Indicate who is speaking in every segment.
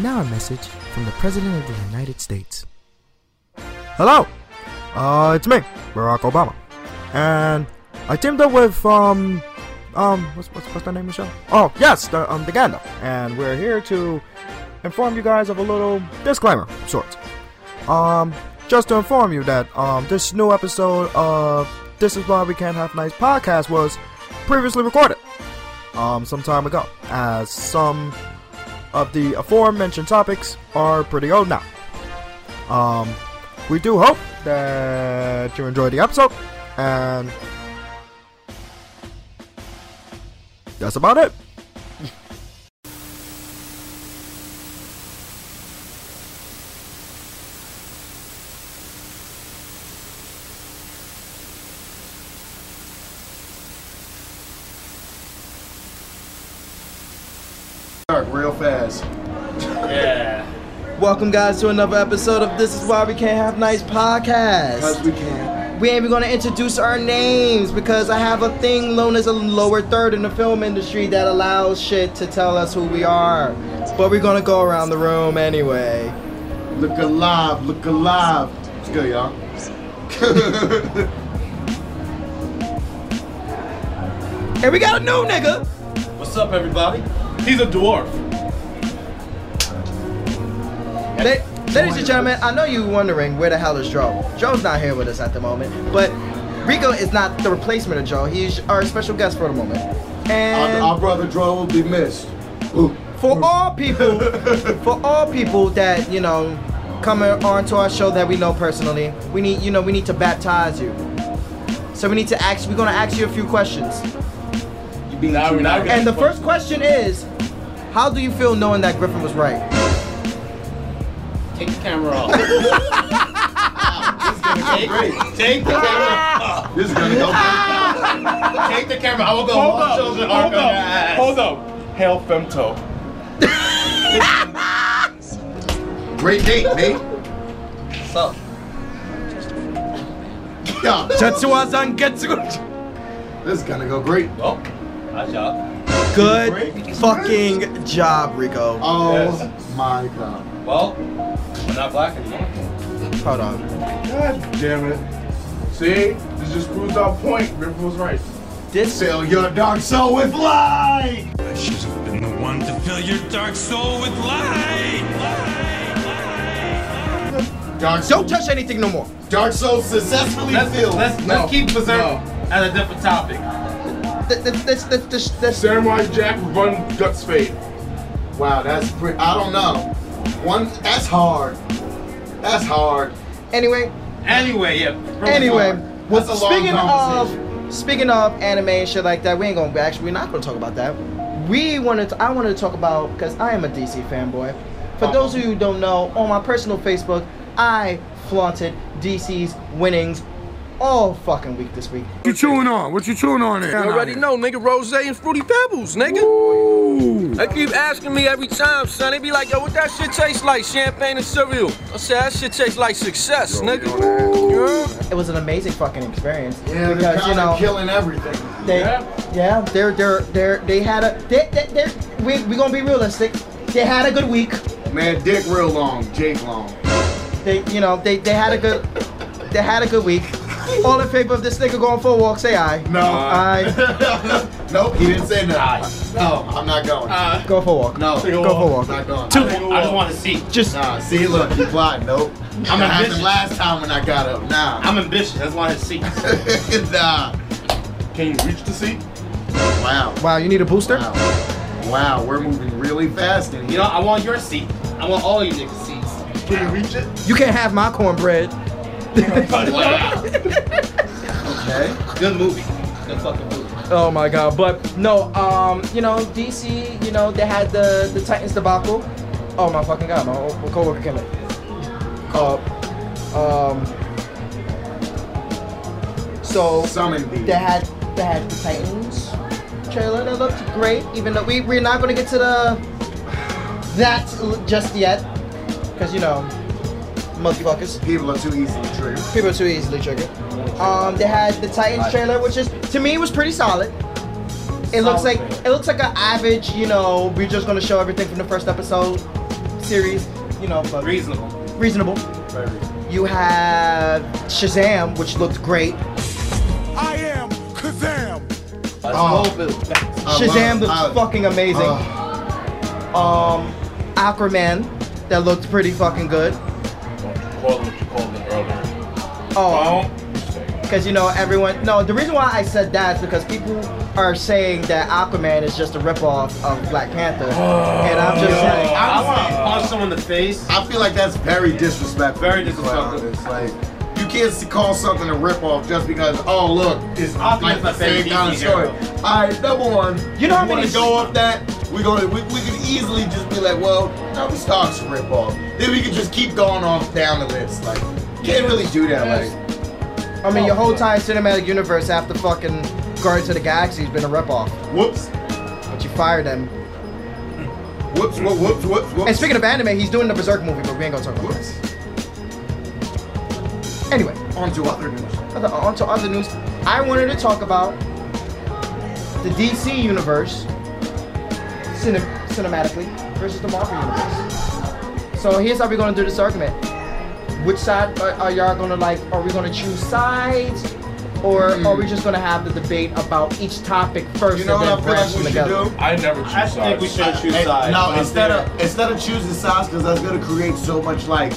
Speaker 1: Now a message from the President of the United States. Hello! Uh, it's me, Barack Obama. And I teamed up with, um, um, what's, what's, what's the name of the show? Oh, yes, the, um, the Gandalf. And we're here to inform you guys of a little disclaimer, of sorts. Um, just to inform you that, um, this new episode of This Is Why We Can't Have Nice podcast was previously recorded, um, some time ago, as some of the aforementioned topics are pretty old now. Um, we do hope that you enjoyed the episode, and that's about it.
Speaker 2: real fast.
Speaker 3: Yeah.
Speaker 4: Welcome, guys, to another episode of This Is Why We Can't Have Nice
Speaker 2: As
Speaker 4: Podcast.
Speaker 2: we can.
Speaker 4: We ain't even gonna introduce our names because I have a thing known as a lower third in the film industry that allows shit to tell us who we are. But we're gonna go around the room anyway.
Speaker 2: Look alive, look alive. It's good, y'all.
Speaker 4: And we got a new nigga.
Speaker 3: What's up, everybody? He's a dwarf.
Speaker 4: La- ladies and gentlemen, I know you're wondering where the hell is Joe. Joe's not here with us at the moment, but Rico is not the replacement of Joe. He's our special guest for the moment.
Speaker 2: Our,
Speaker 4: And
Speaker 2: our brother Drum will be missed. Ooh.
Speaker 4: for all people, for all people that you know come on to our show that we know personally, we need you know we need to baptize you. So we need to ask. We're gonna ask you a few questions.
Speaker 2: You being
Speaker 3: Now
Speaker 2: too
Speaker 3: we- now we
Speaker 2: nice.
Speaker 4: And the first question is, how do you feel knowing that Griffin was right?
Speaker 3: Take the camera off. Take, take the camera off.
Speaker 2: This is gonna go great.
Speaker 3: Take the camera. I will go.
Speaker 5: Hold
Speaker 3: all
Speaker 5: up,
Speaker 3: children are
Speaker 5: hold
Speaker 3: gonna
Speaker 5: up,
Speaker 3: ask.
Speaker 5: hold up. Hail Femto.
Speaker 2: Great date, mate.
Speaker 4: So.
Speaker 2: Yeah.
Speaker 4: Good
Speaker 2: This is gonna go great.
Speaker 3: Oh, nice job.
Speaker 4: fucking job, Rico.
Speaker 2: Oh
Speaker 3: Yes.
Speaker 2: my god.
Speaker 3: Well, we're not black anymore.
Speaker 4: Hold on.
Speaker 5: God damn it. See? This just proves our point. River was right.
Speaker 4: This
Speaker 2: Fill your dark soul with light.
Speaker 6: I should have been the one to fill your dark soul with light.
Speaker 2: Dark soul.
Speaker 4: don't touch anything no more.
Speaker 2: Dark soul successfully
Speaker 3: Let's
Speaker 2: filled.
Speaker 3: let's,
Speaker 5: No,
Speaker 3: let's keep berserk
Speaker 5: no.
Speaker 3: at a different topic.
Speaker 4: Th- th- This this this this.
Speaker 5: Samurai Jack run guts fade.
Speaker 2: Wow, that's pretty. I don't know. One. That's hard. That's hard.
Speaker 4: Anyway,
Speaker 3: Anyway, yeah. bro,
Speaker 4: anyway.
Speaker 2: That's a long
Speaker 4: speaking
Speaker 2: conversation.
Speaker 4: of speaking of anime and shit like that, we ain't gonna we're actually we're not gonna talk about that. We wanted to, I wanted to talk about because I am a DC fanboy. For
Speaker 2: Oh.
Speaker 4: those of you who don't know, on my personal Facebook, I flaunted DC's winnings all fucking week this week.
Speaker 7: you chewing on? What you chewing on there?
Speaker 8: You already know, nigga. Rose and fruity pebbles, nigga. They keep asking me every time, son. They be like, yo, what that shit taste like? Champagne and cereal. I say that shit tastes like success, nigga.
Speaker 4: It was an amazing fucking experience.
Speaker 2: Yeah, they're
Speaker 4: because
Speaker 2: kind
Speaker 4: you
Speaker 2: of
Speaker 4: know
Speaker 2: killing everything.
Speaker 4: They, yeah. they're they're they're they had a they they they're, we we gonna be realistic. They had a good week.
Speaker 2: Man, dick real long, Jake long.
Speaker 4: They you know they they had a good they had a good week. All in favor of this nigga going for a walk? Say aye.
Speaker 2: No.
Speaker 4: Aye.
Speaker 2: nope, he didn't say no. No, I'm not going.
Speaker 4: Go for a walk.
Speaker 2: no,
Speaker 4: Go for a walk.
Speaker 2: I'm not going.
Speaker 3: Two. I just want to see.
Speaker 4: Just
Speaker 2: Nah, see, look, you lied. Nope. I'm
Speaker 3: I'm
Speaker 2: not happened
Speaker 3: ambitious.
Speaker 2: last time when I got up. Nah.
Speaker 3: I'm ambitious. That's why I want to see.
Speaker 2: nah.
Speaker 5: Can you reach the seat?
Speaker 2: Wow.
Speaker 4: wow. You need a booster.
Speaker 2: Wow. Wow, we're moving really fast in
Speaker 3: You
Speaker 2: here.
Speaker 3: know, I want your seat. I want all you niggas' seats.
Speaker 5: Can you reach it?
Speaker 4: You can't have my cornbread.
Speaker 3: Wow.
Speaker 2: Okay.
Speaker 3: Good movie. Good fucking movie.
Speaker 4: Oh my god. But no. Um. You know DC. You know they had the the Titans debacle. Oh my fucking god. My old coworker came in. Uh. Um. So.
Speaker 2: Summon these.
Speaker 4: They had they had the Titans trailer that looked great. Even though we we're not gonna get to the that l- just yet, because you know, motherfuckers,
Speaker 2: People are too easy to trigger.
Speaker 4: people are too easily triggered. Um, they had the Titans trailer, which is to me was pretty solid. It looks like it looks like an average, you know, we're just gonna show everything from the first episode series, you know, for
Speaker 3: Reasonable.
Speaker 4: reasonable. You have Shazam, which looked great.
Speaker 7: I am Kazam.
Speaker 3: Let's
Speaker 2: Oh.
Speaker 3: go, Bill.
Speaker 2: I love-
Speaker 4: Shazam looks
Speaker 2: I-
Speaker 4: fucking amazing.
Speaker 2: Uh,
Speaker 4: um, Aquaman, that looked pretty fucking good.
Speaker 5: Call them what you called them earlier.
Speaker 4: Oh,
Speaker 5: Wrong.
Speaker 4: because you know everyone. No, the reason why I said that is because people are saying that Aquaman is just a ripoff of Black Panther, and I'm just saying.
Speaker 3: I want to punch someone in the face.
Speaker 2: I feel like that's very disrespectful.
Speaker 3: Very
Speaker 2: to be quite
Speaker 3: disrespectful.
Speaker 2: honest. Like you can't s- call something a ripoff just because oh look, it's
Speaker 3: I'll
Speaker 2: like
Speaker 3: be
Speaker 2: the
Speaker 3: the
Speaker 2: same
Speaker 3: same
Speaker 2: kind of
Speaker 3: DC
Speaker 2: story.
Speaker 3: hero.
Speaker 2: All right, number one,
Speaker 4: You know how
Speaker 2: we wanna
Speaker 4: many-
Speaker 2: go off that we gonna we, we could easily just be like, well, Tony Stark's a ripoff. Then we could just keep going off down the list. Like can't really do that. Like
Speaker 4: I mean, your whole time cinematic universe after fucking Guardians of the Galaxy has been a ripoff,
Speaker 2: whoops,
Speaker 4: but you fired them.
Speaker 2: whoops, whoops, whoops, whoops. whoops.
Speaker 4: And speaking of anime, he's doing the Berserk movie, but we ain't gonna talk about
Speaker 2: whoops.
Speaker 4: this. Anyway,
Speaker 2: On to other news.
Speaker 4: other, on to other news. I wanted to talk about the DC universe cine- cinematically versus the Marvel universe. So here's how we're gonna do this argument. Which side are, are y'all gonna like? Are we gonna choose sides, or are we just gonna have the debate about each topic first
Speaker 2: You know
Speaker 4: and
Speaker 2: what
Speaker 4: then
Speaker 2: I feel like
Speaker 4: branch them
Speaker 2: we should
Speaker 4: together?
Speaker 2: do?
Speaker 5: I never choose
Speaker 3: I
Speaker 5: sides.
Speaker 3: think we should choose
Speaker 2: Hey,
Speaker 3: sides.
Speaker 2: No,
Speaker 3: I'm
Speaker 2: instead
Speaker 3: there.
Speaker 2: of instead of choosing sides because that's gonna create so much like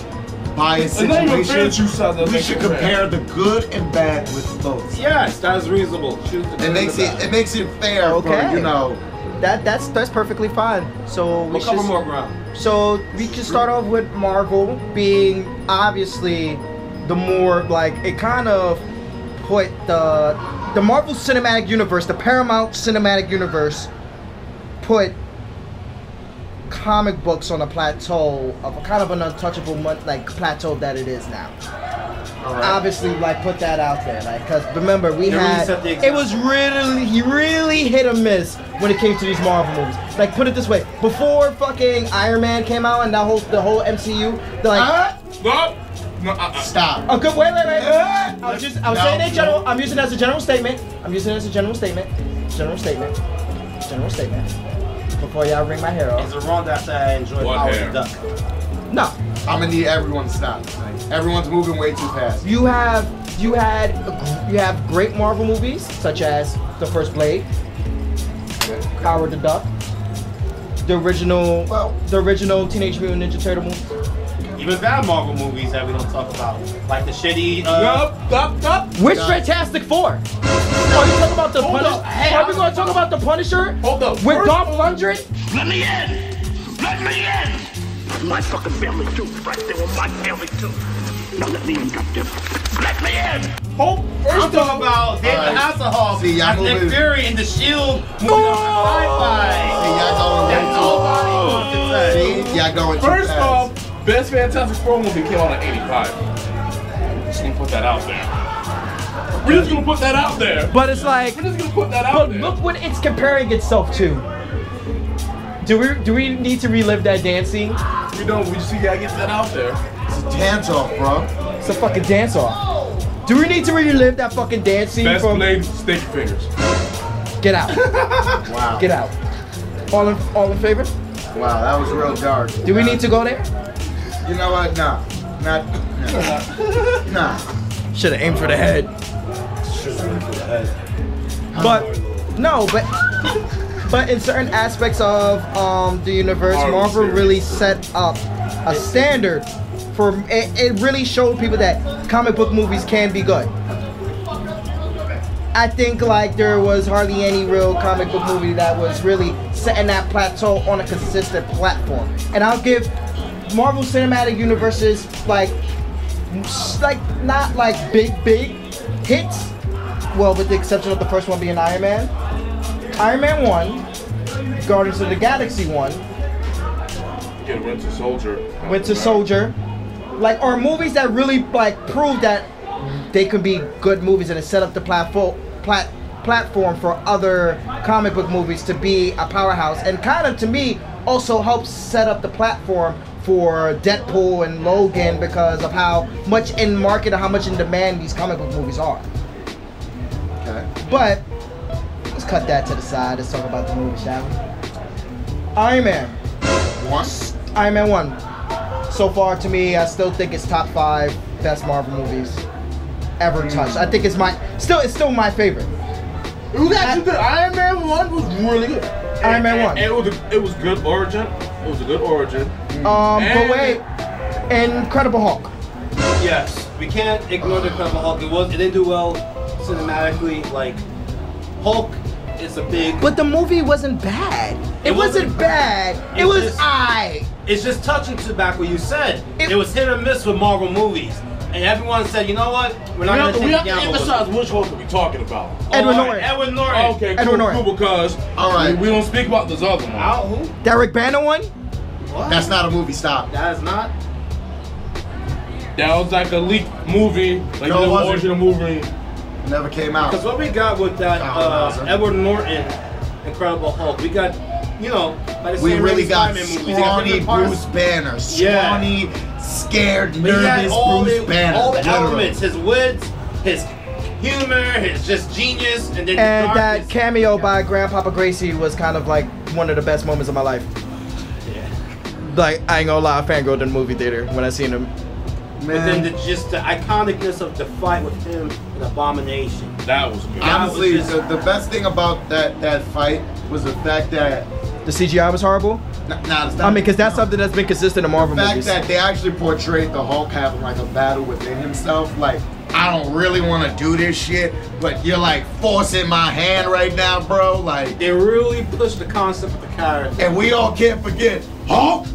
Speaker 2: bias
Speaker 5: And then you'll choose
Speaker 2: situations.
Speaker 5: sides that
Speaker 2: We
Speaker 5: make
Speaker 2: should
Speaker 5: it
Speaker 2: compare
Speaker 5: fair.
Speaker 2: the good and bad with both.
Speaker 3: Yes, that is reasonable. Choose the
Speaker 2: It makes it it makes it fair
Speaker 4: Okay.
Speaker 2: for you know.
Speaker 4: That that's that's perfectly fine. So we
Speaker 3: We'll cover
Speaker 4: should-
Speaker 3: more ground.
Speaker 4: So we can start off with Marvel being obviously the more like it kind of put the the Marvel Cinematic Universe, the Paramount Cinematic Universe, put comic books on a plateau of a kind of an untouchable mon- like plateau that it is now. Obviously, like put that out there, like because remember we
Speaker 3: They really
Speaker 4: had
Speaker 3: set the
Speaker 4: it was really he really hit or miss when it came to these Marvel movies. Like put it this way, before fucking Iron Man came out and that whole the whole MCU, they're like
Speaker 5: No, uh, I,
Speaker 2: Stop.
Speaker 4: a good wait, wait, wait. I was just, I was
Speaker 2: No,
Speaker 4: saying in
Speaker 2: no.
Speaker 4: general. I'm using it as a general statement. I'm using it as a general statement. General statement. General statement. Before y'all ring my hair
Speaker 3: Is
Speaker 4: up.
Speaker 3: it wrong that I enjoyed
Speaker 5: What
Speaker 3: Howard
Speaker 5: hair?
Speaker 3: the Duck?
Speaker 4: No,
Speaker 2: I'm gonna need everyone to stop. Like, everyone's moving way too fast.
Speaker 4: you have, you had, you have great Marvel movies such as the first Blade, Howard the Duck, the original,
Speaker 2: Well-
Speaker 4: the original Teenage Mutant Ninja Turtle movie,
Speaker 3: Even bad Marvel movies that we don't talk about, like the shitty. Uh,
Speaker 4: which Fantastic Four. Are we talking about the Punisher? Are we gonna talk about the Punisher?
Speaker 5: Hold up.
Speaker 4: With
Speaker 5: First-
Speaker 4: Dolph Lundgren?
Speaker 9: Let me in! Let me in! My fucking family too, right there with my family too. Now let me in, goddamn. Let me in!
Speaker 5: Hope
Speaker 3: I'm
Speaker 5: first
Speaker 3: talking
Speaker 5: off,
Speaker 3: about David
Speaker 2: Alright.
Speaker 3: Hasselhoff
Speaker 2: See, y'all
Speaker 3: and Nick
Speaker 2: moving-
Speaker 3: Fury in the Shield movie on
Speaker 2: See,
Speaker 3: sci-fi.
Speaker 2: y'all going way
Speaker 3: That's
Speaker 2: too
Speaker 3: nobody wants to touch.
Speaker 2: See, y'all going too
Speaker 5: first
Speaker 2: fast.
Speaker 5: off, Best Fantastic Four movie came out in 85. Just gonna put that out there. We're just gonna put that out there.
Speaker 4: But it's like,
Speaker 5: We're just gonna put that out
Speaker 4: But
Speaker 5: there.
Speaker 4: look what it's comparing itself to. Do we do we need to relive that dance scene?
Speaker 5: You know, we just gotta get that out there.
Speaker 2: hands off, bro.
Speaker 4: It's a fucking dance off. Do we need to relive that fucking dance scene
Speaker 5: Best
Speaker 4: from
Speaker 5: blade, stick fingers.
Speaker 4: Get Out?
Speaker 2: Wow.
Speaker 4: Get Out. All in all in favor?
Speaker 2: Wow, that was real dark.
Speaker 4: Do we need to go there?
Speaker 2: You know what? Nah. Not. Nah. nah.
Speaker 4: Should have aimed for the head. But no, but but in certain aspects of um, the universe,
Speaker 5: Marvel
Speaker 4: Marvel
Speaker 5: series.
Speaker 4: really set up a standard for it, it. Really showed people that comic book movies can be good. I think like there was hardly any real comic book movie that was really setting that plateau on a consistent platform. And I'll give Marvel Cinematic Universes like s- like not like big big hits. Well, with the exception of the first one being Iron Man. Iron Man 1, Guardians of the Galaxy 1,
Speaker 5: Get Winter Soldier.
Speaker 4: Winter Soldier, like are movies that really like prove that they could be good movies and it set up the platform plat, platform for other comic book movies to be a powerhouse and kind of to me also helps set up the platform for Deadpool and Logan because of how much in market or how much in demand these comic book movies are.
Speaker 2: Okay.
Speaker 4: But let's cut that to the side. Let's talk about the movie, shall we? Iron Man.
Speaker 2: One.
Speaker 4: Iron Man 1. So far, to me, I still think it's top five best Marvel movies ever touched. I think it's my still it's still my favorite.
Speaker 2: It was actually good. Iron Man 1 was really good.
Speaker 4: Iron Man
Speaker 5: And-
Speaker 4: 1.
Speaker 5: and It was a, it was good origin. It was a good origin.
Speaker 4: Um, but
Speaker 5: And-
Speaker 4: wait, Incredible Hulk.
Speaker 3: Yes, we can't ignore the Incredible Hulk. It was it didn't do well cinematically. Like Hulk is a big.
Speaker 4: But the movie wasn't bad. It,
Speaker 3: It
Speaker 4: wasn't,
Speaker 3: wasn't
Speaker 4: bad. It,
Speaker 3: It
Speaker 4: was
Speaker 3: was-
Speaker 4: I.
Speaker 3: It's just touching to back what you said.
Speaker 4: It-
Speaker 3: It, was hit or miss with Marvel movies, and everyone said, you know what, we're
Speaker 5: We
Speaker 3: not
Speaker 5: have to,
Speaker 3: gonna
Speaker 5: we
Speaker 3: take it
Speaker 5: have to
Speaker 3: down. but we'll-
Speaker 5: emphasize which Hulk are we talking about.
Speaker 4: Oh, Edward
Speaker 3: All right,
Speaker 4: Norton.
Speaker 3: Oh, Edward Norton.
Speaker 5: Okay,
Speaker 4: Edward
Speaker 5: cool,
Speaker 4: Norton.
Speaker 5: cool, because
Speaker 2: All right.
Speaker 5: we, we don't speak about this other one.
Speaker 3: Out who?
Speaker 4: That Rick Banner one?
Speaker 3: What?
Speaker 2: That's not a movie. Stop.
Speaker 3: That is not.
Speaker 5: That was like a leak movie, like
Speaker 2: No, it
Speaker 5: the
Speaker 2: wasn't.
Speaker 5: origin of movie.
Speaker 2: It never came out.
Speaker 3: Because what we got with that uh,
Speaker 2: Colonizer.
Speaker 3: Edward Norton Incredible Hulk, we got, you know, by the
Speaker 2: We
Speaker 3: same
Speaker 2: really
Speaker 3: rate
Speaker 2: got
Speaker 3: Spider-Man movies, they got
Speaker 2: scrawny
Speaker 3: different parts.
Speaker 2: Bruce Banner.
Speaker 3: Yeah.
Speaker 2: Scrawny, scared,
Speaker 3: But he had
Speaker 2: nervous
Speaker 3: all
Speaker 2: Bruce
Speaker 3: the,
Speaker 2: Banner.
Speaker 3: all the
Speaker 2: literally.
Speaker 3: elements, his wits, his humor, his just genius, and then
Speaker 4: And
Speaker 3: the
Speaker 4: that
Speaker 3: darkness.
Speaker 4: cameo by Grandpapa Gracie was kind of like one of the best moments of my life. Like I ain't gonna lie, I fangirled in the movie theater when I seen him.
Speaker 3: But then
Speaker 2: Man,
Speaker 3: the, just the iconicness of the fight with him and Abomination.
Speaker 5: That was good.
Speaker 3: I-
Speaker 2: honestly,
Speaker 3: was
Speaker 2: the,
Speaker 3: just-
Speaker 2: the best thing about that, that fight was the fact that.
Speaker 4: The CGI was horrible.
Speaker 2: Nah, nah, it's not,
Speaker 4: I mean, because that's something that's been consistent in Marvel
Speaker 2: the fact
Speaker 4: movies.
Speaker 2: that they actually portrayed the Hulk having like a battle within himself, like I don't really want to do this shit, but you're like forcing my hand right now, bro. Like,
Speaker 3: They really pushed the concept of the character.
Speaker 2: and we all can't forget Hulk.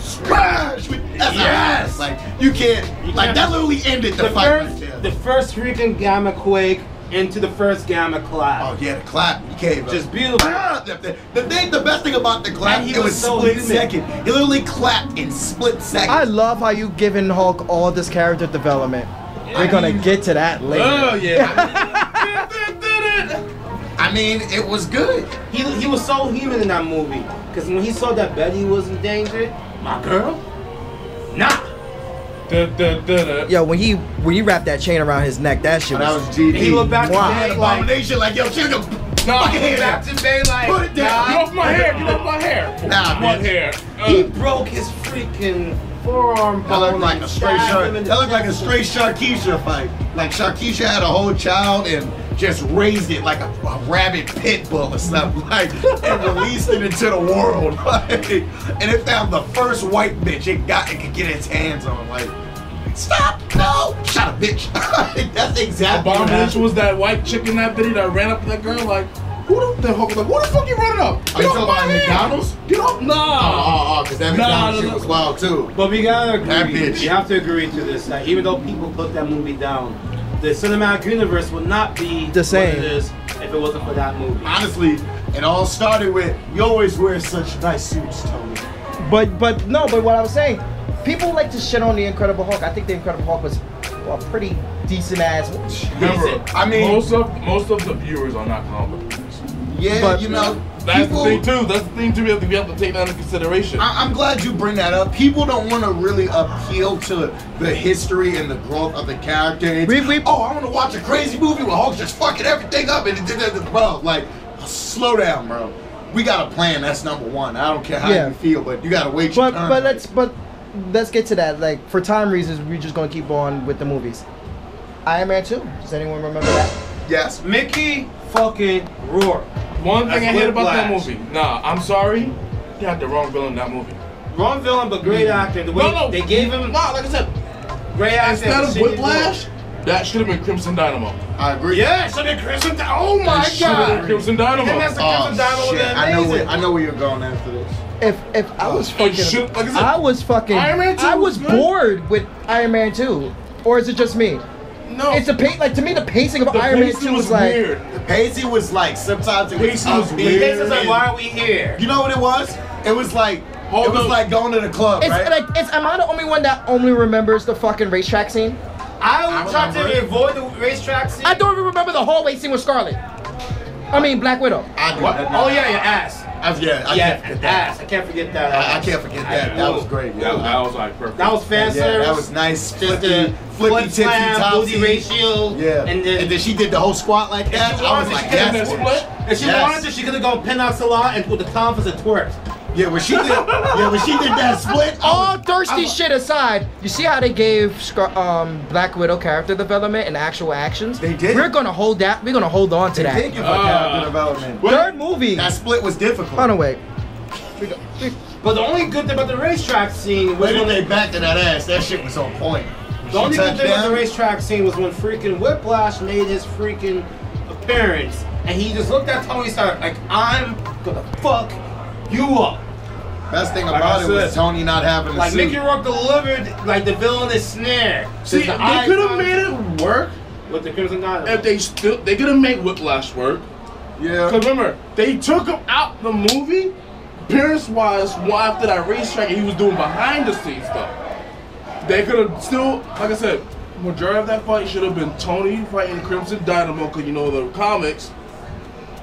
Speaker 2: Smash! We- That's yes!
Speaker 3: Yes!
Speaker 2: Like you can't. Like that literally ended the,
Speaker 3: The
Speaker 2: fight right
Speaker 3: first,
Speaker 2: there.
Speaker 3: the first freaking Gamma Quake into the first Gamma
Speaker 2: oh
Speaker 3: Cloud.
Speaker 2: yeah, the clap. You can't.
Speaker 3: Just beautiful.
Speaker 2: The, the, the Ah, thing, the best thing about the clap,
Speaker 3: And he
Speaker 2: it was,
Speaker 3: was so
Speaker 2: split
Speaker 3: human.
Speaker 2: second. He literally clapped in split second.
Speaker 4: I love how you giving Hulk all this character development. We're gonna get to that later.
Speaker 5: oh yeah.
Speaker 2: I mean, it was good.
Speaker 3: He, he was so human in that movie. Because when he saw that Betty was in danger, my girl, nah.
Speaker 5: Duh, duh, duh, duh.
Speaker 4: Yo, when he when he wrapped that chain around his neck, that shit
Speaker 2: But that
Speaker 4: was
Speaker 2: was GD.
Speaker 3: He looked back
Speaker 4: Wow.
Speaker 3: to me like,
Speaker 2: Abomination, like, yo, kill him.
Speaker 5: Nah,
Speaker 2: fucking hand
Speaker 5: back
Speaker 2: out.
Speaker 5: to Bay like.
Speaker 2: Put it down.
Speaker 5: Get off my hair. Get off my hair.
Speaker 2: Nah,
Speaker 5: one
Speaker 2: bitch.
Speaker 5: hair. Uh,
Speaker 3: he broke his freaking forearm
Speaker 2: That
Speaker 3: bone.
Speaker 2: looked like a
Speaker 3: and
Speaker 2: straight
Speaker 3: stabbed
Speaker 2: shark.
Speaker 3: him in
Speaker 2: That
Speaker 3: the
Speaker 2: looked like a
Speaker 3: chest.
Speaker 2: straight Sharkeisha fight. Like Sharkeisha had a whole child and just raised it like a, a rabid pit bull or something, like, and released it into the world. Like, and it found the first white bitch it got it could get its hands on. Like, stop! No, shut up, bitch. That's exactly. what
Speaker 5: Abomination
Speaker 2: happened.
Speaker 5: was that white chick in that video that ran up to that girl like, who the, the Hulk like, who the fuck you running up?
Speaker 2: Are
Speaker 5: Get
Speaker 2: you
Speaker 5: off
Speaker 2: talking
Speaker 5: my
Speaker 2: about
Speaker 5: hair.
Speaker 2: McDonald's?
Speaker 5: Get off. Nah.
Speaker 2: Oh, because that
Speaker 5: Nah,
Speaker 2: McDonald's
Speaker 5: no,
Speaker 2: shit
Speaker 5: no.
Speaker 2: was wild too.
Speaker 3: But we gotta agree.
Speaker 2: That bitch.
Speaker 3: You have to agree to this. That even though people put that movie down, the cinematic universe would not be
Speaker 4: The same.
Speaker 3: what it is if it wasn't for that movie.
Speaker 2: Honestly, it all started with you always wear such nice suits, Tony.
Speaker 4: But but no, but what I was saying, people like to shit on the Incredible Hulk. I think the Incredible Hulk was a pretty decent ass.
Speaker 5: Remember,
Speaker 2: I mean-
Speaker 5: most of most of the viewers are not comic book readers.
Speaker 2: Yeah,
Speaker 4: But-
Speaker 2: Uh, you know,
Speaker 5: That's
Speaker 2: people.
Speaker 5: the thing too. That's the thing too. We have to, we have to take that into consideration.
Speaker 2: I, I'm glad you bring that up. People don't want to really appeal to the history and the growth of the character. It's,
Speaker 4: We- we-
Speaker 2: oh, I want to watch a crazy movie where Hulk's just fucking everything up and it did that, bro. Like, slow down, bro. We got a plan. That's number one. I don't care how
Speaker 4: Yeah.
Speaker 2: you feel, but you gotta wait your
Speaker 4: But
Speaker 5: Uh.
Speaker 2: turn.
Speaker 4: but let's but let's get to that. Like for time reasons, we're just gonna keep on with the movies. Iron Man Two. Does anyone remember that?
Speaker 2: Yes.
Speaker 3: Mickey fucking Rourke.
Speaker 5: One thing I
Speaker 3: That's
Speaker 5: hate about that
Speaker 3: Whiplash.
Speaker 5: movie. Nah, I'm sorry. He had the wrong villain in that movie. Hmm.
Speaker 3: Wrong villain, but great actor. The way
Speaker 5: No, no.
Speaker 3: they gave him
Speaker 5: Nah, like I said,
Speaker 3: great actor.
Speaker 5: instead of
Speaker 3: Shit,
Speaker 5: Whiplash, that should have been Crimson Dynamo.
Speaker 2: I agree.
Speaker 3: Yeah, should have been Crimson. Dy- Oh my
Speaker 5: Should have been
Speaker 3: god.
Speaker 5: Crimson
Speaker 3: And
Speaker 5: Dynamo.
Speaker 3: that's the
Speaker 2: Oh,
Speaker 3: Crimson Dynamo
Speaker 2: shit.
Speaker 3: that
Speaker 2: I know, where,
Speaker 3: amazing.
Speaker 2: I know where you're going after this.
Speaker 4: If if I was
Speaker 5: Oh,
Speaker 4: fucking,
Speaker 5: shit, like I said,
Speaker 4: I was fucking,
Speaker 5: Iron Man 2
Speaker 4: I was
Speaker 5: was good.
Speaker 4: bored with Iron Man Two, or is it just me?
Speaker 5: no,
Speaker 4: It's a pace like to me the pacing of
Speaker 5: the
Speaker 4: Iron Man
Speaker 5: pacing
Speaker 4: Two was like.
Speaker 5: weird.
Speaker 2: Pacey was like, sometimes it was,
Speaker 5: Pacey was
Speaker 2: upbeat.
Speaker 5: weird.
Speaker 3: This is like, why are we here?
Speaker 2: You know what it was? It was like
Speaker 5: Hold
Speaker 2: it was
Speaker 5: up.
Speaker 2: like going to the club,
Speaker 4: It's
Speaker 2: right?
Speaker 4: like it's am I the only one that only remembers the fucking racetrack scene?
Speaker 3: I
Speaker 2: I
Speaker 3: would try
Speaker 2: remember.
Speaker 3: to avoid the racetrack scene.
Speaker 4: I don't even remember the hallway scene with Scarlet. I mean Black Widow.
Speaker 2: I do.
Speaker 3: What?
Speaker 2: that now.
Speaker 3: Oh yeah, your ass.
Speaker 2: I, yeah, I
Speaker 3: yeah,
Speaker 2: can't forget
Speaker 3: ass.
Speaker 2: that.
Speaker 3: I can't forget that.
Speaker 2: I, I can't forget that. That was great.
Speaker 5: That,
Speaker 2: yo.
Speaker 5: that was like perfect.
Speaker 3: That was fan
Speaker 2: Yeah,
Speaker 3: service.
Speaker 2: that was nice.
Speaker 3: Just
Speaker 2: flicky,
Speaker 3: the
Speaker 2: flicky,
Speaker 3: flicky
Speaker 2: tipsy,
Speaker 3: slam,
Speaker 2: topsy
Speaker 3: booty ratio.
Speaker 2: Yeah,
Speaker 3: And then,
Speaker 2: she did the whole squat like that. I was
Speaker 3: wanted
Speaker 2: like,
Speaker 3: to, she
Speaker 2: yes.
Speaker 5: that
Speaker 2: bitch.
Speaker 5: split.
Speaker 3: if she
Speaker 2: Yes.
Speaker 3: wanted to, she could have gone pin out Salah and with the conference of twerks.
Speaker 2: Yeah, when she did, yeah, when she did that split.
Speaker 4: All thirsty shit aside, you see how they gave Scar- um, Black Widow character development and actual actions.
Speaker 2: They did.
Speaker 4: We're gonna hold that. We're gonna hold on to that.
Speaker 2: Thank you for character development.
Speaker 4: Third movie.
Speaker 2: That split was difficult.
Speaker 4: By the way,
Speaker 3: But the only good thing about the racetrack scene was
Speaker 2: Where did
Speaker 3: when
Speaker 2: they
Speaker 3: they.
Speaker 2: back to that ass? That shit was on point. When
Speaker 3: The
Speaker 2: she
Speaker 3: only good
Speaker 2: touched
Speaker 3: thing about
Speaker 2: down,
Speaker 3: the racetrack scene was when freaking Whiplash made his freaking appearance, and he just looked at Tony Stark like, "I'm gonna fuck you up."
Speaker 2: Best thing
Speaker 3: Like
Speaker 2: about
Speaker 3: I
Speaker 2: it was
Speaker 3: said.
Speaker 2: Tony not having a
Speaker 3: Like
Speaker 2: suit.
Speaker 3: Mickey Rourke delivered like the villainous snare.
Speaker 5: See,
Speaker 3: Just the
Speaker 5: they
Speaker 3: eye
Speaker 5: could have
Speaker 3: contact
Speaker 5: made it work
Speaker 3: with the Crimson
Speaker 5: if
Speaker 3: Dynamo.
Speaker 5: they still. They could have made Whiplash work.
Speaker 2: yeah.
Speaker 5: Cause remember, they took him out the movie. Pierce was why after that racetrack and he was doing behind the scenes stuff. They could have still, like I said, majority of that fight should have been Tony fighting Crimson Dynamo, cause you know the comics,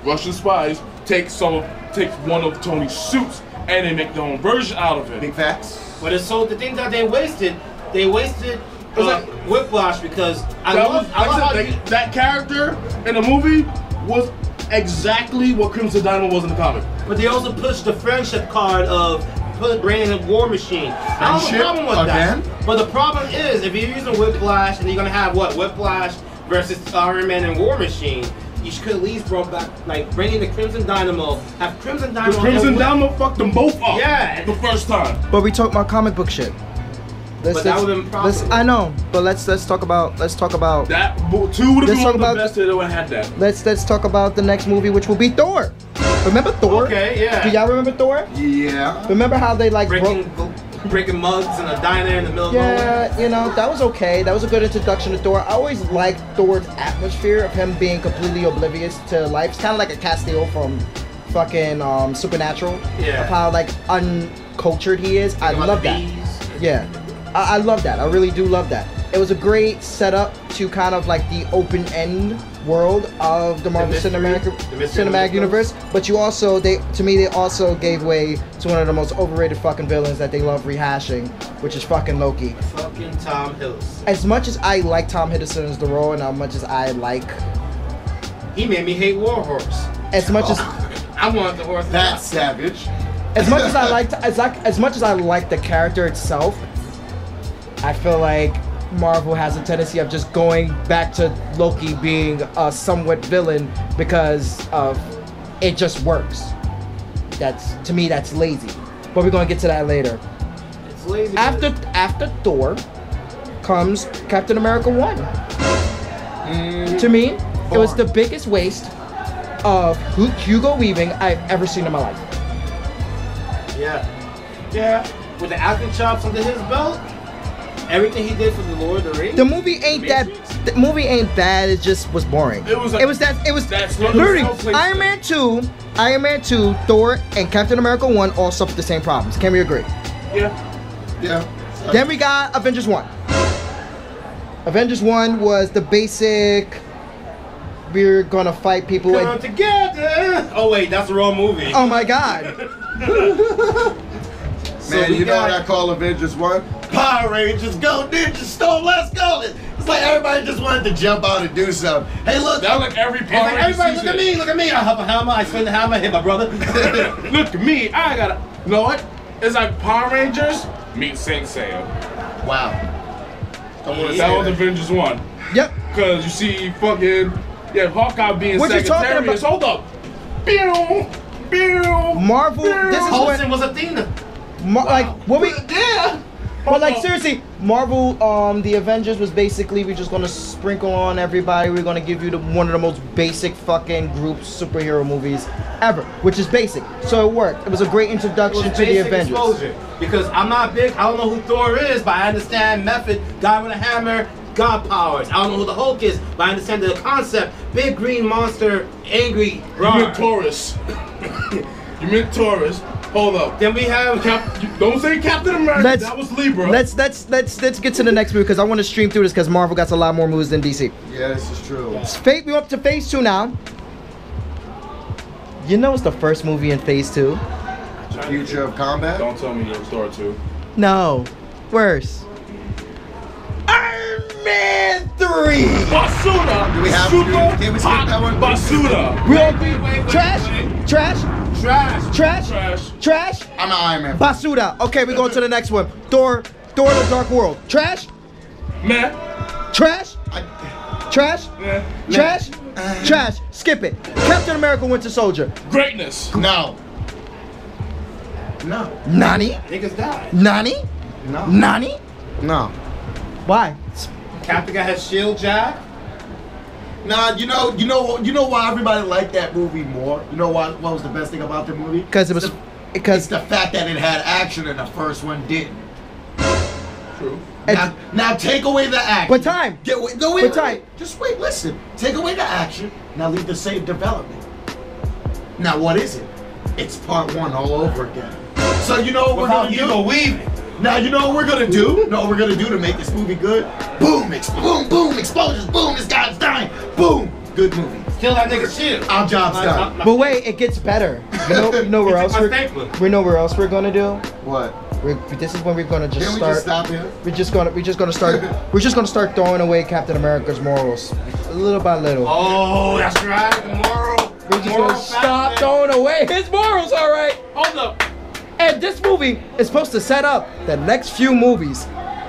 Speaker 5: Russian spies take some, of- take one of Tony's suits and they make their own version out of it.
Speaker 2: Big facts.
Speaker 3: But it's so the thing that they wasted, they wasted uh,
Speaker 5: was like-
Speaker 3: Whiplash because I
Speaker 5: That
Speaker 3: love,
Speaker 5: was-
Speaker 3: I
Speaker 5: like I
Speaker 3: love
Speaker 5: said,
Speaker 3: how
Speaker 5: they-
Speaker 3: you,
Speaker 5: that character in the movie was exactly what Crimson Dynamo was in the comic.
Speaker 3: but they also pushed the friendship card of put bringing in War Machine. I don't have
Speaker 2: Friendship
Speaker 3: a problem with
Speaker 2: again?
Speaker 3: that. But the problem is if you're using Whiplash and you're gonna have what Whiplash versus Iron Man and War Machine. You could at least brought back, like, bring in the Crimson Dynamo, have Crimson Dynamo.
Speaker 5: Because Crimson
Speaker 3: and Whip-
Speaker 5: Dynamo fucked them both up.
Speaker 3: Yeah.
Speaker 5: The first time.
Speaker 4: but we talk about comic book shit. Let's,
Speaker 3: But that
Speaker 4: let's-
Speaker 3: would've been
Speaker 4: let's-
Speaker 3: profitable.
Speaker 4: I know, but let's let's talk about let's talk about
Speaker 5: That bo- two would have
Speaker 4: Let's
Speaker 5: been
Speaker 4: talk
Speaker 5: one of the
Speaker 4: about-
Speaker 5: best that ever had that.
Speaker 4: let's let's talk about the next movie, which will be Thor. Remember Thor?
Speaker 3: Okay, yeah.
Speaker 4: Do y'all remember Thor?
Speaker 2: Yeah.
Speaker 4: Remember how they like broke?
Speaker 3: breaking breaking mugs in a diner in the middle of nowhere.
Speaker 4: Yeah, you know that was okay. That was a good introduction to Thor. I always liked Thor's atmosphere of him being completely oblivious to life. It's kind of like a Castiel from fucking um, Supernatural.
Speaker 3: Yeah.
Speaker 4: Of how like uncultured he is. I
Speaker 3: About
Speaker 4: love
Speaker 3: the
Speaker 4: that.
Speaker 3: bees.
Speaker 4: Yeah, I, I love that. I really do love that. It was a great setup to kind of like the open end world of the Marvel
Speaker 3: mystery-
Speaker 4: Cinematic
Speaker 3: the mystery
Speaker 4: Cinematic
Speaker 3: of the
Speaker 4: Universe. But you also they to me they also gave way to one of the most overrated fucking villains that they love rehashing, which is fucking Loki.
Speaker 3: Fucking Tom Hills.
Speaker 4: As much as I like Tom Hiddleston as the role, and how much as I like,
Speaker 3: He made me hate War Horse.
Speaker 4: as much as
Speaker 3: I want the horse. to die.
Speaker 2: That's savage.
Speaker 4: as much as I liked as I, as much as I like the character itself, I feel like Marvel has a tendency of just going back to Loki being a somewhat villain because of it just works. That's to me that's lazy. But we're gonna get to that later.
Speaker 3: it's lazy.
Speaker 4: After after Thor comes Captain America One. To me, it was the biggest waste of Hu- Hugo Weaving I've ever seen in my life.
Speaker 3: yeah, yeah. With the acting chops under his belt, everything he did for the Lord of the Rings.
Speaker 4: The movie ain't that. The movie ain't bad. It just was boring.
Speaker 5: It was a-
Speaker 4: it was that. It was
Speaker 5: That's what
Speaker 4: literally
Speaker 5: it was so
Speaker 4: Iron Man two, Iron Man two, Thor, and Captain America one all suffered the same problems. Can we agree?
Speaker 5: Yeah.
Speaker 2: Yeah.
Speaker 4: Then we got Avengers one. Avengers one was the basic. We're gonna fight people.
Speaker 3: Come
Speaker 4: And,
Speaker 3: together. Oh wait, that's the wrong movie.
Speaker 4: oh my god!
Speaker 2: Man,
Speaker 3: we
Speaker 2: you know
Speaker 3: got-
Speaker 2: what I call Avengers 1? Power Rangers, go ninja storm, let's go! It's like everybody just wanted to jump out and do something. Hey, look,
Speaker 5: That was like every
Speaker 3: It's
Speaker 5: part
Speaker 3: like, everybody, look at me, look at me. I have a hammer. I swing the hammer, hit my brother.
Speaker 5: Look at me. I gotta. You know what? It's like Power Rangers meet Saint Seiya.
Speaker 2: wow. Don't wanna
Speaker 5: That
Speaker 2: say
Speaker 5: was Avengers 1.
Speaker 4: Yep.
Speaker 5: Because you see fucking. Yeah, Hawkeye being
Speaker 4: What you talking
Speaker 5: Sagittarius.
Speaker 4: about?
Speaker 5: Hold up. Pew! Pew!
Speaker 4: Marvel,
Speaker 5: pew.
Speaker 4: this is what-
Speaker 3: Olsen was Athena.
Speaker 4: Mar- Like what we.
Speaker 5: Yeah!
Speaker 4: But like
Speaker 5: on.
Speaker 4: seriously, Marvel, um, the Avengers was basically we're just gonna sprinkle on everybody. We're gonna give you the one of the most basic fucking group superhero movies ever, which is basic. So it worked. It was a great introduction
Speaker 3: was
Speaker 4: to the
Speaker 3: basic
Speaker 4: Avengers.
Speaker 3: exposure. Because I'm not big, I don't know who Thor is, but I understand method, guy with a hammer, god powers. I don't know who the Hulk is, but I understand the concept. Big green monster, angry.
Speaker 5: You
Speaker 3: roar.
Speaker 5: meant Taurus. you meant Taurus. Hold up.
Speaker 3: Then we have
Speaker 5: Cap- you- don't say Captain America.
Speaker 4: Let's-
Speaker 5: that was Libra.
Speaker 4: Let's let's let's let's get to the next movie because I want to stream through this because Marvel got a lot more movies than DC.
Speaker 2: it. Yeah, this is true.
Speaker 4: Phase we up to phase two now. You know it's the first movie in phase two.
Speaker 2: The future of combat?
Speaker 5: Don't tell me you're Star 2.
Speaker 4: No, worse. Iron Man three.
Speaker 5: Basura!
Speaker 2: Do we have-
Speaker 5: Super
Speaker 2: can we skip that one?
Speaker 5: Basura!
Speaker 4: Real trash, trash,
Speaker 5: Trash.
Speaker 4: Trash?
Speaker 5: Trash.
Speaker 4: Trash?
Speaker 2: I'm an Iron Man.
Speaker 4: Basuda. Okay, we go to the next one. Thor. Thor: The Dark World. Trash?
Speaker 5: Meh.
Speaker 4: Trash?
Speaker 2: I-
Speaker 4: Trash?
Speaker 5: Meh.
Speaker 4: Trash? Trash. Skip it. Captain America: Winter Soldier.
Speaker 5: Greatness.
Speaker 2: no.
Speaker 4: Nani?
Speaker 3: Niggas died.
Speaker 4: Nani?
Speaker 2: No.
Speaker 4: Nani?
Speaker 2: No.
Speaker 4: Why?
Speaker 3: Captain got his shield jab.
Speaker 2: Nah, you know, you know, you know why everybody liked that movie more. You know why? What was the best thing about the movie?
Speaker 4: Because it was.
Speaker 2: It's the, it's
Speaker 4: Because
Speaker 2: the fact that it had action and the first one didn't.
Speaker 5: True.
Speaker 2: Now, now take away the action.
Speaker 4: But time.
Speaker 2: Get, wait, no, wait,
Speaker 4: But
Speaker 2: wait,
Speaker 4: time.
Speaker 2: wait. Just wait. Listen. Take away the action. Now leave the same development. Now what is it? It's part one all over again. So you know what we're
Speaker 3: Without
Speaker 2: gonna do?
Speaker 3: Hugo Weaving.
Speaker 2: Now you know what we're gonna do? No, we're gonna do to make this movie good. Boom! Ex- boom! Boom! Explosions! Boom! This guy's dying! Boom! Good movie.
Speaker 3: Kill that nigga shield.
Speaker 2: Our job's
Speaker 3: My-
Speaker 2: done.
Speaker 3: my-
Speaker 4: But wait, it gets better. You know, you know where
Speaker 3: It's
Speaker 4: else?
Speaker 3: my
Speaker 4: We're,
Speaker 3: stapler.
Speaker 4: we know where else we're gonna do.
Speaker 2: What?
Speaker 4: We're, this is when we're gonna just
Speaker 2: Can we
Speaker 4: start.
Speaker 2: just stop here?
Speaker 4: We're just gonna we're just gonna start we're just gonna start throwing away Captain America's morals, little by little.
Speaker 3: Oh, that's right. Tomorrow.
Speaker 4: we're just gonna stop throwing away his morals, all right?
Speaker 5: Hold up.
Speaker 4: And this movie is supposed to set up the next few movies.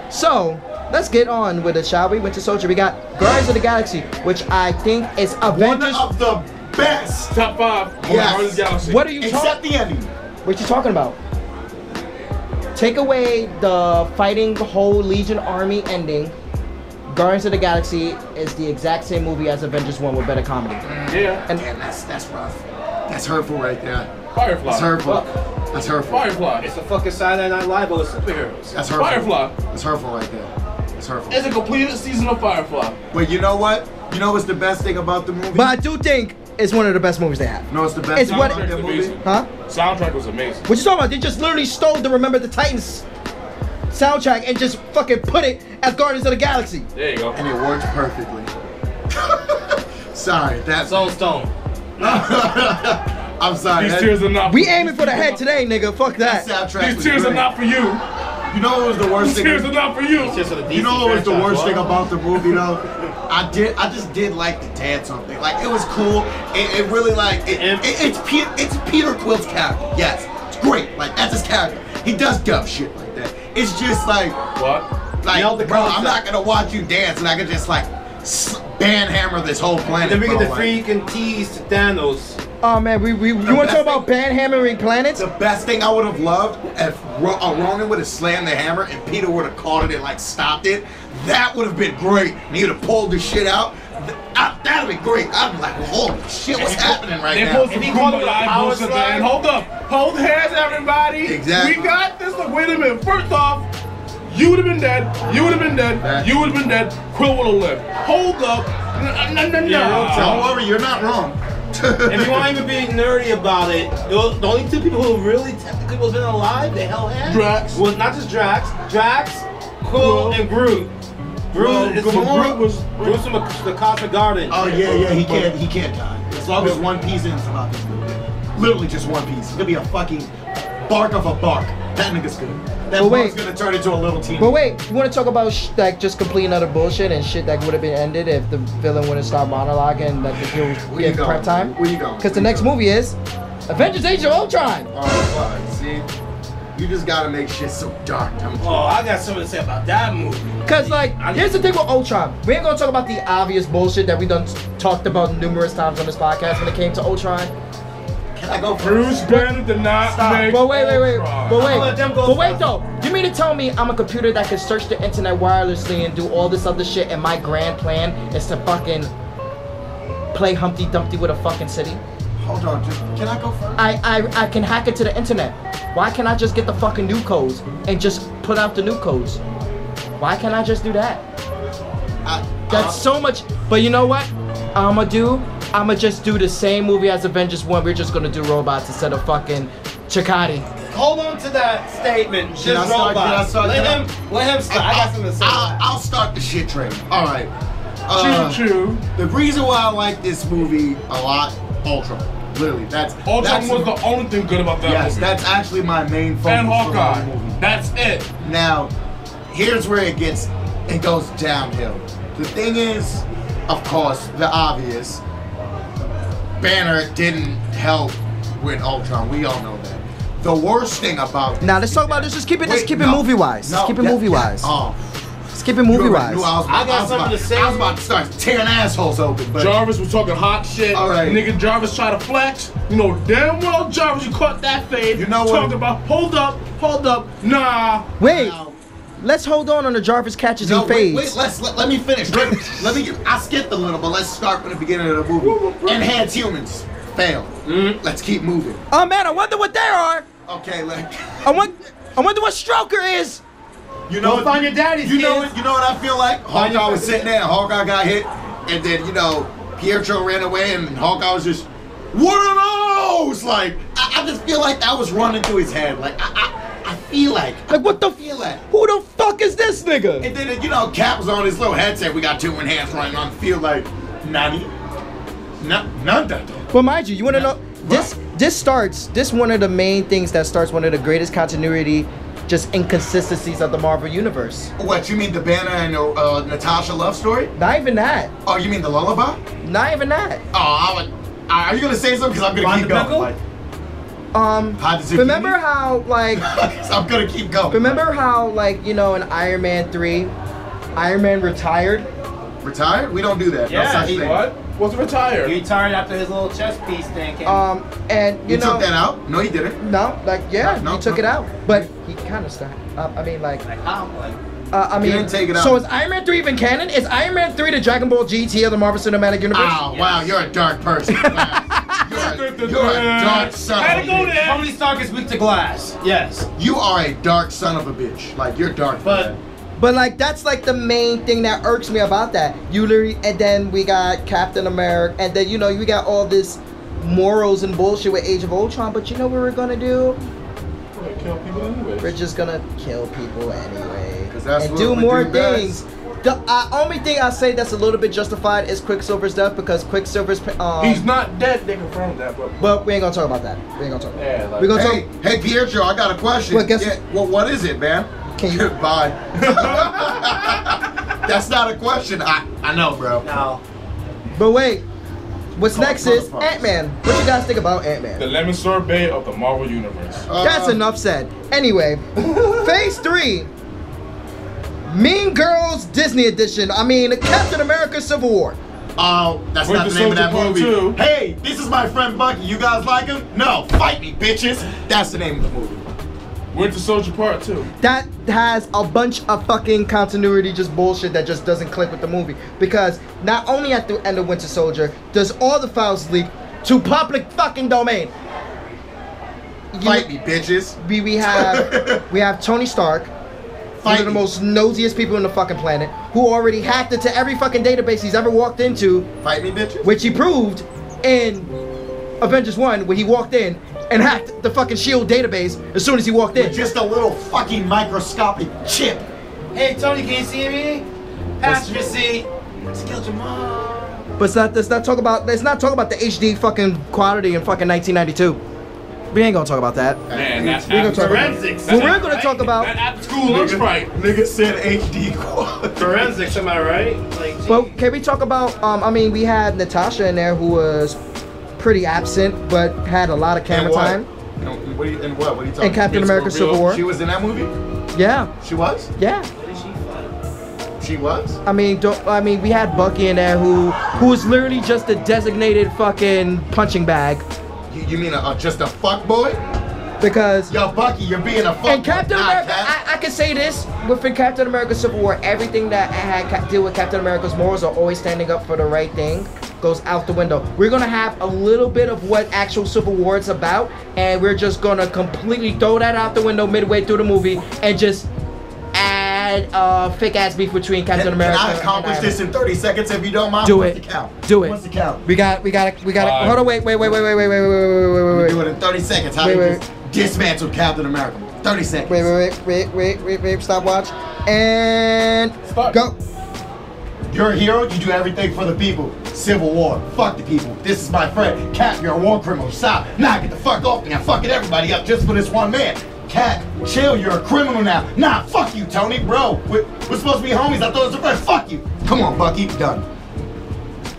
Speaker 4: So let's get on with it, shall we? Winter Soldier. We got Guardians of the Galaxy, which I think is
Speaker 2: One
Speaker 4: Avengers.
Speaker 2: of the best.
Speaker 5: Top five.
Speaker 2: Yes.
Speaker 5: Yes. Guardians of the Galaxy.
Speaker 4: What are you talking?
Speaker 2: Except the ending.
Speaker 4: What you talking about? Take away the fighting the whole Legion army ending. Guardians of the Galaxy is the exact same movie as Avengers One with better comedy.
Speaker 5: Yeah.
Speaker 2: Man, that's that's rough. That's hurtful right there.
Speaker 5: Firefly.
Speaker 2: That's hurtful. That's hurtful.
Speaker 5: Firefly.
Speaker 3: It's a fucking Saturday Night Live with superheroes.
Speaker 2: That's hurtful.
Speaker 5: Firefly.
Speaker 2: That's hurtful right there. That's hurtful.
Speaker 5: It's a completed season of Firefly.
Speaker 2: But you know what? You know what's the best thing about the movie?
Speaker 4: But I do think it's one of the best movies they have.
Speaker 2: you know what's the best
Speaker 4: It's
Speaker 2: thing
Speaker 4: what-
Speaker 2: about the movie?
Speaker 5: Amazing.
Speaker 4: Huh?
Speaker 5: Soundtrack was amazing.
Speaker 4: What you talking about? They just literally stole the Remember the Titans soundtrack and just fucking put it as Guardians of the Galaxy.
Speaker 5: There you go.
Speaker 2: And it works perfectly. sorry, that's
Speaker 3: Soul Stone.
Speaker 2: I'm sorry.
Speaker 5: These
Speaker 2: that-
Speaker 5: tears are not.
Speaker 4: We aiming for the head today, nigga. Fuck
Speaker 2: that
Speaker 4: that.
Speaker 2: soundtrack
Speaker 5: These
Speaker 2: was
Speaker 5: tears are
Speaker 2: great.
Speaker 5: not for you.
Speaker 2: You know what was the worst
Speaker 5: These
Speaker 2: thing?
Speaker 5: tears are not for you.
Speaker 3: Just for the DC
Speaker 2: You know what was the
Speaker 3: franchise,
Speaker 2: worst
Speaker 3: bro.
Speaker 2: thing about the movie though? I did, I just did like the dance on thing. Like it was cool. It, it really like it,
Speaker 3: And-
Speaker 2: it- it's Peter, it's Peter Quill's character. Yes, it's great. Like that's his character. He does dumb shit like that. It's just like,
Speaker 5: What?
Speaker 2: like
Speaker 3: Nailed the
Speaker 2: bro, I'm
Speaker 3: concept.
Speaker 2: not gonna watch you dance, and I can just like s- banhammer this whole planet.
Speaker 3: Then we get
Speaker 2: bro.
Speaker 3: the
Speaker 2: Like,
Speaker 3: freaking tease to Thanos.
Speaker 4: Oh man, we, we you want to talk about band hammering planets?
Speaker 2: The best thing I would have loved if Ro- uh, Ronan would have slammed the hammer and Peter would have caught it and like stopped it. That would have been great. And he'd have pulled the shit out. Th- I- that'd be great. I'd be like, holy shit, what's happening right
Speaker 5: They
Speaker 2: now?
Speaker 5: posted
Speaker 3: If he
Speaker 5: the
Speaker 3: called it with a
Speaker 5: Kumbaya
Speaker 3: power
Speaker 5: bullshit
Speaker 3: slide-
Speaker 5: then. Hold up. Hold hands, everybody.
Speaker 2: Exactly.
Speaker 5: We got this. Look, wait a minute. First off, you would have been dead. You would have been dead.
Speaker 2: Back.
Speaker 5: You would have been dead. Quill would have lived. Hold up. N- n- n-
Speaker 2: Don't
Speaker 5: no.
Speaker 2: worry, you're not wrong.
Speaker 3: If you want to even be nerdy about it, the the only two people who really technically was been alive, they held hands.
Speaker 5: Drax.
Speaker 3: Was not just Drax. Drax, Quill,
Speaker 5: Quill.
Speaker 3: and Groot. Groot
Speaker 5: Well,
Speaker 3: is
Speaker 5: Groot
Speaker 3: Groot
Speaker 5: was- Uh,
Speaker 3: Groot's from the- the Cosmic Garden.
Speaker 2: oh yeah, yeah, he can't, he can't die. As long as one piece ends about this movie, literally just one piece. He's gonna be a fucking bark of a bark. That nigga's good. That
Speaker 4: But
Speaker 2: bark's
Speaker 4: wait.
Speaker 2: gonna turn into a little team.
Speaker 4: But wait, you want to talk about sh- like just complete another bullshit and shit that would have been ended if the villain wouldn't stop monologuing and like, if you
Speaker 2: Where you
Speaker 4: get
Speaker 2: going?
Speaker 4: prep time?
Speaker 2: Where you going?
Speaker 4: Because
Speaker 2: Where
Speaker 4: the
Speaker 2: you
Speaker 4: next
Speaker 2: going?
Speaker 4: movie is Avengers: Age of Ultron.
Speaker 2: Oh, fuck. See, you just gotta make shit so dark. I'm
Speaker 3: Oh, I got something to say about that movie.
Speaker 4: Because like, here's the thing with Ultron. We ain't gonna talk about the obvious bullshit that we done talked about numerous times on this podcast when it came to Ultron.
Speaker 2: Can I go first?
Speaker 5: Bruce Banner did not
Speaker 2: Stop.
Speaker 5: make.
Speaker 4: But wait, wait, wait,
Speaker 5: Ultron.
Speaker 4: but
Speaker 3: I'ma let them
Speaker 4: wait,
Speaker 3: go
Speaker 4: but wait
Speaker 3: first.
Speaker 4: though. You mean to tell me I'm a computer that can search the internet wirelessly and do all this other shit, and my grand plan is to fucking play Humpty Dumpty with a fucking city?
Speaker 2: Hold on, just, can I go first?
Speaker 4: I, I I can hack it to the internet. Why can't I just get the fucking new codes and just put out the new codes? Why can't I just do that?
Speaker 2: I,
Speaker 4: That's so much. But you know what? I'ma do. I'ma just do the same movie as Avengers One. We're just gonna do robots instead of fucking Chikati.
Speaker 3: Hold on to that statement. Just
Speaker 2: I start?
Speaker 3: robots.
Speaker 2: Can I start?
Speaker 3: Let
Speaker 2: Can I-
Speaker 3: him. Let him start. I, got something to say.
Speaker 5: Ah,
Speaker 2: I'll, I'll start the shit train. All right. Uh,
Speaker 5: Choo choo.
Speaker 2: The reason why I like this movie a lot, Ultron. Literally, that's
Speaker 5: Ultron
Speaker 2: that's,
Speaker 5: was the only thing good about that
Speaker 2: yes,
Speaker 5: movie.
Speaker 2: that's actually my main focus
Speaker 5: and
Speaker 2: for the whole
Speaker 5: Hawkeye.
Speaker 2: movie.
Speaker 5: That's it.
Speaker 2: Now, here's where it gets, it goes downhill. The thing is, of course, the obvious. Banner didn't help with Ultron. We all know that. The worst thing about
Speaker 4: Now let's talk about this. Just keep it. Just
Speaker 2: Wait,
Speaker 4: keep it
Speaker 2: no.
Speaker 4: movie wise.
Speaker 2: No,
Speaker 4: Keep it
Speaker 2: yeah,
Speaker 4: movie wise.
Speaker 2: Oh,
Speaker 4: Just keep it
Speaker 2: you
Speaker 4: movie
Speaker 2: already knew I, was
Speaker 4: wise.
Speaker 2: about,
Speaker 3: I got
Speaker 2: was
Speaker 3: something
Speaker 2: about-
Speaker 3: to say.
Speaker 2: I was about to start tearing assholes open, but
Speaker 5: Jarvis was talking hot shit.
Speaker 2: All right.
Speaker 5: Nigga Jarvis tried to flex. You know damn well Jarvis, you caught that fade.
Speaker 2: You know what?
Speaker 5: Talking about, hold up, hold up, nah.
Speaker 4: Wait.
Speaker 2: Now-
Speaker 4: Let's hold on on the Jarvis catches
Speaker 2: No,
Speaker 4: and
Speaker 2: wait,
Speaker 4: fades.
Speaker 2: wait, let's let, let me finish. Let, let me. Get, I skipped a little, but let's start from the beginning of the movie. Enhance humans fail.
Speaker 3: Mm-hmm.
Speaker 2: Let's keep moving.
Speaker 4: Oh man, I wonder what they are.
Speaker 2: Okay, like
Speaker 4: I want. I wonder what Stroker is.
Speaker 2: you know,
Speaker 3: Go find your daddy's
Speaker 2: You know,
Speaker 3: kids.
Speaker 2: what, you know what I feel like.
Speaker 3: Find
Speaker 2: Hawkeye
Speaker 3: your-
Speaker 2: was sitting there, and Hawkeye got hit, and then you know Pietro ran away, and Hawkeye was just, "What are those?" Like I, I just feel like that was running through his head. Like I, I, I feel like
Speaker 4: Like what the
Speaker 2: I feel like.
Speaker 4: f? Who the fuck is this nigga?
Speaker 2: And then, you know, Cap was on his little headset. We got two in hands running on the field, like, Nani? Na- Nada.
Speaker 4: But mind you, you want to know
Speaker 2: Right.
Speaker 4: this. This starts. This one of the main things that starts one of the greatest continuity, just inconsistencies of the Marvel universe.
Speaker 2: What, you mean the Banner and the uh, Natasha love story?
Speaker 4: Not even that.
Speaker 2: Oh, you mean the lullaby?
Speaker 4: Not even that.
Speaker 2: Oh, I would. Uh, are you going to say something? Because I'm going
Speaker 3: Rhonda
Speaker 2: to keep going.
Speaker 3: Bickel?
Speaker 2: Like,
Speaker 4: Um.
Speaker 2: Hot Zucchini?
Speaker 4: Remember how like
Speaker 2: I'm going to keep going.
Speaker 4: remember how like you know in Iron Man three, Iron Man retired.
Speaker 2: Retired? We don't do that.
Speaker 3: Yeah,
Speaker 2: no such
Speaker 3: he-
Speaker 2: thing.
Speaker 5: What? Was retired.
Speaker 3: He retired after his little chess piece thing came.
Speaker 2: Uh,
Speaker 4: Um. And you,
Speaker 2: You,
Speaker 4: know
Speaker 2: took that out? No, he didn't.
Speaker 4: no like yeah
Speaker 2: No,
Speaker 4: he took
Speaker 2: no.
Speaker 4: it out, but he kind of stopped. Uh, I mean like.
Speaker 3: like, how? Like,
Speaker 4: Uh, I mean,
Speaker 2: didn't take it
Speaker 4: so
Speaker 2: out.
Speaker 4: is Iron Man 3 even canon? Is Iron Man 3 the Dragon Ball GT of the Marvel Cinematic Universe?
Speaker 2: Oh, wow, you're a dark person. Wow. You're, a, you're a dark son
Speaker 5: Had
Speaker 2: of
Speaker 5: to
Speaker 2: a
Speaker 5: go
Speaker 2: bitch.
Speaker 5: there.
Speaker 3: Tony Stark is weak to glass. Yes.
Speaker 2: You are a dark son of a bitch. Like, you're dark.
Speaker 3: But
Speaker 4: But like that's like the main thing that irks me about that. You literally, and then we got Captain America, and then you know you got all this morals and bullshit with Age of Ultron. But you know what we're gonna do?
Speaker 5: Kill people anyway.
Speaker 4: We're just gonna kill people anyway,
Speaker 2: 'Cause that's
Speaker 4: and
Speaker 2: what
Speaker 4: do
Speaker 2: we
Speaker 4: more
Speaker 2: do best.
Speaker 4: things. The uh, only thing I say that's a little bit justified is Quicksilver's death because Quicksilver's. Um,
Speaker 5: He's not dead, they confirmed that, but
Speaker 4: But we ain't gonna talk about that. We ain't gonna talk. About
Speaker 5: Yeah, like-
Speaker 4: we gonna
Speaker 2: Hey,
Speaker 4: talk.
Speaker 2: hey, Pietro, I got a question.
Speaker 4: Well, guess-
Speaker 2: yeah, well, what is it, man?
Speaker 4: Can you-
Speaker 2: Goodbye. That's not a question. I, I know, bro.
Speaker 3: now,
Speaker 4: But wait, what's
Speaker 2: Come on,
Speaker 4: next is
Speaker 2: motherfuckers.
Speaker 4: Ant Man. What you guys think about Ant Man?
Speaker 5: the lemon sorbet of the Marvel Universe.
Speaker 2: Uh,
Speaker 4: That's enough said. Anyway, phase three. Mean Girls Disney Edition. I mean, Captain America Civil War.
Speaker 2: Oh, that's
Speaker 5: Winter
Speaker 2: not the name of
Speaker 5: Soldier
Speaker 2: that
Speaker 5: Part
Speaker 2: movie.
Speaker 5: Two.
Speaker 2: Hey, this is my friend Bucky. You guys like him? No, fight me, bitches. That's the name of the movie.
Speaker 5: Winter Soldier Part 2.
Speaker 4: That has a bunch of fucking continuity just bullshit that just doesn't click with the movie. Because not only at the end of Winter Soldier does all the files leak to public fucking domain. You-
Speaker 2: Fight me, bitches.
Speaker 4: We, we have we have Tony Stark, one
Speaker 2: Fight
Speaker 4: of the
Speaker 2: me.
Speaker 4: most nosiest people on the fucking planet, who already hacked into every fucking database he's ever walked into
Speaker 2: Fight me, bitches.
Speaker 4: which he proved in Avengers 1 when he walked in and hacked the fucking SHIELD E database as soon as he walked in.
Speaker 2: Just a little fucking microscopic chip.
Speaker 3: hey Tony, can you see me? Passenger seat. Let's kill Jamal.
Speaker 4: But let's not, let's not talk about let's not talk about the HD fucking quality in fucking 1992. We ain't gonna talk about that.
Speaker 5: Man, that's
Speaker 4: We're gonna talk about-
Speaker 5: forensics.
Speaker 4: Well,
Speaker 5: That's
Speaker 4: we're
Speaker 5: after
Speaker 4: gonna talk
Speaker 5: fight.
Speaker 4: about-
Speaker 5: That after school lunch fight.
Speaker 2: Nigga said HD quality.
Speaker 3: Forensics, am I right? Like, gee.
Speaker 4: But can we talk about? Um, I mean, we had Natasha in there who was pretty absent, but had a lot of
Speaker 2: And
Speaker 4: camera
Speaker 2: what?
Speaker 4: time.
Speaker 2: And what? are you- And what? What are you talking
Speaker 4: And Captain
Speaker 5: Vince
Speaker 4: America:
Speaker 5: Guerrero,
Speaker 4: Civil War.
Speaker 2: She was in that movie?
Speaker 4: Yeah,
Speaker 2: She was?
Speaker 4: yeah.
Speaker 2: She was?
Speaker 4: I mean, don't, I mean, we had Bucky in there who who was literally just a designated fucking punching bag
Speaker 2: You, you mean a, a, just a fuck boy?
Speaker 4: because
Speaker 2: Yo, Bucky, you're being a fuck.
Speaker 4: And Captain
Speaker 2: Nah,
Speaker 4: America,
Speaker 2: Cap.
Speaker 4: I, I can say this within Captain America Civil War, everything that I had ca- deal with Captain America's morals are always standing up for the right thing goes out the window. We're gonna have a little bit of what actual Civil War is about, and we're just gonna completely throw that out the window midway through the movie and just add uh, fake ass beef between Captain
Speaker 2: can,
Speaker 4: America.
Speaker 2: can I
Speaker 4: and
Speaker 2: accomplish
Speaker 4: Iron
Speaker 2: this in 30 seconds if you don't mind?
Speaker 4: Do
Speaker 2: What's
Speaker 4: it.
Speaker 2: The count?
Speaker 4: Do it.
Speaker 2: What's the count?
Speaker 4: Man. We got, we got, we got.
Speaker 5: Five.
Speaker 4: Hold on, wait, wait, wait, wait, wait, wait, wait, wait, wait, wait,
Speaker 2: We
Speaker 4: wait,
Speaker 2: do
Speaker 4: wait.
Speaker 2: it in 30 seconds. How
Speaker 4: Wait,
Speaker 2: do you
Speaker 4: wait,
Speaker 2: just dismantle Captain America? 30 seconds.
Speaker 4: Wait, wait, wait, wait, wait, wait, wait, stop watch. And
Speaker 5: Start.
Speaker 4: go.
Speaker 2: You're a hero. You do everything for the people. Civil War. Fuck the people. This is my friend. Cap, you're a war criminal. Stop. Nah, get the fuck off me. I'm fucking everybody up just for this one man. Cap, chill. You're a criminal now. Nah, fuck you, Tony, bro. We're, we're supposed to be homies. I thought it was a friend. Fuck you. Come on, Bucky. Done.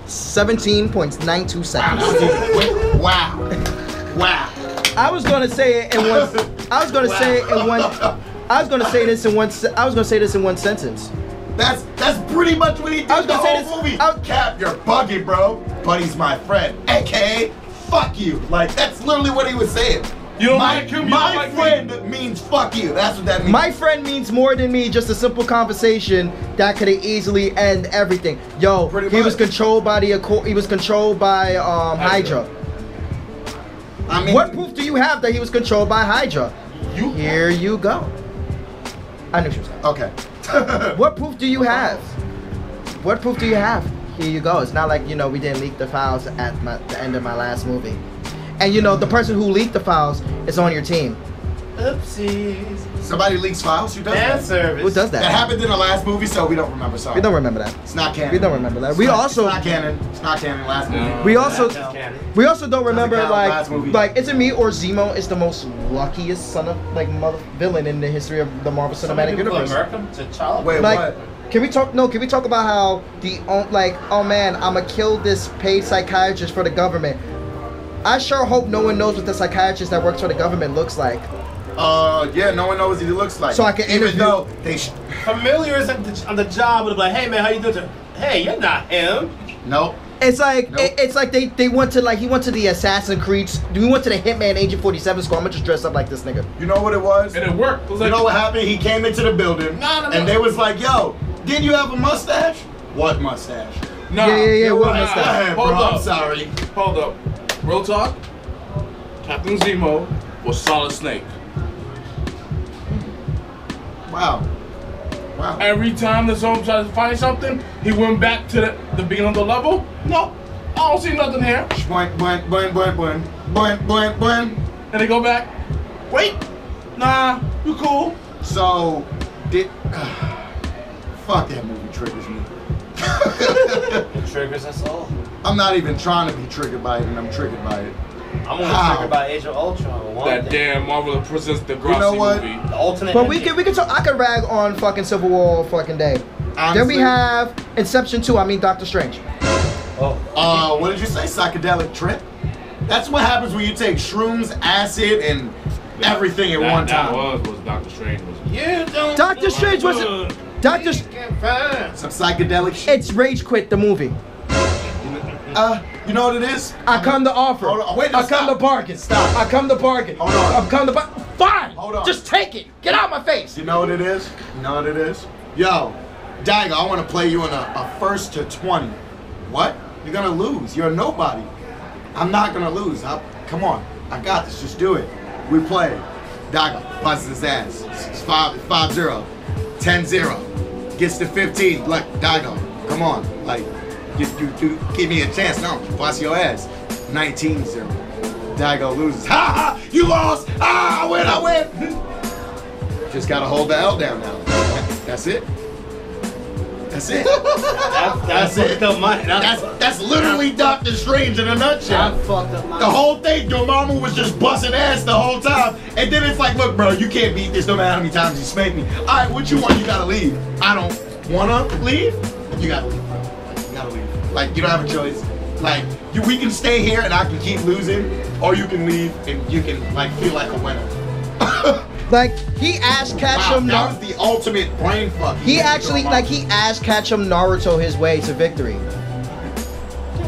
Speaker 4: 17.92 seconds.
Speaker 2: Wow. Wow. Wow.
Speaker 4: I was gonna say it in one. I was gonna say it in one. I was gonna say this in one. se- I was gonna say this in one sentence.
Speaker 2: That's that's pretty much what he did
Speaker 4: I was
Speaker 2: the
Speaker 4: gonna say
Speaker 2: whole
Speaker 4: this-
Speaker 2: movie.
Speaker 4: I was-
Speaker 2: Cap, you're buggy, bro. Buddy's my friend, aka fuck you. Like that's literally what he was saying.
Speaker 5: You don't
Speaker 2: my
Speaker 5: like him, you
Speaker 2: my
Speaker 5: don't like me.
Speaker 2: friend means fuck you. That's what that means.
Speaker 4: My friend means more than me. Just a simple conversation that could have easily end everything. Yo,
Speaker 2: Pretty
Speaker 4: he was
Speaker 2: much.
Speaker 4: controlled by the. Acco- He was controlled by um, Hydra.
Speaker 2: I mean,
Speaker 4: What proof do you have that he was controlled by Hydra?
Speaker 5: You-
Speaker 4: Here you go. I knew she was. Coming.
Speaker 2: Okay.
Speaker 4: What proof do you have? What proof do you have? Here you go. It's not like you know we didn't leak the files at my, the end of my last movie, and you know the person who leaked the files is on your team.
Speaker 3: Oopsies.
Speaker 2: Somebody leaks files. Who does
Speaker 3: Fan
Speaker 2: that?
Speaker 3: service.
Speaker 4: Who does
Speaker 2: That
Speaker 4: that?
Speaker 2: happened in the last movie, so we don't remember. Sorry.
Speaker 4: We don't remember that.
Speaker 2: It's not canon.
Speaker 4: We don't remember that.
Speaker 2: It's
Speaker 4: We
Speaker 2: not-
Speaker 4: also-
Speaker 2: It's not canon. It's not canon. Last movie.
Speaker 4: We also
Speaker 3: That's canon.
Speaker 4: we also don't remember
Speaker 2: count,
Speaker 4: like
Speaker 2: last movie.
Speaker 4: like is it me or Zemo is the most luckiest son of like mother villain in the history of the Marvel Cinematic Universe.
Speaker 3: American to child.
Speaker 2: Wait,
Speaker 4: like
Speaker 2: what?
Speaker 4: can we talk no can we talk about how the o- like oh man i'ma kill this paid psychiatrist for the government i sure hope no one knows what the psychiatrist that works for the government looks like
Speaker 2: Uh, yeah, no one knows what he looks like.
Speaker 4: So I can
Speaker 2: even
Speaker 4: interview-
Speaker 2: though they sh-
Speaker 3: Familiars at the, on the job would be like, hey man, how you doing? Hey, you're not him.
Speaker 2: no.
Speaker 4: it's like
Speaker 2: Nope.
Speaker 4: it- it's like they they went to like he went to the assassin creed s- we went to the hitman agent 47 school i'ma just dress up like this nigga
Speaker 2: You know what it was?
Speaker 5: And it worked. It was
Speaker 2: You
Speaker 5: like,
Speaker 2: know what happened? He came into the building
Speaker 5: No, no, no.
Speaker 2: and they was like, yo, didn't you have a mustache? What mustache?
Speaker 5: Nah,
Speaker 4: Yeah, yeah, yeah,
Speaker 5: nah,
Speaker 4: what
Speaker 5: nah,
Speaker 4: mustache?
Speaker 5: nah,
Speaker 2: Hey, bro,
Speaker 5: Hold
Speaker 2: I'm
Speaker 5: up.
Speaker 2: sorry.
Speaker 5: Hold up. Real talk. Captain Zemo was Solid Snake.
Speaker 2: Wow.
Speaker 4: Oh.
Speaker 2: Wow.
Speaker 5: Every time the zone tried to find something, he went back to the, the beginning of the level. No, I don't see nothing here.
Speaker 2: Boing, boing, boing, boing, boing. Boing, boing, boing.
Speaker 5: And they go back. Wait, nah, you cool.
Speaker 2: So, did. fuck, that movie triggers me.
Speaker 3: It triggers us all.
Speaker 2: I'm not even trying to be triggered by it and I'm triggered by it.
Speaker 3: I'm only
Speaker 2: How?
Speaker 3: triggered by Age of Ultron. One
Speaker 5: That
Speaker 3: thing.
Speaker 5: damn Marvel presents the
Speaker 2: know
Speaker 5: Grassy
Speaker 2: what?
Speaker 5: movie.
Speaker 3: The alternate.
Speaker 4: but we
Speaker 3: ending.
Speaker 4: can we can talk i could rag on fucking civil war all fucking day then
Speaker 2: Honestly.
Speaker 4: we have inception 2 i mean doctor strange
Speaker 3: Oh,
Speaker 2: Uh, what did you say? Psychedelic trip? That's what happens when you take shrooms, acid, and everything at
Speaker 5: That,
Speaker 2: one
Speaker 5: that
Speaker 2: time.
Speaker 5: was was Doctor Strange was.
Speaker 3: you don't.
Speaker 4: doctor strange was doctor
Speaker 3: Can't find.
Speaker 2: Some psychedelic shit.
Speaker 4: it's rage quit the movie
Speaker 2: Uh, you know what it is?
Speaker 4: I come to offer.
Speaker 2: Hold on, wait, no,
Speaker 4: I come
Speaker 2: stop.
Speaker 4: to bargain.
Speaker 2: Stop.
Speaker 4: I come to bargain.
Speaker 2: Hold on.
Speaker 4: I come to bargain. Fine.
Speaker 2: Hold on.
Speaker 4: Just take it. Get out my face.
Speaker 2: You know what it is? You know what it is? Yo, Daigo, I want to play you in a, a first to 20. What? You're going to lose. You're a nobody. I'm not going to lose. I, come on. I got this. Just do it. We play. Daigo busts his ass. It's 5 five 0. 10 0. Gets to 15. Look, Daigo, come on. Like, you, you, you give me a chance. No, bust your ass. 19 0. Daigo loses. Ha ha! You lost! Ah, I win! I win! Just gotta hold the L down now. That's it. That's it.
Speaker 3: That's, that's,
Speaker 2: That's it.
Speaker 3: fucked up money. That's,
Speaker 2: That's that's literally Doctor Strange in a nutshell.
Speaker 3: that's fucked up money.
Speaker 2: The whole thing, your mama was just busting ass the whole time, and then it's like, look, bro, you can't beat this no matter how many times you spank me. All right, what you want? You gotta leave. I don't wanna leave. You gotta leave, bro. Like, you gotta leave. Like you don't have a choice. Like you, we can stay here and I can keep losing, or you can leave and you can like feel like a winner.
Speaker 4: Like he asked
Speaker 2: Wow,
Speaker 4: Ketchum.
Speaker 2: that
Speaker 4: Nar-
Speaker 2: was the ultimate brain fuck.
Speaker 4: he
Speaker 2: did to
Speaker 4: actually
Speaker 2: your
Speaker 4: like
Speaker 2: mama.
Speaker 4: he asked Ketchum Naruto his way to victory.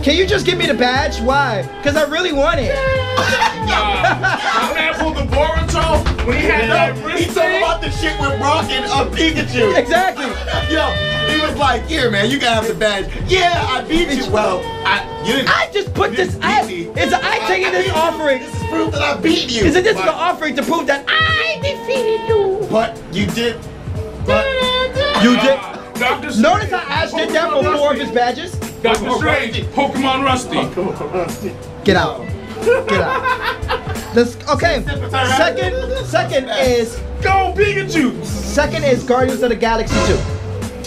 Speaker 4: Can you just give me the badge? Why? Cause I really want it.
Speaker 5: Nah, my man pulled the Boruto when he had that
Speaker 2: He
Speaker 5: wrist
Speaker 2: talking
Speaker 5: thing.
Speaker 2: about the shit with Rock and uh, Pikachu.
Speaker 4: Exactly.
Speaker 2: Yo, he was like, here, man, you gotta have the badge. Yeah, I beat you. Well, I, you didn't.
Speaker 4: I just put
Speaker 2: you
Speaker 4: this.
Speaker 2: didn't
Speaker 4: I
Speaker 2: beat me.
Speaker 4: is I
Speaker 2: beat
Speaker 4: taking this
Speaker 2: you.
Speaker 4: offering.
Speaker 2: This is proof that I beat you.
Speaker 4: Is it this is
Speaker 2: but,
Speaker 4: an offering to prove that I defeated you?
Speaker 2: But you did. Uh, But
Speaker 4: You did.
Speaker 5: Doctor Strange.
Speaker 4: Notice I asked did that for four of his badges.
Speaker 5: Doctor Strange. Pokemon Rusty.
Speaker 4: Get out. Get out. Let's okay. Second second is
Speaker 5: Go Pikachu.
Speaker 4: second is Guardians of the Galaxy 2.
Speaker 2: uh,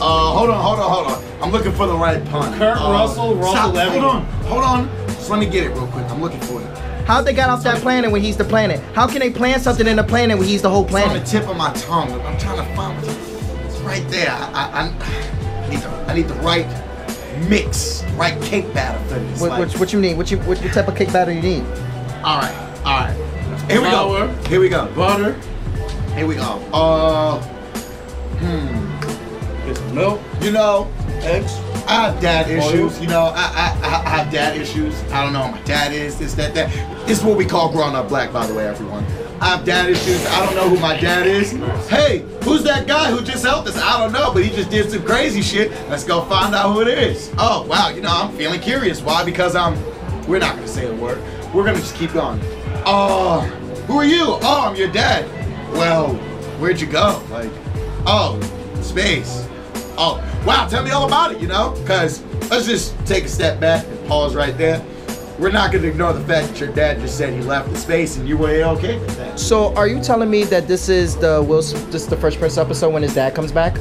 Speaker 2: hold on, hold on, hold on. I'm looking for the right pun.
Speaker 3: Kurt
Speaker 2: Uh,
Speaker 3: Russell, Russell
Speaker 2: stop.
Speaker 3: Levy.
Speaker 2: Hold on, hold on. Just let me get it real quick. I'm looking for it.
Speaker 4: How they got off that planet when he's the planet? How can they plan something in the planet when he's the whole
Speaker 2: It's on the
Speaker 4: planet?
Speaker 2: tip of my tongue. I'm trying to find it. It's right there. I, I, I, need, the, I need the right mix, right cake batter for this.
Speaker 4: What,
Speaker 2: like,
Speaker 4: what, what you need? What you what, what type of kick batter you need?
Speaker 2: all right, all right. Here we go.
Speaker 5: Flour.
Speaker 2: Here we go.
Speaker 5: butter,
Speaker 2: Here we go. Uh,
Speaker 5: it's milk,
Speaker 2: you know,
Speaker 5: eggs.
Speaker 2: I have dad issues.
Speaker 5: Oils.
Speaker 2: You know, I, I I I have dad issues. I don't know who my dad is. This that that. This is what we call grown up black, by the way, everyone. I have dad issues. I don't know who my dad is. Hey, who's that guy who just helped us? I don't know, but he just did some crazy shit. Let's go find out who it is. Oh wow, you know I'm feeling curious. Why? Because I'm. We're not gonna say a word. We're gonna just keep going. Oh, who are you? Oh, I'm your dad. Well, where'd you go? Like, oh, space. Oh, wow, tell me all about it, you know? Because let's just take a step back and pause right there. We're not going to ignore the fact that your dad just said he left the space and you were okay with that.
Speaker 4: So, are you telling me that this is the Will? S- This is the Fresh Prince episode when his dad comes back?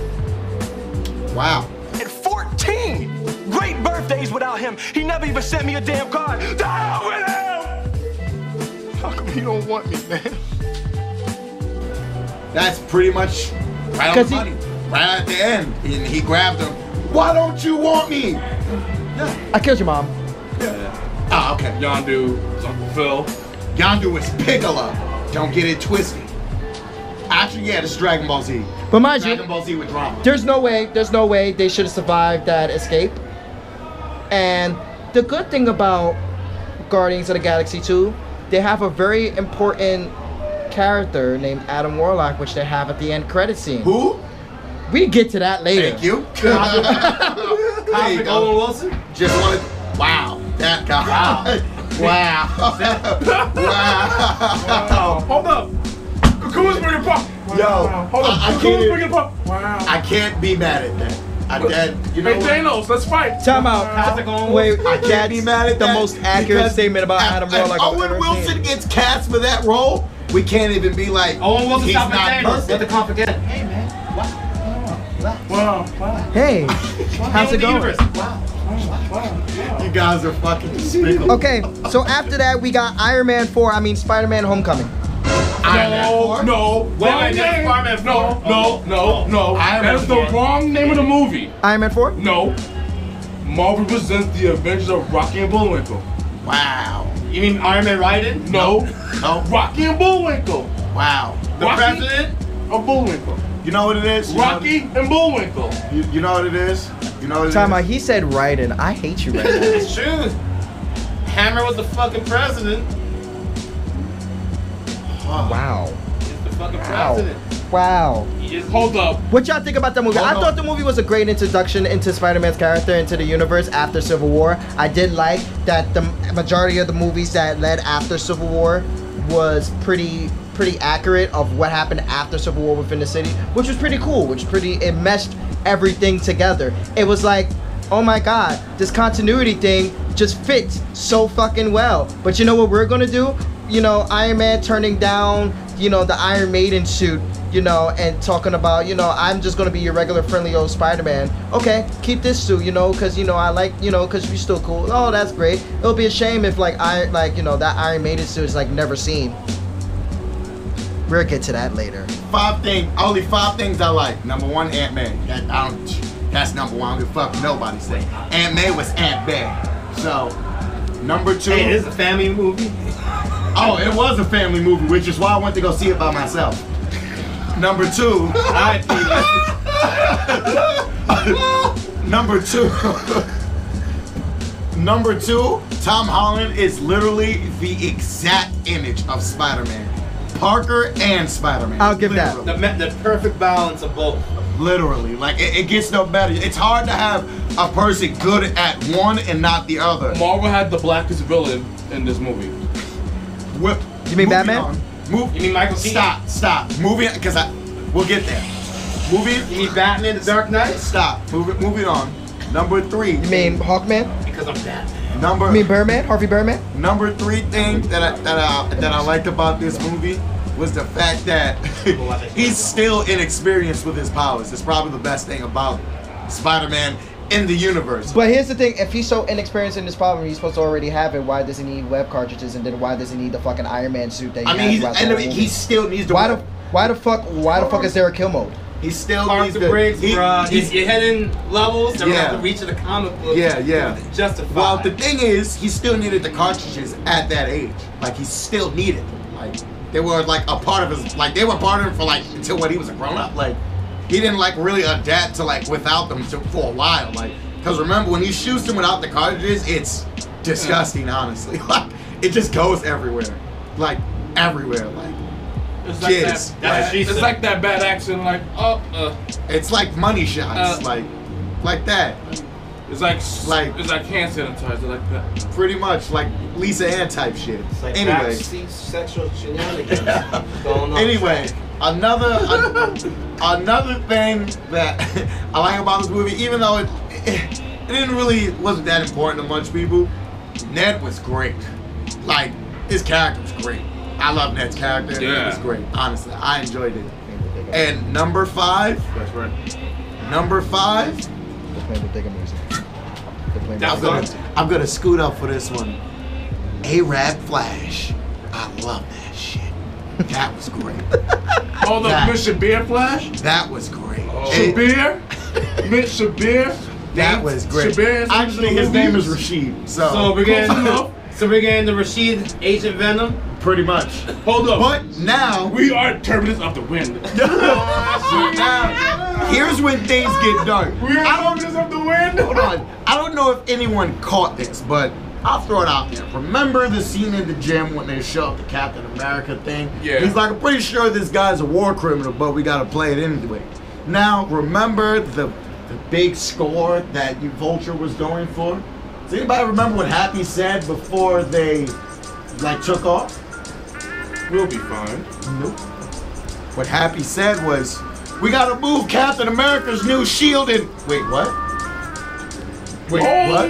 Speaker 2: Wow.
Speaker 9: At 14, great birthdays without him. He never even sent me a damn card. To hell with him! How come you don't want me, man?
Speaker 2: That's pretty much right on
Speaker 4: 'Cause
Speaker 2: the
Speaker 4: he-
Speaker 2: money. Right at the end. And he grabbed him. Why don't you want me?
Speaker 4: I killed your mom.
Speaker 2: Ah, okay.
Speaker 5: Yondu, Uncle Phil.
Speaker 2: Yondu is Piccolo. Don't get it twisted. Actually, yeah, this is Dragon Ball Z.
Speaker 4: But mind you,
Speaker 2: Dragon Ball Z with drama.
Speaker 4: there's no way, there's no way they should have survived that escape. And the good thing about Guardians of the Galaxy 2, they have a very important character named Adam Warlock, which they have at the end credit scene.
Speaker 2: Who?
Speaker 4: We get to that later.
Speaker 2: Thank you. There you
Speaker 3: Cosmic
Speaker 2: go.
Speaker 3: Owen Wilson?
Speaker 2: Just wanted. Wow. That guy. Wow. wow.
Speaker 5: Hold up. Cocoon's bringing pop.
Speaker 2: Yo,
Speaker 5: Hold up.
Speaker 2: I- I
Speaker 5: Cocoon's
Speaker 2: can't-
Speaker 5: bringing pop. Wow.
Speaker 2: I can't be mad at that. I can't. You know.
Speaker 5: Hey,
Speaker 2: what?
Speaker 5: Thanos, let's fight.
Speaker 4: Time out.
Speaker 3: Cosmic Owen
Speaker 4: Wait,
Speaker 3: Wilson?
Speaker 2: I can't be mad at
Speaker 4: the
Speaker 2: that
Speaker 4: most accurate
Speaker 2: because
Speaker 4: statement about
Speaker 2: if-
Speaker 4: Adam
Speaker 2: if
Speaker 4: Warlock. I've
Speaker 2: Owen
Speaker 4: ever
Speaker 2: Wilson
Speaker 4: seen.
Speaker 2: gets cast for that role. We can't even be like
Speaker 3: Owen Wilson
Speaker 2: he's
Speaker 3: stopped
Speaker 2: not
Speaker 3: at Thanos. Let the
Speaker 2: perfect.
Speaker 3: comp again. Hey,
Speaker 5: Wow. Wow.
Speaker 4: Hey, how's it
Speaker 3: the
Speaker 4: going?
Speaker 3: universe. Oh,
Speaker 2: You guys are fucking despicable.
Speaker 4: Okay, so after that we got Iron Man 4, I mean Spider-Man Homecoming.
Speaker 2: Iron Man
Speaker 5: No,
Speaker 2: four?
Speaker 5: no,
Speaker 3: Wait,
Speaker 5: wrong
Speaker 3: wait, that's
Speaker 5: name.
Speaker 3: Spider-Man
Speaker 5: No,
Speaker 3: four.
Speaker 2: Oh,
Speaker 5: no, no, no.
Speaker 2: Iron
Speaker 5: That
Speaker 2: Man
Speaker 5: is the
Speaker 2: four.
Speaker 5: wrong name of the movie.
Speaker 4: Iron Man 4?
Speaker 5: No. Marvel presents the Avengers of Rocky and Bullwinkle.
Speaker 2: Wow.
Speaker 3: You mean Iron Man Raiden?
Speaker 5: No.
Speaker 2: No.
Speaker 5: Rocky and Bullwinkle.
Speaker 2: Wow.
Speaker 5: The
Speaker 2: Rocky-
Speaker 5: president of Bullwinkle.
Speaker 2: You know what it is. You know-
Speaker 5: Rocky and Bullwinkle.
Speaker 2: You, you know what it is. You know what it is.
Speaker 4: Time out, he said Raiden. I hate you right now.
Speaker 3: It's true. Hammer was the fucking president.
Speaker 4: Wow.
Speaker 3: He's the fucking
Speaker 4: Wow.
Speaker 3: president.
Speaker 4: Wow.
Speaker 3: He just
Speaker 5: Hold up.
Speaker 4: What y'all think about the movie? I
Speaker 2: no.
Speaker 4: thought the movie was a great introduction into Spider-Man's character into the universe after Civil War. I did like that the majority of the movies that led after Civil War was pretty pretty accurate of what happened after Civil War within the city, which was pretty cool, which pretty it meshed everything together. It was like, oh my god, this continuity thing just fits so fucking well. But you know what we're gonna do? You know, Iron Man turning down, you know, the Iron Maiden suit you know, and talking about, you know, I'm just gonna be your regular friendly old Spider-Man. Okay, keep this suit, you know, cause you know I like, you know, cause you're still cool. Oh, that's great. It'll be a shame if like I like, you know, that Iron Maiden suit is like never seen. We'll get to that later.
Speaker 2: five things, only five things I like. Number one, Aunt May. That, I don't, that's number one. I don't give a fuck what nobody say. Aunt May was Aunt May. So, number two.
Speaker 3: Hey, this is a family movie.
Speaker 2: oh, it was a family movie, which is why I went to go see it by myself. Number two.
Speaker 3: I P.
Speaker 2: Number two. Number two, Tom Holland is literally the exact image of Spider-Man. Parker and Spider-Man.
Speaker 4: I'll give that.
Speaker 3: The, ma- the perfect balance of both.
Speaker 2: Literally, like it, it gets no better. It's hard to have a person good at one and not the other.
Speaker 5: Marvel had the blackest villain in this movie.
Speaker 2: Whip.
Speaker 4: You
Speaker 2: Moving
Speaker 4: mean Batman?
Speaker 2: on. Move.
Speaker 3: You mean Michael Keaton?
Speaker 2: Stop. Stop. Moving. Because I. We'll get there. Moving.
Speaker 3: You mean Batman the Dark Knight?
Speaker 2: Stop. Move it. Moving on. Number three.
Speaker 4: You mean Hawkman?
Speaker 3: Because I'm Batman.
Speaker 2: Number.
Speaker 4: You mean Birdman? Harvey Birdman?
Speaker 2: number three thing that I, that I that I liked about this movie was the fact that he's still inexperienced with his powers. It's probably the best thing about Spider-Man in the universe.
Speaker 4: But here's the thing, if he's so inexperienced in this problem, he's supposed to already have it. Why does he need web cartridges and then why does he need the fucking Iron Man suit that he
Speaker 2: I mean,
Speaker 4: has
Speaker 2: he's,
Speaker 4: throughout the
Speaker 2: and
Speaker 4: whole movie?
Speaker 2: he still needs to.
Speaker 4: why the why the fuck why the fuck is there a kill mode?
Speaker 2: He still needs
Speaker 3: Arthur
Speaker 2: to.
Speaker 3: Briggs,
Speaker 2: he-
Speaker 3: bruh.
Speaker 2: he-
Speaker 3: He's, you're hitting levels that were
Speaker 2: Yeah.
Speaker 3: at the reach of the comic book.
Speaker 2: Yeah, yeah.
Speaker 3: Justified.
Speaker 2: Well, the thing is, he still needed the cartridges at that age. Like he still needed them. Like They were like a part of his, like they were part of him for like until when he was a grown up. Like he didn't like really adapt to like without them to, for a while. Like because remember when he shoots them without the cartridges, it's disgusting. Honestly, like it just goes everywhere, like everywhere. Like
Speaker 5: It's like
Speaker 2: Yes.
Speaker 5: that.
Speaker 3: That's what she
Speaker 5: it's
Speaker 3: said.
Speaker 5: like that bad action. Like oh, uh,
Speaker 2: it's like money shots,
Speaker 5: Uh,
Speaker 2: like like that.
Speaker 5: it's like
Speaker 2: Like-
Speaker 5: like it's like hand sanitizer. Like that.
Speaker 2: Pretty much like Lisa Ann type shit.
Speaker 3: It's like
Speaker 2: anyway.
Speaker 3: backseat sexual shenanigans going on.
Speaker 2: Anyway, another an- another thing that I like about this movie, even though it, it it didn't really wasn't that important to much people, Ned was great. Like his character was great. I love Ned's character. It
Speaker 5: Yeah.
Speaker 2: was great. Honestly, I enjoyed it. And number five,
Speaker 5: That's right.
Speaker 2: number five,
Speaker 4: They're playing with bigger music. They're playing
Speaker 2: I'm
Speaker 4: with bigger
Speaker 2: gonna,
Speaker 4: music.
Speaker 2: I'm gonna scoot up for this one. Arab Flash. I love that shit. That was great.
Speaker 5: Oh, the
Speaker 2: That-
Speaker 5: Miss Shabir flash.
Speaker 2: That was great.
Speaker 5: Oh.
Speaker 2: It-
Speaker 5: Shabir, Miss Shabir.
Speaker 2: That
Speaker 5: Nate
Speaker 2: was great.
Speaker 5: Shabir is
Speaker 2: Actually,
Speaker 5: in the
Speaker 2: his
Speaker 5: movie.
Speaker 2: name is Rashid. So,
Speaker 3: so we're getting so we're getting the Rashid Agent Venom.
Speaker 2: pretty much.
Speaker 5: Hold up.
Speaker 2: But now,
Speaker 5: We are turbulence of the wind.
Speaker 2: now, here's when things get dark.
Speaker 5: We
Speaker 2: I
Speaker 5: are
Speaker 2: don't
Speaker 5: turbulence of the wind.
Speaker 2: hold on. I don't know if anyone caught this, but I'll throw it out there. Remember the scene in the gym when they show up the Captain America thing?
Speaker 5: Yeah.
Speaker 2: He's like, I'm pretty sure this guy's a war criminal, but we gotta play it anyway. Now, remember the the big score that you Vulture was going for? Does anybody remember what Happy said before they like took off?
Speaker 5: We'll be fine.
Speaker 2: Nope. What Happy said was, "We gotta move Captain America's new shield and wait, what? Wait,
Speaker 5: Oh!
Speaker 2: what?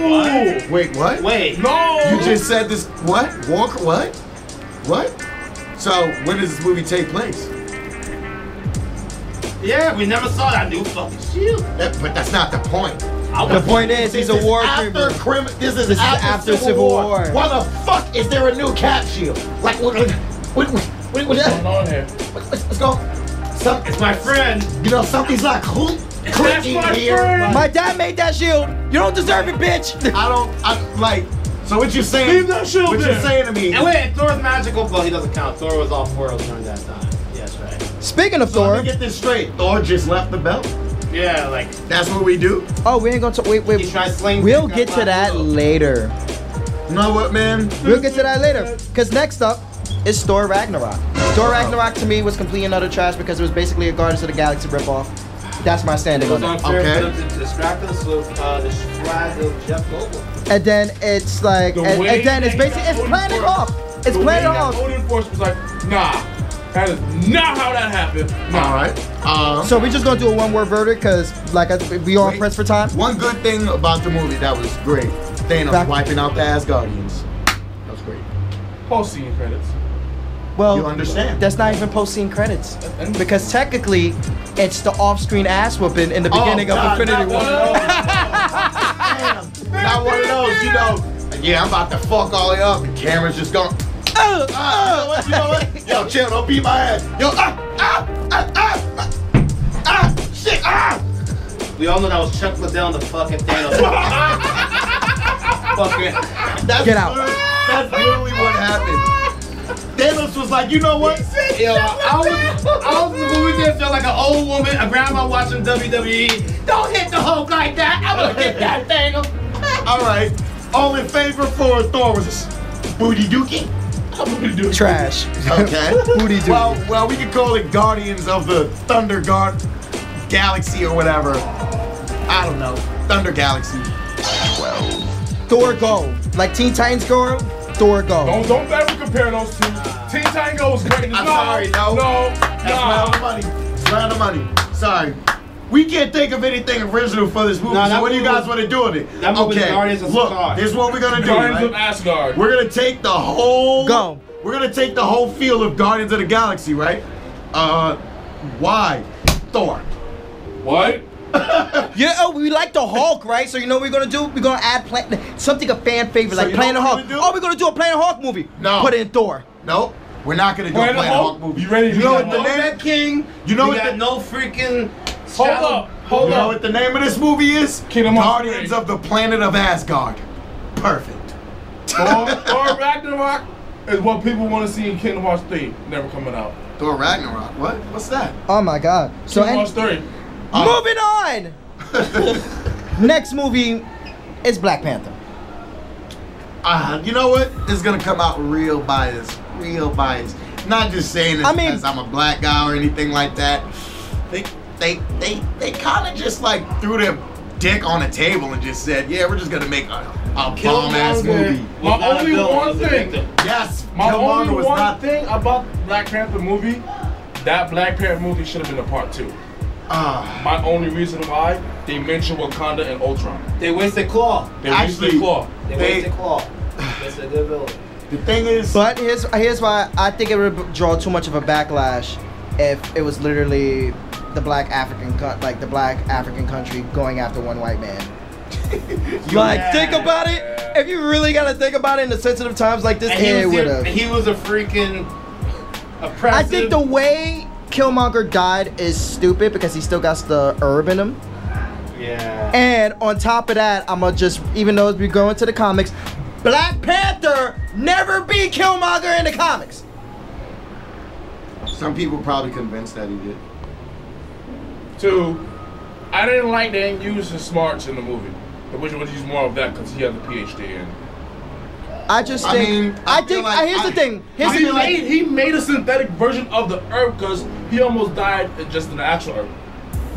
Speaker 2: Wait, what?
Speaker 3: Wait,
Speaker 5: No.
Speaker 2: You just said this. What? Walker? What? What? So when does this movie take place?
Speaker 3: yeah, we never saw that new fucking shield.
Speaker 2: That, but that's not the point.
Speaker 3: I was
Speaker 4: The point is, he's
Speaker 2: This
Speaker 4: a
Speaker 2: is
Speaker 4: war
Speaker 2: after
Speaker 4: criminal.
Speaker 2: crim. This is
Speaker 4: This is
Speaker 2: after,
Speaker 4: after
Speaker 2: Civil,
Speaker 4: Civil
Speaker 2: War.
Speaker 4: War.
Speaker 2: Why the fuck is there a new cap shield? Like what? What? What? What? what,
Speaker 5: What's going on here?
Speaker 2: what's, what's going? Some,
Speaker 3: It's my friend.
Speaker 2: you know something's not cool. Clicking
Speaker 5: my
Speaker 2: here.
Speaker 5: friend.
Speaker 4: My dad made that shield. You don't deserve it, bitch.
Speaker 2: I don't I, like. So what you saying?
Speaker 5: Leave that shield
Speaker 2: What you
Speaker 5: there.
Speaker 2: saying to me?
Speaker 3: And wait, and Thor's magical, but he doesn't count. Thor was off world during that time. Yeah, that's right.
Speaker 4: Speaking of
Speaker 2: Let
Speaker 4: Thor,
Speaker 2: me get this straight. Thor just left the belt.
Speaker 3: Yeah, like
Speaker 2: That's what we do.
Speaker 4: oh, we ain't gonna talk. Wait,
Speaker 3: he
Speaker 4: wait.
Speaker 3: tried sling.
Speaker 4: We'll get to that later.
Speaker 2: You know what, man?
Speaker 4: We'll get to that later. Cause next up is Thor Ragnarok. Thor Ragnarok to me was complete and utter trash because it was basically a Guardians of the Galaxy ripoff. That's my standing
Speaker 3: It was
Speaker 4: on it.
Speaker 3: unfair
Speaker 2: Okay.
Speaker 3: for them to distract us with uh, the swag of Jeff Goldblum.
Speaker 4: And then it's like,
Speaker 5: The
Speaker 4: and,
Speaker 5: way
Speaker 4: and then it's
Speaker 5: that
Speaker 4: basically it's
Speaker 5: Odin
Speaker 4: planet
Speaker 5: Force-
Speaker 4: off. It's
Speaker 5: the way
Speaker 4: planet
Speaker 5: that
Speaker 4: off.
Speaker 5: Odin Force was like, nah, that is not how that happened.
Speaker 2: All right. Um,
Speaker 4: So we're just gonna do a one word verdict because like I, we are
Speaker 2: Wait.
Speaker 4: pressed for time.
Speaker 2: one good thing about the movie that was great. Thanos
Speaker 4: Back-
Speaker 2: wiping out the Asgardians. That was great.
Speaker 5: Post scene credits.
Speaker 4: Well,
Speaker 2: You understand?
Speaker 4: Oh, That's not even post scene credits
Speaker 5: And-
Speaker 4: because technically it's the off screen ass whooping in the beginning
Speaker 2: Oh, God,
Speaker 4: of Infinity
Speaker 2: not
Speaker 4: War.
Speaker 2: Damn. Not one of those, you know. Yeah, I'm about to fuck all it up. The camera's just going.
Speaker 4: Oh,
Speaker 2: Ah, you know what? You know what? Yo, chill. Don't beat my ass. Yo, ah, ah, ah, ah, ah, ah, shit, ah.
Speaker 3: We all know that was Chuck Liddell and the fucking Thanos. fucking.
Speaker 2: That's
Speaker 4: Get out.
Speaker 2: literally- That's literally what happened. Thanos was like, you know what?
Speaker 3: Yo, I was, I was moving there felt like an old woman, a grandma watching
Speaker 2: E.
Speaker 3: WWE. Don't hit the Hulk like that. I'm gonna get that thing.
Speaker 2: All right. All in favor for Thor was this booty dookie.
Speaker 4: Trash.
Speaker 2: Okay.
Speaker 4: Booty dookie.
Speaker 2: Well, well, we could call it Guardians of the Thunder Gar- Galaxy or whatever. I don't know. Thunder Galaxy.
Speaker 4: Thor go. Like Teen Titans go, Thor go.
Speaker 5: Don't don't ever compare those two. Teen Titans Go was
Speaker 2: I'm
Speaker 5: great. no,
Speaker 2: sorry, no.
Speaker 5: No,
Speaker 2: That's round of
Speaker 5: no.
Speaker 2: money. It's round of money. Sorry. We can't think of anything original for this movie.
Speaker 3: Nah,
Speaker 2: so
Speaker 3: that
Speaker 2: what do you
Speaker 3: movie
Speaker 2: guys
Speaker 3: was-
Speaker 2: want to do with it?
Speaker 3: that movie was
Speaker 2: okay.
Speaker 3: Guardians of the
Speaker 2: Look,
Speaker 3: Star.
Speaker 2: here's what we're gonna do.
Speaker 5: Guardians of
Speaker 2: right?
Speaker 5: Asgard.
Speaker 2: We're gonna take the whole
Speaker 4: Go.
Speaker 2: We're gonna take the whole field of Guardians of the Galaxy, right? Uh, why Thor?
Speaker 5: what?
Speaker 4: Yeah, oh, we like the Hulk, right? So you know what we're gonna do? We're gonna add plan- something a fan favorite,
Speaker 2: So
Speaker 4: like
Speaker 2: you know
Speaker 4: Planet
Speaker 2: what
Speaker 4: Hulk.
Speaker 2: we're gonna do?
Speaker 4: Oh, we're gonna do a Planet Hulk movie.
Speaker 2: No.
Speaker 4: Put in Thor.
Speaker 2: Nope, we're not gonna do
Speaker 5: Planet
Speaker 2: a Planet
Speaker 3: oh,
Speaker 5: Hulk?
Speaker 2: Hulk movie.
Speaker 5: You ready to
Speaker 2: You know
Speaker 5: do
Speaker 2: what the
Speaker 5: that Hulk?
Speaker 2: name?
Speaker 3: That King.
Speaker 2: You know
Speaker 3: we
Speaker 2: what
Speaker 3: got
Speaker 2: the-
Speaker 3: no freaking.
Speaker 5: Hold
Speaker 3: shallow-
Speaker 5: up. Hold
Speaker 2: you know
Speaker 5: up.
Speaker 2: what the name of this movie is?
Speaker 5: Kingdom Hearts
Speaker 2: Guardians
Speaker 5: three.
Speaker 2: of the Planet of Asgard. Perfect.
Speaker 5: Thor, Thor Ragnarok. is what people want to see in Kingdom Hearts 3 never coming out.
Speaker 2: Thor Ragnarok. What? What's that?
Speaker 4: Oh my god. So
Speaker 5: Kingdom
Speaker 4: and,
Speaker 5: Hearts 3.
Speaker 4: moving
Speaker 3: Uh,
Speaker 4: on. Next movie is Black Panther.
Speaker 2: Uh, you know what? It's gonna come out real biased. Real biased. Not just saying this
Speaker 4: I mean-
Speaker 2: because I'm a black guy or anything like that. They they they they kind of just like threw their dick on the table and just said, yeah, we're just gonna make a, a bomb ass movie.
Speaker 5: My only one thing-
Speaker 2: Yes,
Speaker 5: My
Speaker 2: Killmonger
Speaker 5: only
Speaker 2: was
Speaker 5: one
Speaker 2: not.
Speaker 5: thing about Black Panther movie, that Black Panther movie should have been a part two.
Speaker 2: Ah.
Speaker 5: My only reason why they mentioned Wakanda and Ultron.
Speaker 3: They wasted Claw.
Speaker 5: They used the
Speaker 2: Actually-
Speaker 5: claw.
Speaker 3: They,
Speaker 2: They-
Speaker 3: wasted Claw. That's a good villain.
Speaker 2: the thing is,
Speaker 4: But here's here's why I think it would draw too much of a backlash if it was literally the black African co- like the black African country going after one white man. like think about it. If you really gotta think about it in the sensitive times like this,
Speaker 3: And
Speaker 4: yeah,
Speaker 3: he,
Speaker 4: it
Speaker 3: was
Speaker 4: would
Speaker 3: a,
Speaker 4: have.
Speaker 3: he was a freaking oppressive.
Speaker 4: I think the way Killmonger died is stupid because he still got the herb in him.
Speaker 3: yeah.
Speaker 4: And on top of that, I'ma just even though we go into the comics, Black Panther never be Killmonger in the comics.
Speaker 2: some people probably convinced that he did.
Speaker 5: Two, I didn't like they didn't use his smarts in the movie. I wish they would use more of that because he has a PhD in.
Speaker 4: I just
Speaker 2: I
Speaker 4: think I,
Speaker 2: mean, I feel
Speaker 4: think
Speaker 2: like
Speaker 4: I, here's
Speaker 2: I-
Speaker 4: the thing. Here's
Speaker 5: He
Speaker 4: the thing.
Speaker 5: made, he made a synthetic version of the herb because he almost died in just in the actual herb.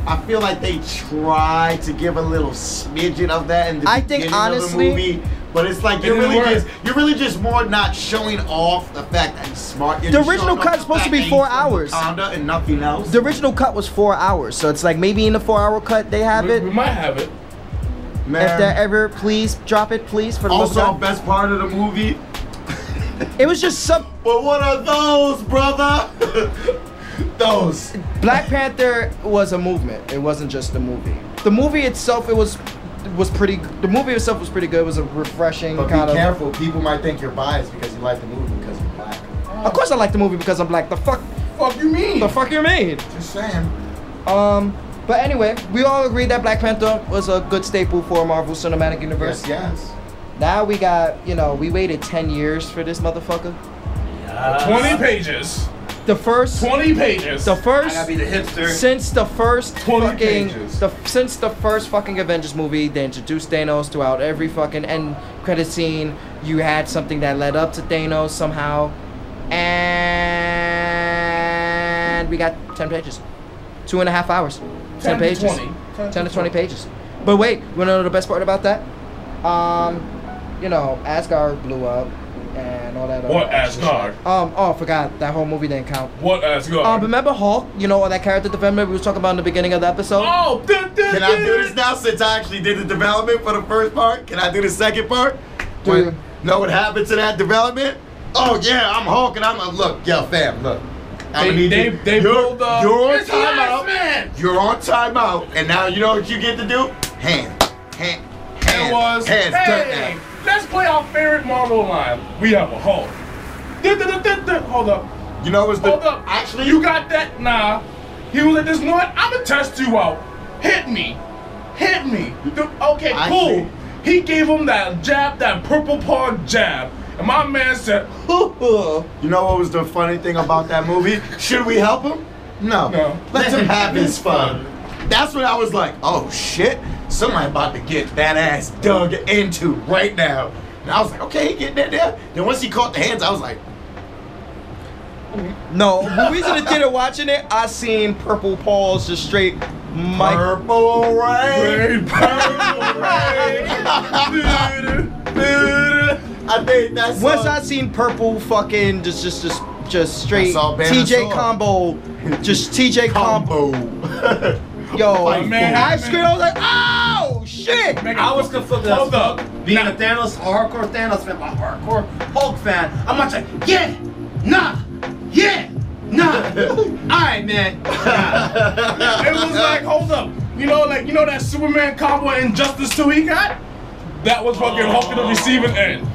Speaker 2: I feel like they tried to give a little smidgen of that in the
Speaker 4: I think
Speaker 2: beginning
Speaker 4: honestly-
Speaker 2: of the movie, but it's like you're
Speaker 5: didn't
Speaker 2: really
Speaker 5: work.
Speaker 2: just you're really just more not showing off the fact that he's smart. You're
Speaker 4: The
Speaker 2: just
Speaker 4: original
Speaker 2: showing off
Speaker 4: cut's
Speaker 2: the
Speaker 4: supposed to
Speaker 2: fact
Speaker 4: be
Speaker 2: that he's
Speaker 4: four
Speaker 2: from
Speaker 4: hours.
Speaker 2: Wakanda and nothing else.
Speaker 4: The original cut was four hours, so it's like maybe in the four-hour cut they have
Speaker 5: We,
Speaker 4: it.
Speaker 5: we might have it.
Speaker 2: Man.
Speaker 4: If they ever, please drop it, please for the love of
Speaker 2: also,
Speaker 4: God.
Speaker 2: best part of the movie.
Speaker 4: It was just sub.
Speaker 2: But what are those, brother? those.
Speaker 4: Black Panther was a movement. It wasn't just a movie. The movie itself, it was was pretty. The movie itself was pretty good. It was a refreshing
Speaker 2: But
Speaker 4: kind
Speaker 2: be
Speaker 4: of.
Speaker 2: careful. People might think you're biased because you like the movie because you're black.
Speaker 4: Of course, I like the movie because I'm black. The fuck,
Speaker 5: Fuck you mean?
Speaker 4: the fuck you mean?
Speaker 2: Just saying.
Speaker 4: Um, but anyway, we all agreed that Black Panther was a good staple for Marvel Cinematic Universe.
Speaker 2: Yes, yes.
Speaker 4: Now we got, you know, we waited 10 years for this motherfucker.
Speaker 2: Uh,
Speaker 5: 20 pages.
Speaker 4: The first,
Speaker 5: 20 pages.
Speaker 4: the
Speaker 3: I gotta
Speaker 4: first,
Speaker 3: be the hipster.
Speaker 4: since the first
Speaker 5: 20
Speaker 4: fucking,
Speaker 5: pages.
Speaker 4: the, since the first fucking Avengers movie, they introduced Thanos throughout every fucking end credit scene. You had something that led up to Thanos somehow. And we got 10 pages. Two and a half hours. 10,
Speaker 5: 10 to
Speaker 4: pages. 10,
Speaker 5: 20.
Speaker 4: to 20 pages. But wait, you wanna know the best part about that? Um, you know, Asgard blew up and all that. other
Speaker 5: What
Speaker 4: extra shit.
Speaker 5: Asgard?
Speaker 4: Um, oh, I forgot. That whole movie didn't count.
Speaker 5: What uh,
Speaker 2: Uh,
Speaker 4: Um,
Speaker 5: Asgard?
Speaker 4: remember Hulk? You know, all that character development we was talking about in the beginning of the episode?
Speaker 5: oh, dun, dun,
Speaker 2: Can I
Speaker 5: dun.
Speaker 2: do this now since I actually did the development for the first part? Can I do the second part?
Speaker 4: Do
Speaker 2: When-
Speaker 4: you?
Speaker 2: know what happened to that development? Oh yeah, I'm Hulk and I'm a look, yo fam, look. I'm
Speaker 5: They-
Speaker 2: gonna need
Speaker 5: they-
Speaker 2: you.
Speaker 5: they
Speaker 2: you're,
Speaker 5: pulled the-
Speaker 2: you're on
Speaker 5: It's the
Speaker 2: timeout.
Speaker 5: Iceman!
Speaker 2: You're on timeout, and now you know what you get to do? Hand, hand, hand.
Speaker 5: It was,
Speaker 2: hands,
Speaker 5: hey, let's play our favorite Marvel line. We have a Hulk. Dun, dun, dun, dun, dun. Hold up.
Speaker 2: You know what's the
Speaker 5: Hold up.
Speaker 2: actually
Speaker 5: you got that? Nah. He was like, this know what? I'ma test you out. Hit me. Hit me. The- okay,
Speaker 2: I
Speaker 5: cool.
Speaker 2: see.
Speaker 5: He gave him that jab, that purple paw jab. And my man said,
Speaker 2: You know what was the funny thing about that movie? Should we help him? No.
Speaker 5: No.
Speaker 2: Let him have his fun. That's when I was like, oh shit, somebody about to get that ass dug into right now. And I was like, okay, he getting that there. Then once he caught the hands, I was like,
Speaker 4: No, when we was in the theater watching it, I seen purple paws just straight. Mike,
Speaker 2: purple rain.
Speaker 5: "Hey, purple rain."
Speaker 2: I think that's
Speaker 4: once I seen purple fucking just just just just straight
Speaker 2: saw Banner
Speaker 4: TJ
Speaker 2: Sword.
Speaker 4: combo, just TJ combo.
Speaker 2: combo.
Speaker 4: Yo,
Speaker 2: Fight,
Speaker 5: man.
Speaker 4: I screamed. I was like, oh shit.
Speaker 3: I was conflicted as
Speaker 5: Hold
Speaker 3: fuck.
Speaker 5: up.
Speaker 3: Being
Speaker 5: Nah.
Speaker 3: a Thanos, a hardcore Thanos fan, a hardcore Hulk fan, I'm not like, yeah, nah, yeah, nah. Alright, man. Nah.
Speaker 5: It was like, hold up. You know, like you know that Superman combo and Justice 2 he got? That was fucking Hulk at the receiving end.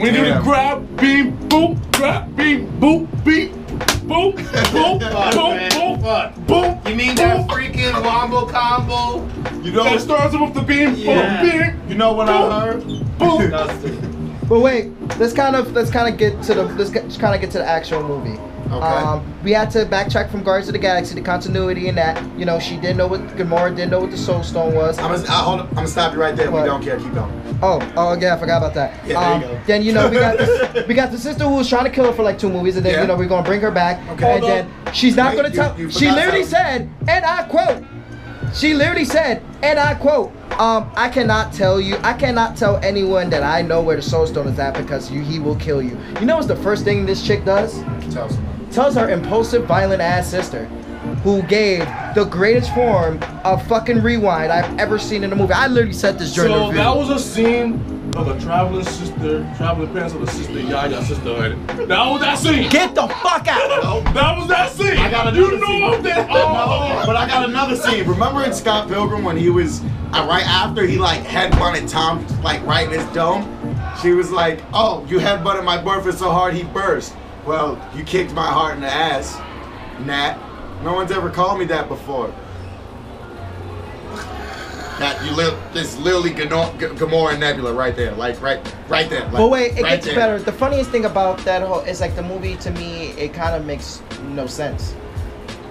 Speaker 5: When he
Speaker 2: Damn.
Speaker 5: would grab, beam, boop, grab, beam, boop, beam, boop, boop, boop,
Speaker 3: man.
Speaker 5: boop,
Speaker 3: Fuck.
Speaker 5: boop.
Speaker 3: You mean that
Speaker 5: boop.
Speaker 3: freaking wombo combo?
Speaker 2: You
Speaker 5: That
Speaker 2: know,
Speaker 5: starts him with the beam,
Speaker 3: Yeah.
Speaker 5: boop, beam.
Speaker 2: you know what I heard?
Speaker 5: Boom.
Speaker 3: Dustin.
Speaker 4: But wait, let's kind of let's kind of get to the let's, get, kind of get to the actual movie.
Speaker 2: Okay.
Speaker 4: Um, we had to backtrack from Guardians of the Galaxy, the continuity and that. You know, she didn't know what Gamora didn't know what the Soul Stone was.
Speaker 2: I'm gonna, I, hold on, I'm gonna stop you right there.
Speaker 4: What?
Speaker 2: We don't care. Keep going.
Speaker 4: Oh, oh yeah, I forgot about that.
Speaker 2: Yeah,
Speaker 4: Um,
Speaker 2: there you go.
Speaker 4: Then you know we got this, we got the sister who was trying to kill her for like two movies, and then
Speaker 2: Yeah.
Speaker 4: you know we're gonna bring her back,
Speaker 2: Okay.
Speaker 4: and
Speaker 2: Hold
Speaker 4: then
Speaker 2: on.
Speaker 4: she's not
Speaker 2: Wait,
Speaker 4: gonna
Speaker 2: you-
Speaker 4: tell.
Speaker 2: you
Speaker 4: she
Speaker 2: forgot
Speaker 4: literally said, and I quote, she literally said, and I quote, um, I cannot tell you, I cannot tell anyone that I know where the Soul Stone is at because you, he will kill you. You know what's the first thing this chick does?
Speaker 2: Tell someone.
Speaker 4: tells her impulsive, violent ass sister, who gave the greatest form of fucking rewind I've ever seen in a movie. I literally said this during the
Speaker 5: So
Speaker 4: review.
Speaker 5: that was a scene of a traveling sister, traveling parents of a sister, Yaya sisterhood. That was that scene.
Speaker 4: Get the fuck out!
Speaker 5: That was that scene.
Speaker 2: I got another
Speaker 5: You
Speaker 2: scene.
Speaker 5: know I'm dead.
Speaker 2: No,
Speaker 5: Oh,
Speaker 2: but I got another scene. Remember in Scott Pilgrim when he was uh, right after he like headbutted Tom like right in his dome? She was like, "Oh, you headbutted my boyfriend so hard he burst. Well, you kicked my heart in the ass, Nat. No one's ever called me that before." That you live. This literally Gano- G- Gamora and Nebula right there, like right, right there. Like,
Speaker 4: But wait, it
Speaker 2: right
Speaker 4: gets
Speaker 2: there.
Speaker 4: better. The funniest thing about that whole is like the movie to me, it kind of makes no sense.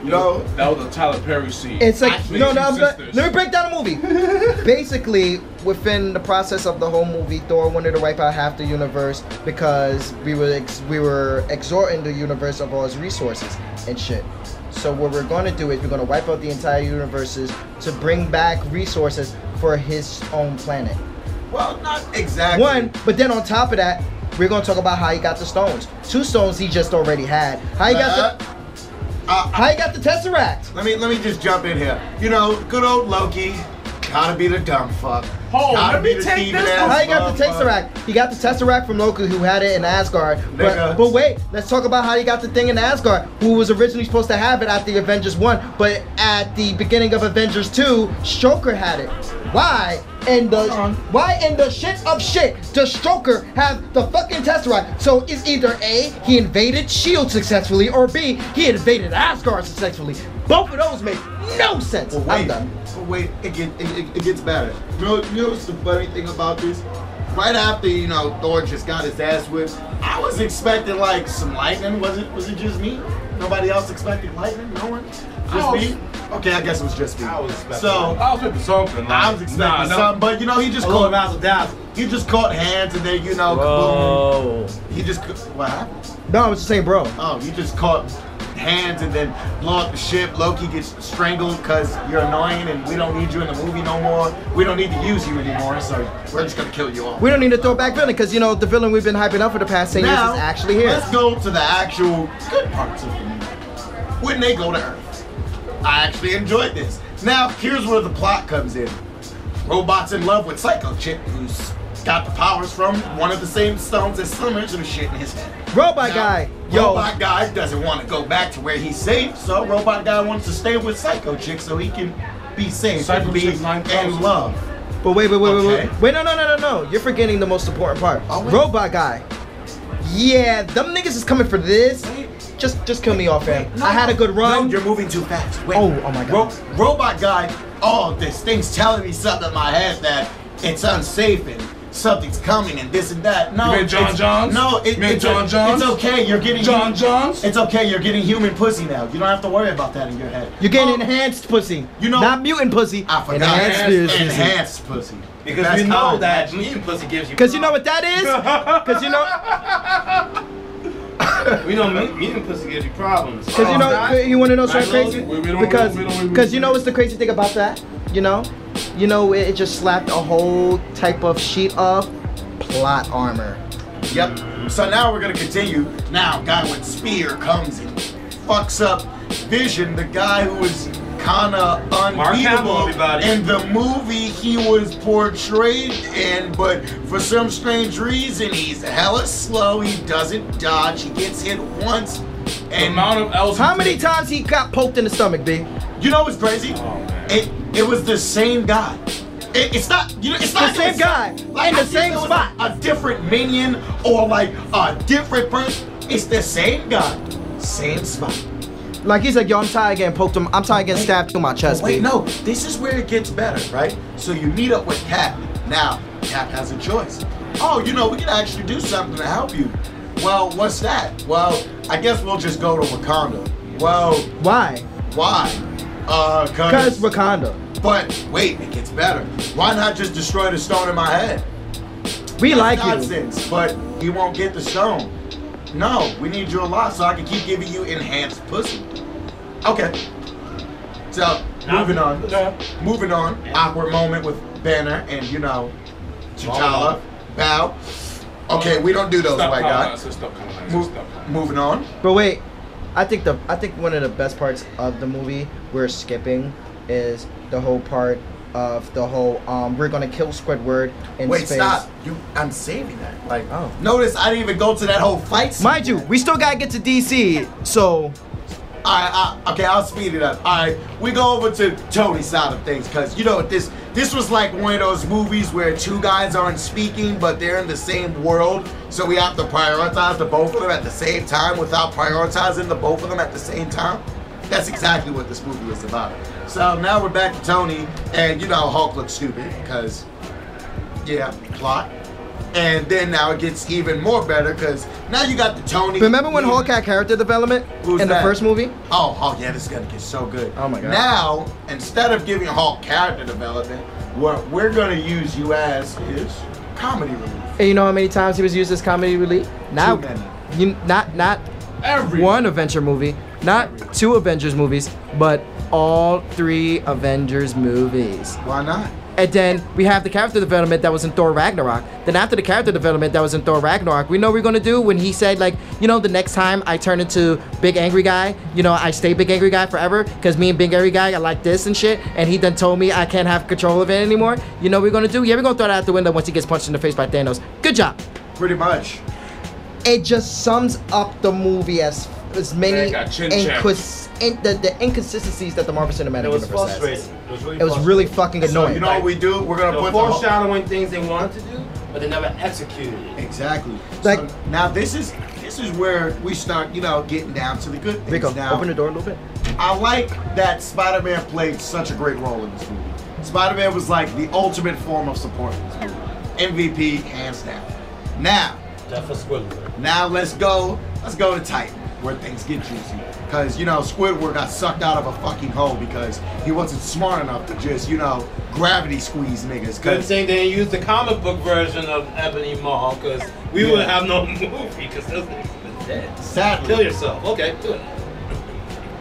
Speaker 2: You know,
Speaker 5: that was a Tyler Perry scene.
Speaker 4: It's like
Speaker 5: Actually,
Speaker 4: no,
Speaker 5: two
Speaker 4: no. I'm not-
Speaker 5: sisters.
Speaker 4: let me break down the movie. Basically, within the process of the whole movie, Thor wanted to wipe out half the universe because we were ex- we were exhorting the universe of all its resources and shit. So what we're going to do is we're going to wipe out the entire universes to bring back resources for his own planet.
Speaker 2: well, not exactly.
Speaker 4: One, but then on top of that, we're going to talk about how he got the stones. Two stones he just already had. How he
Speaker 2: Uh-huh.
Speaker 4: got the
Speaker 2: Uh,
Speaker 4: how he got the tesseract.
Speaker 2: Let me let me just jump in here. You know, good old Loki, gotta be the dumb fuck.
Speaker 5: Hold on,
Speaker 2: Gotta
Speaker 5: let
Speaker 2: be
Speaker 5: me
Speaker 2: the
Speaker 5: take
Speaker 2: thieving
Speaker 5: this
Speaker 2: ass
Speaker 4: How he got the
Speaker 2: motherfucker.
Speaker 4: Tesseract? He got the Tesseract from Loki, who had it in Asgard. But,
Speaker 2: Nigga.
Speaker 4: but wait, let's talk about how he got the thing in Asgard, who was originally supposed to have it at the Avengers 1, but at the beginning of Avengers 2, Stroker had it. Why in the why in the shit of shit does Stroker have the fucking Tesseract? So it's either A, he invaded Shield E successfully, or B, he invaded Asgard successfully. Both of those make no sense.
Speaker 2: But
Speaker 4: I'm
Speaker 2: wait,
Speaker 4: done.
Speaker 2: but wait, it, get, it, it, it gets better. You know, you know what's the funny thing about this? Right after you know Thor just got his ass whipped, I was expecting like some lightning. Was it was it just me? Nobody else expected lightning? No one? Just
Speaker 5: was-
Speaker 2: me? Okay, I guess it was just me.
Speaker 3: I was expecting-
Speaker 2: so
Speaker 5: I was expecting something.
Speaker 2: I
Speaker 5: like,
Speaker 2: was expecting
Speaker 5: nah, no.
Speaker 2: something, but you know he just
Speaker 3: A little
Speaker 2: caught
Speaker 3: razzle dazzle.
Speaker 2: he just caught hands and then you know kaboom.
Speaker 3: Whoa.
Speaker 2: He just ca- what happened?
Speaker 4: No, I was just saying, bro.
Speaker 2: Oh, you just caught hands and then blow up the ship. Loki gets strangled because you're annoying and we don't need you in the movie no more. We don't need to use you anymore, so we're just gonna kill you all.
Speaker 4: We don't need to throw back villain because you know the villain we've been hyping up for the past ten
Speaker 2: now,
Speaker 4: years is actually here.
Speaker 2: Let's go to the actual good parts of the movie. When they go to Earth, I actually enjoyed this. Now, here's where the plot comes in. Robots in love with Psycho Chick, who's got the powers from one of the same stones as Summers and shit in his
Speaker 4: Robot
Speaker 2: Now,
Speaker 4: guy, yo,
Speaker 2: Robot guy doesn't want to go back to where he's safe, so Robot guy wants to stay with Psycho Chick so he can be safe,
Speaker 5: Psycho
Speaker 2: and be
Speaker 5: Chick 9000.
Speaker 2: in love.
Speaker 4: but wait, wait, wait, wait,
Speaker 2: Okay.
Speaker 4: wait, wait, no, no, no, no, no, you're forgetting the most important part.
Speaker 2: Oh, wait.
Speaker 4: Robot guy, yeah, them niggas is coming for this. Just, just kill me off, fam. I had a good run.
Speaker 2: No, you're moving too fast. Wait.
Speaker 4: Oh, oh my God.
Speaker 2: Ro- robot guy. Oh, this thing's telling me something in my head that it's unsafe and something's coming and this and that. No,
Speaker 5: You mean John
Speaker 2: it's-
Speaker 5: Johns?
Speaker 2: No, it,
Speaker 5: You mean
Speaker 2: it's
Speaker 5: John
Speaker 2: it's
Speaker 5: Johns?
Speaker 2: okay. You're getting
Speaker 5: John Johns?
Speaker 2: It's okay. You're getting human pussy now. You don't have to worry about that in your head.
Speaker 4: you're getting
Speaker 2: Oh,
Speaker 4: enhanced pussy,
Speaker 2: You know-
Speaker 4: not mutant pussy.
Speaker 2: I forgot.
Speaker 4: enhanced
Speaker 2: Enhanced,
Speaker 4: pussy.
Speaker 2: enhanced pussy.
Speaker 3: Because
Speaker 2: That's
Speaker 3: you know
Speaker 2: common.
Speaker 3: that mean pussy gives you.
Speaker 4: Cause you know what that is? Cause you know,
Speaker 3: We know mean, mean pussy gives you problems.
Speaker 4: cause you know, you want to know something
Speaker 3: Right,
Speaker 4: crazy?
Speaker 5: Oh. we- we don't-
Speaker 4: Because,
Speaker 5: we don't- we don't-
Speaker 4: cause you know what's the crazy thing about that? You know, you know it, it just slapped a whole type of sheet of plot armor.
Speaker 2: Yep. So now we're gonna continue. Now, guy with spear comes and fucks up Vision, the guy who was kinda
Speaker 3: Hamill,
Speaker 2: unbeatable
Speaker 3: everybody.
Speaker 2: in the movie he was portrayed in, but for some strange reason he's hella slow. He doesn't dodge. He gets hit once.
Speaker 5: The
Speaker 2: And
Speaker 5: amount of L's.
Speaker 4: How many times he got poked in the stomach, B?
Speaker 2: you know what's crazy?
Speaker 4: Oh,
Speaker 2: it it was the same guy. It, it's not you know it's
Speaker 4: The
Speaker 2: not
Speaker 4: same
Speaker 2: it's-
Speaker 4: guy,
Speaker 2: Like
Speaker 4: in the
Speaker 2: I think
Speaker 4: same
Speaker 2: it was
Speaker 4: spot.
Speaker 2: A, a different minion or like a different person. It's the same guy, same spot.
Speaker 4: Like he's like, yo, I'm tired of getting poked. I'm, I'm tired of getting stabbed through my chest,
Speaker 2: Wait,
Speaker 4: B.
Speaker 2: no, this is where it gets better, right? So you meet up with Cap. Now, Cap has a choice. oh, you know, we can actually do something to help you. Well, what's that? Well, I guess we'll just go to Wakanda. Well,
Speaker 4: Why?
Speaker 2: why? Uh,
Speaker 4: Because Wakanda.
Speaker 2: But wait, it gets better. Why not just destroy the stone in my head?
Speaker 4: We like you.
Speaker 2: Nonsense, but you won't get the stone. No, we need you a lot so I can keep giving you enhanced pussy. Okay. So moving on. Moving on. Awkward moment with Banner and you know, T'Challa. Bow. Okay, we don't do those,
Speaker 5: Stop
Speaker 2: my guy.
Speaker 5: colonizing, stop colonizing,
Speaker 2: Move,
Speaker 5: stop colonizing.
Speaker 2: moving on.
Speaker 4: But wait, I think the I think one of the best parts of the movie we're skipping is the whole part of the whole um we're gonna kill Squidward in
Speaker 2: Wait,
Speaker 4: space.
Speaker 2: stop. You, I'm saving that. Like,
Speaker 4: Oh.
Speaker 2: notice I didn't even go to that whole fight. scene
Speaker 4: Mind you,
Speaker 2: yet.
Speaker 4: we still gotta get to DC. So
Speaker 2: Alright, I, okay, I'll speed it up. Alright, we go over to Tony's side of things, cause you know what this this was like one of those movies where two guys aren't speaking, but they're in the same world, so we have to prioritize the both of them at the same time without prioritizing the both of them at the same time. That's exactly what this movie was about. So now we're back to Tony, and you know Hulk looks stupid, cause yeah, plot. And then now it gets even more better, cause now you got the Tony.
Speaker 4: remember when Hulk had character development
Speaker 2: Who's
Speaker 4: in
Speaker 2: that?
Speaker 4: the first movie?
Speaker 2: Oh, oh yeah, this is gonna get so good.
Speaker 4: Oh my God.
Speaker 2: Now, instead of giving Hulk character development, what we're gonna use you as is comedy relief.
Speaker 4: And you know how many times he was used as comedy relief? Not
Speaker 2: many.
Speaker 4: You, not not
Speaker 5: Every
Speaker 4: one Avenger movie, not two Avengers movies, but all three Avengers movies.
Speaker 2: Why not?
Speaker 4: And then we have the character development that was in Thor Ragnarok. Then after the character development that was in Thor Ragnarok, we know we're gonna do when he said like, you know, the next time I turn into Big Angry Guy, you know, I stay Big Angry Guy forever because me and Big Angry Guy are like this and shit. And he then told me I can't have control of it anymore. You know, what we're gonna do yeah, we're gonna throw that out the window once he gets punched in the face by Thanos. Good job.
Speaker 2: Pretty much.
Speaker 4: It just sums up the movie as as many
Speaker 5: Man got chin
Speaker 4: incons- in, the, the inconsistencies that the Marvel Cinematic
Speaker 3: It was
Speaker 4: Universe
Speaker 3: frustrating.
Speaker 4: has.
Speaker 3: It was really
Speaker 4: It was
Speaker 3: frustrating.
Speaker 4: really fucking annoying.
Speaker 2: You know what we do? We're gonna
Speaker 3: They're
Speaker 2: put the Hulk-
Speaker 3: foreshadowing things they wanted to do, but they never executed it.
Speaker 2: Exactly.
Speaker 4: Like-
Speaker 2: so now this is this is where we start, you know, getting down to the good things.
Speaker 4: Rico,
Speaker 2: now,
Speaker 4: open the door a little bit.
Speaker 2: I like that Spider-Man played such a great role in this movie. Spider-Man was like the ultimate form of support in this movie. MVP, hands down. Now,
Speaker 3: Death of Squidward.
Speaker 2: Now let's go. Let's go to Titan, where things get juicy. Cause you know Squidward got sucked out of a fucking hole because he wasn't smart enough to just you know gravity squeeze niggas.
Speaker 3: Good
Speaker 2: Cause
Speaker 3: thing they didn't use the comic book version of Ebony Maw, because we
Speaker 2: Yeah.
Speaker 3: would have no movie, because those niggas been dead. Kill
Speaker 2: sadly,
Speaker 3: yourself. Okay, do it.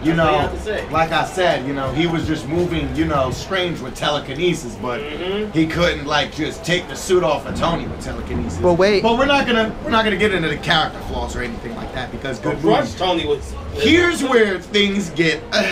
Speaker 2: you
Speaker 3: That's all you
Speaker 2: know,
Speaker 3: have to say.
Speaker 2: like I said, you know he was just moving, you know, strange with telekinesis, but
Speaker 3: Mm-hmm.
Speaker 2: he couldn't like just take the suit off of Tony with telekinesis.
Speaker 4: But wait.
Speaker 2: but we're not gonna we're not gonna get into the character flaws or anything like that because good
Speaker 3: Rush
Speaker 2: movies-
Speaker 3: Tony was.
Speaker 2: Here's where things get. Uh,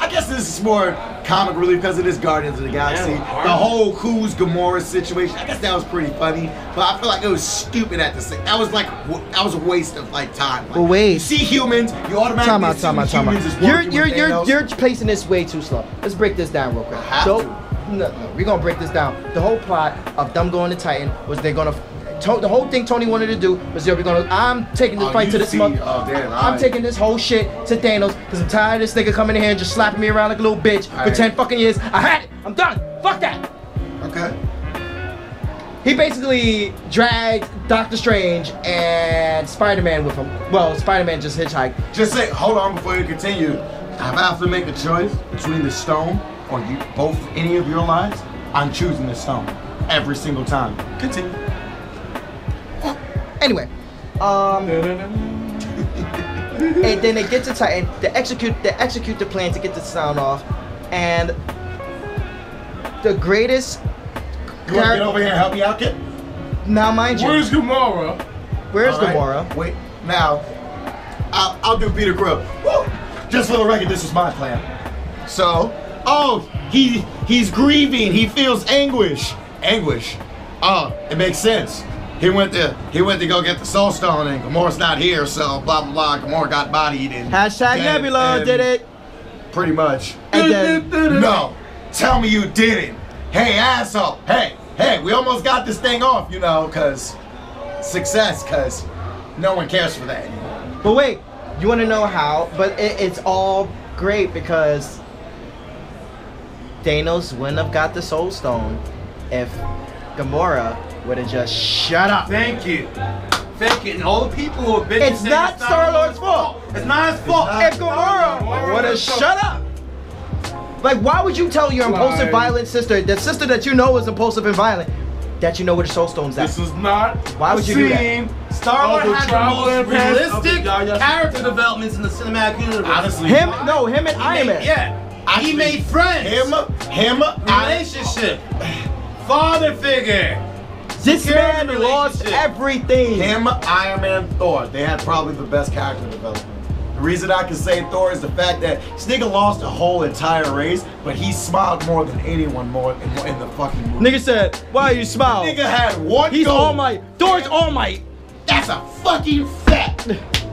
Speaker 2: I guess this is more comic relief because it is Guardians of the Galaxy.
Speaker 3: Yeah.
Speaker 2: the whole who's Gamora situation. I guess that was pretty funny, but I feel like it was stupid at the same. That was like w- that was a waste of like time. Like,
Speaker 4: Well, wait.
Speaker 2: You see humans, you automatically
Speaker 4: Time out, time out,
Speaker 2: assume
Speaker 4: time out.
Speaker 2: humans is
Speaker 4: You're
Speaker 2: working
Speaker 4: you're
Speaker 2: with
Speaker 4: you're
Speaker 2: Thanos.
Speaker 4: you're placing this way too slow. Let's break this down real quick.
Speaker 2: have
Speaker 4: so,
Speaker 2: to.
Speaker 4: no, no, we're gonna break this down. The whole plot of them going to Titan was they're gonna. To, the whole thing Tony wanted to do was they're gonna. I'm taking this
Speaker 2: Oh,
Speaker 4: fight
Speaker 2: you
Speaker 4: to this
Speaker 2: see.
Speaker 4: mother.
Speaker 2: Oh, damn,
Speaker 4: I'm
Speaker 2: alright.
Speaker 4: taking this whole shit to Thanos because I'm tired of this nigga coming in here and just slapping me around like a little bitch for
Speaker 2: Alright.
Speaker 4: ten fucking years. I had it. I'm done. Fuck that.
Speaker 2: okay.
Speaker 4: He basically dragged Doctor Strange and Spider-Man with him. Well, Spider-Man just hitchhiked.
Speaker 2: Just say, hold on before you continue. If I have to make a choice between the stone or you both any of your lives, I'm choosing the stone every single time. Continue.
Speaker 4: Anyway, um, and then they get to Titan. They execute. They execute the plan to get the sound off, and the greatest.
Speaker 2: You want to get over here and help me out, kid?
Speaker 4: now, mind you,
Speaker 5: Where's Gamora?
Speaker 4: where's
Speaker 2: All right.
Speaker 4: Gamora?
Speaker 2: Wait, now, I'll, I'll do Peter Quill. Woo! Just for the record, this was my plan. So, oh, he he's grieving. He feels anguish. Anguish. Oh, it makes sense. He went to he went to go get the Soul Stone, and Gamora's not here. So blah blah blah. Gamora got bodied and
Speaker 4: Hashtag
Speaker 2: dead
Speaker 4: Nebula
Speaker 2: and
Speaker 4: did it.
Speaker 2: pretty much.
Speaker 4: And then,
Speaker 2: No, tell me you didn't. Hey, asshole. Hey, hey, we almost got this thing off, you know, because success, because no one cares for that anymore.
Speaker 4: but wait, you want to know how? But it, it's all great because Thanos wouldn't have got the Soul Stone if Gamora would have just shut up.
Speaker 3: Thank you. Thank you. And all the people who have been
Speaker 4: It's not Star-Lord's fault.
Speaker 3: It's not his fault.
Speaker 4: If Gamora
Speaker 3: Gamora
Speaker 4: would have
Speaker 3: would've-
Speaker 4: shut up. Like, why would you tell your impulsive,
Speaker 5: Like-
Speaker 4: violent sister, the sister that you know is impulsive and violent, that you know where the soul stone's at?
Speaker 5: This is not.
Speaker 4: Why would
Speaker 5: a
Speaker 4: you do that?
Speaker 5: scene
Speaker 3: Star-Lord
Speaker 5: of the
Speaker 3: had the most
Speaker 5: traveling pants of the
Speaker 3: realistic
Speaker 5: Yaya-
Speaker 3: character developments in the cinematic universe.
Speaker 2: Honestly,
Speaker 4: him, no, him and
Speaker 3: He
Speaker 4: Iron
Speaker 3: made-
Speaker 4: Man.
Speaker 3: Yeah.
Speaker 2: Actually,
Speaker 3: he made friends.
Speaker 2: him, him, I,
Speaker 3: relationship. Father figure.
Speaker 4: This
Speaker 3: Secure
Speaker 4: man lost
Speaker 3: relationship.
Speaker 4: everything.
Speaker 2: him, Iron Man, Thor. They had probably the best character development. The reason I can say Thor is the fact that this nigga lost a whole entire race, but he smiled more than anyone more in, in the fucking movie.
Speaker 4: Nigga said, why you smile?
Speaker 2: Nigga had one
Speaker 4: He's
Speaker 2: goal.
Speaker 4: all might. Thor's all might.
Speaker 2: That's a fucking fact.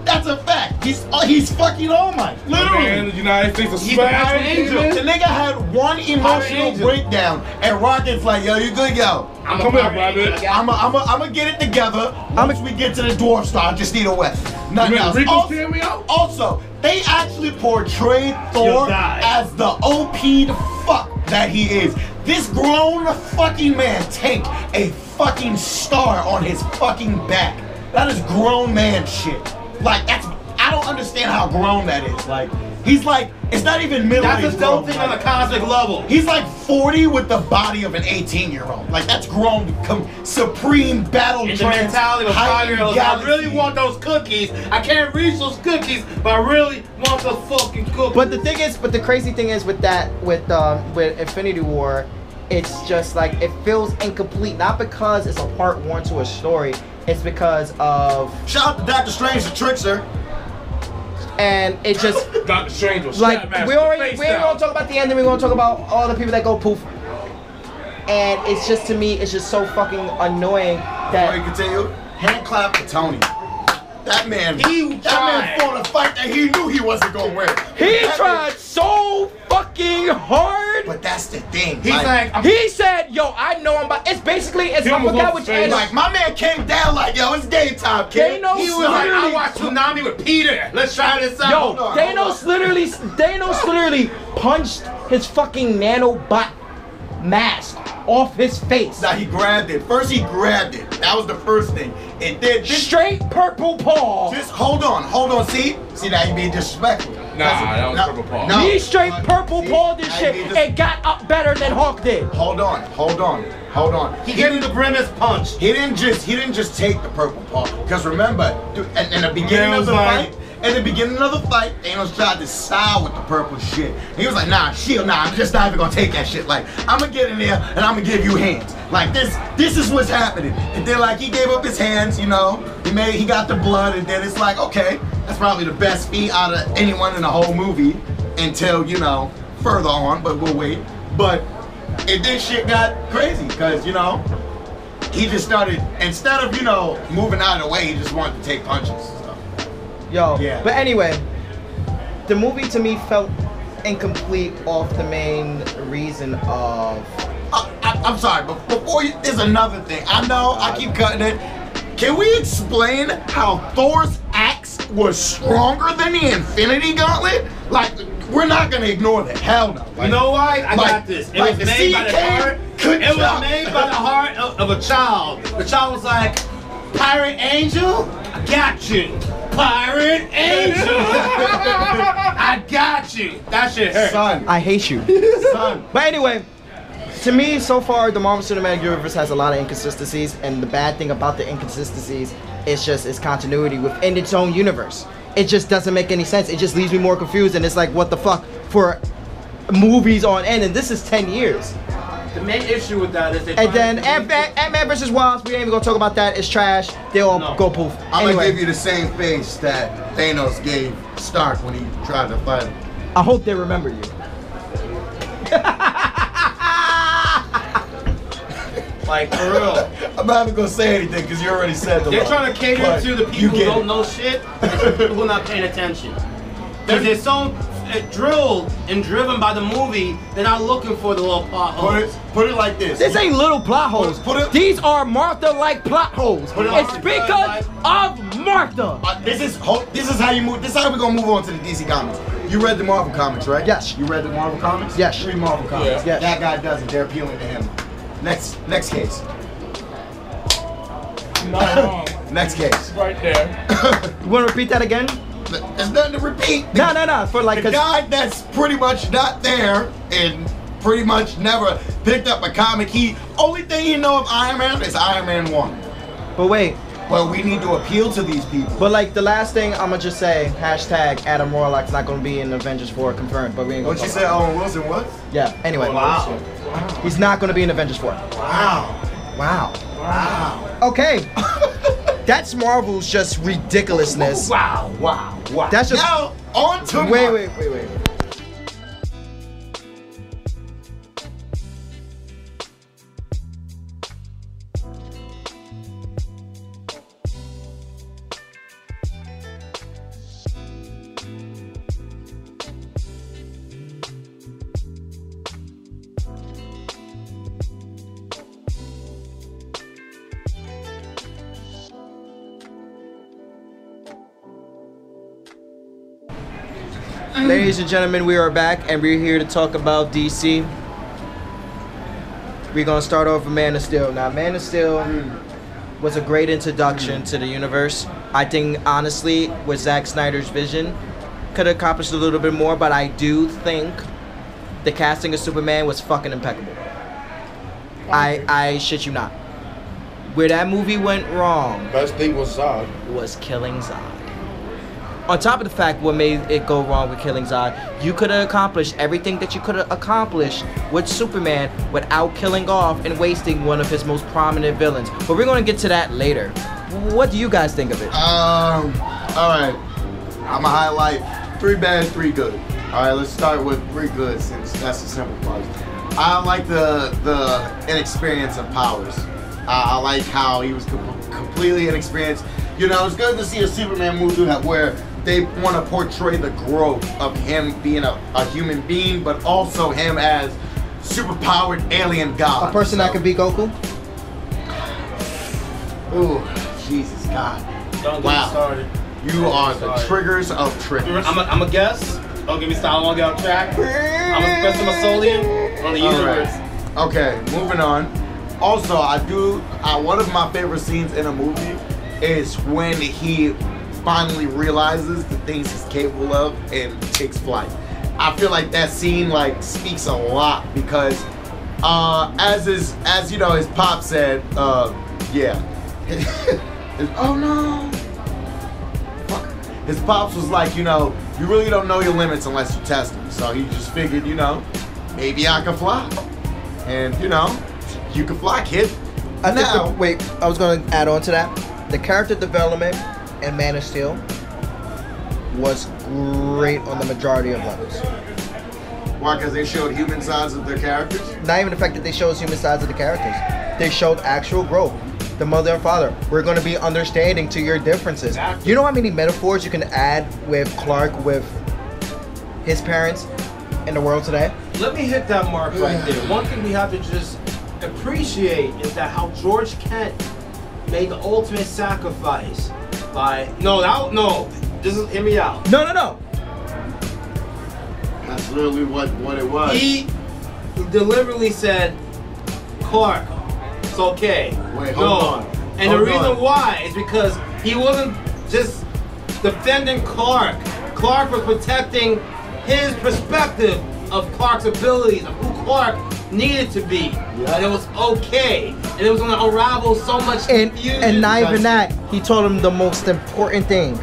Speaker 2: That's a fact. He's oh, he's fucking all might.
Speaker 5: Man,
Speaker 2: Literally.
Speaker 5: the United States of
Speaker 2: He's the
Speaker 5: Smash
Speaker 2: Iron Angel. The nigga had one emotional
Speaker 3: Angel.
Speaker 2: breakdown, and Rocket's like, "Yo, you good, yo?
Speaker 3: I'm
Speaker 5: Come here, Robin.
Speaker 2: I'm a, I'm a, I'm gonna get it together. Once we get to the dwarf star, I just need a weapon. Nothing
Speaker 5: You mean
Speaker 2: else.
Speaker 5: Rico's
Speaker 2: Also-
Speaker 5: cameo?
Speaker 2: Also, they actually portrayed
Speaker 3: You'll
Speaker 2: Thor
Speaker 3: die.
Speaker 2: as the OP'd fuck that he is. This grown fucking man take a fucking star on his fucking back. That is grown man shit. Like that's I don't understand how grown that is. Like he's like it's not even middle
Speaker 3: That's
Speaker 2: aged
Speaker 3: a dope
Speaker 2: grown,
Speaker 3: thing
Speaker 2: like-
Speaker 3: on a cosmic level.
Speaker 2: He's like 40 with the body of an 18 year old. Like that's grown com- supreme battle
Speaker 3: In the mentality of
Speaker 2: heightened
Speaker 3: five year olds, I
Speaker 2: galaxy.
Speaker 3: really want those cookies. I can't reach those cookies, but I really want those fucking cookies.
Speaker 4: But the thing is, but the crazy thing is with that, with um, with Infinity War, it's just like it feels incomplete. Not because it's a part one to a story. It's because of,
Speaker 2: Shout out to Doctor Strange the trickster.
Speaker 4: and it just
Speaker 5: Doctor Strange was
Speaker 4: like
Speaker 5: Snapmaster,
Speaker 4: we already
Speaker 5: face
Speaker 4: we ain't
Speaker 5: down.
Speaker 4: gonna talk about the ending. We're gonna talk about all the people that go poof. And it's just to me, it's just so fucking annoying
Speaker 2: Before you
Speaker 4: that
Speaker 2: continue, hand clap for Tony. That man,
Speaker 3: He
Speaker 2: that man
Speaker 3: tried.
Speaker 2: fought a fight that he knew he wasn't gonna win.
Speaker 10: He
Speaker 2: That
Speaker 10: tried so fucking
Speaker 2: is-
Speaker 10: hard.
Speaker 2: but that's the thing.
Speaker 3: He's like, I'm
Speaker 10: He said, "Yo, I know I'm about." It's basically it's
Speaker 5: He
Speaker 10: I
Speaker 5: almost
Speaker 10: forgot
Speaker 5: lost
Speaker 10: which
Speaker 5: his face.
Speaker 10: end.
Speaker 2: like, my man came down like, yo, it's game time, kid.
Speaker 10: Thanos
Speaker 2: he was like,
Speaker 10: literally-
Speaker 2: I want
Speaker 3: I watched Tsunami with Peter. Let's try this out.
Speaker 10: Yo,
Speaker 2: on,
Speaker 10: Thanos literally, Thanos literally punched his fucking nanobot mask off his face.
Speaker 2: Now he grabbed it. First he grabbed it. That was the first thing. And then this
Speaker 10: Straight purple paw.
Speaker 2: Just hold on, hold on. See, see now you being disrespectful. Nah,
Speaker 5: that was purple paw.
Speaker 10: He straight purple paw this shit and got up better than Hawk did.
Speaker 2: hold on, hold on, hold on.
Speaker 3: He gave him the grimace punch.
Speaker 2: He didn't just he didn't just take the purple paw. Cause remember, dude, in, in the beginning
Speaker 5: Man
Speaker 2: of
Speaker 5: was
Speaker 2: the
Speaker 5: like-
Speaker 2: fight, in the beginning of the fight, Thanos tried to side with the purple shit. He was like, Nah, shield, nah, I'm just not even gonna take that shit. Like, I'm gonna get in there and I'm gonna give you hands. Like this, this is what's happening. And then like he gave up his hands, you know. He made he got the blood, and then it's like, okay, that's probably the best feat out of anyone in the whole movie until you know further on, but we'll wait. But and then shit got crazy, cause you know he just started instead of you know moving out of the way, he just wanted to take punches. and stuff.
Speaker 4: yo.
Speaker 2: Yeah.
Speaker 4: But anyway, the movie to me felt incomplete off the main reason of
Speaker 2: Uh, I, I, I'm sorry, but before you, there's another thing. I know I keep cutting it. Can we explain how Thor's axe was stronger than the Infinity Gauntlet? Like, we're not gonna ignore that. Hell no. Like,
Speaker 3: You know why? I
Speaker 2: like-
Speaker 3: got this. It
Speaker 2: like the
Speaker 3: was made by the
Speaker 2: CK
Speaker 3: heart.
Speaker 2: couldn't
Speaker 3: It
Speaker 2: stop.
Speaker 3: was made by the heart of, of a child. The child was like, Pirate Angel, I got you. Pirate Angel, I got you. That shit hurt.
Speaker 2: son,
Speaker 4: I hate you.
Speaker 2: son.
Speaker 4: But anyway, to me, so far, the Marvel Cinematic Universe has a lot of inconsistencies, and the bad thing about the inconsistencies is just its continuity within its own universe. It just doesn't make any sense. It just leaves me more confused, and it's like, what the fuck for movies on end? And this is 10 years.
Speaker 3: The main issue with that is they
Speaker 4: And
Speaker 3: tried
Speaker 4: then
Speaker 3: to-
Speaker 4: Ant- Ant- Ant-Man versus Wasp, we ain't even gonna talk about that. It's trash. They all
Speaker 3: No.
Speaker 4: go poof.
Speaker 2: I'm
Speaker 4: anyway,
Speaker 2: gonna give you the same face that Thanos gave Stark when he tried to fight him.
Speaker 4: I hope they remember you.
Speaker 3: like for real.
Speaker 2: I'm not even gonna say anything because you already said the
Speaker 3: They're
Speaker 2: line.
Speaker 3: trying to cater
Speaker 2: But
Speaker 3: to the
Speaker 2: you
Speaker 3: people who
Speaker 2: get
Speaker 3: don't
Speaker 2: it.
Speaker 3: know shit, and people who are not paying attention. Because they're so uh, drilled and driven by the movie, they're not looking for the little
Speaker 2: Put
Speaker 3: potholes.
Speaker 2: it, put it like this.
Speaker 10: This ain't little plot holes.
Speaker 2: Put it-
Speaker 10: These are Martha-like plot holes.
Speaker 2: Put it
Speaker 10: It's
Speaker 2: on.
Speaker 10: because of Martha.
Speaker 2: Uh, this is ho- this is how you move. This is how we gonna move on to the DC comics. You read the Marvel comics, right?
Speaker 4: Yes.
Speaker 2: You read the Marvel comics.
Speaker 4: Yes.
Speaker 2: Read Marvel comics.
Speaker 4: Yeah. Yes.
Speaker 2: That guy doesn't. They're appealing to him. Next next case.
Speaker 5: Not wrong.
Speaker 2: Next case.
Speaker 5: Right there.
Speaker 4: You want to repeat that again?
Speaker 2: There's nothing to repeat.
Speaker 4: No, no, no. For like,
Speaker 2: the
Speaker 4: 'cause-
Speaker 2: guy that's pretty much not there and pretty much never picked up a comic. He only thing he know of Iron Man is Iron Man One.
Speaker 4: but wait.
Speaker 2: But we need to appeal to these people.
Speaker 4: But like the last thing I'ma just say, hashtag Adam Warlock's not gonna be in Avengers 4 confirmed, but we ain't gonna
Speaker 2: What you
Speaker 4: talk
Speaker 2: say, Oh,
Speaker 4: about
Speaker 2: Owen Wilson? What?
Speaker 4: it. Yeah, anyway.
Speaker 3: Wow.
Speaker 4: He's not gonna be in Avengers 4.
Speaker 2: Wow.
Speaker 4: Wow. Wow. Okay. That's Marvel's just ridiculousness.
Speaker 2: Wow. Wow. Wow.
Speaker 4: That's just-
Speaker 2: now on to
Speaker 4: Wait, wait, wait, wait. Ladies and gentlemen, we are back and we're here to talk about DC. We're gonna start off with Man of Steel. Now, Man of Steel was a great introduction to the universe. I think, honestly, with Zack Snyder's vision, could have accomplished a little bit more, but I do think the casting of Superman was fucking impeccable. I, I shit you not. Where that movie went wrong
Speaker 11: Best thing was Zod.
Speaker 4: was Killing Zod. On top of the fact, what made it go wrong with Killing Zod, you could have accomplished everything that you could have accomplished with Superman without killing off and wasting one of his most prominent villains. But we're gonna get to that later. What do you guys think of it?
Speaker 2: Um. All right. I'm a highlight three bad, three good. All right. Let's start with three good since that's the simple part. I like the the inexperience of Powers. I, I like how he was com- completely inexperienced. You know, it's good to see a Superman movie do that where they want to portray the growth of him being a, a human being, but also him as superpowered alien god.
Speaker 4: A person that could be Goku?
Speaker 2: Ooh, Jesus God.
Speaker 3: Don't get
Speaker 2: Wow.
Speaker 3: me started.
Speaker 2: You are the
Speaker 3: Sorry.
Speaker 2: triggers of triggers.
Speaker 3: I'm a, I'm a guess. Don't get me started. I won't get off track. I'm a special Masolian on the
Speaker 2: All right.
Speaker 3: universe.
Speaker 2: Okay, moving on. Also, I do. I, one of my favorite scenes in a movie is when he finally realizes the things he's capable of and takes flight. I feel like that scene like speaks a lot because, uh, as is as you know, his pop said, uh, yeah. oh no. His pops was like, you know, you really don't know your limits unless you test them. So he just figured, you know, maybe I can fly. And, you know, you can fly, kid.
Speaker 4: I think
Speaker 2: now,
Speaker 4: the- wait, I was gonna add on to that. The character development in Man of Steel was great on the majority of levels.
Speaker 2: why? Because they showed human sides of their characters?
Speaker 4: not even the fact that they showed us human sides of the characters. They showed actual growth. The mother and father. We're going to be understanding to your differences. You know how many metaphors you can add with Clark with his parents in the world today?
Speaker 3: Let me hit that mark right there. One thing we have to just appreciate is that how George Kent made the ultimate sacrifice by no, that, no. This is hear me out.
Speaker 4: No, no, no.
Speaker 2: That's literally what, what it was.
Speaker 3: He deliberately said, Clark, it's okay.
Speaker 2: Wait,
Speaker 3: no.
Speaker 2: hold on.
Speaker 3: And
Speaker 2: Hold
Speaker 3: the reason
Speaker 2: on.
Speaker 3: why is because he wasn't just defending Clark. Clark was protecting his perspective of Clark's abilities, of who Clark needed to be. And it was okay. And it was going to unravel so much
Speaker 4: And
Speaker 3: confusion.
Speaker 4: and not even that. He told him the most important thing.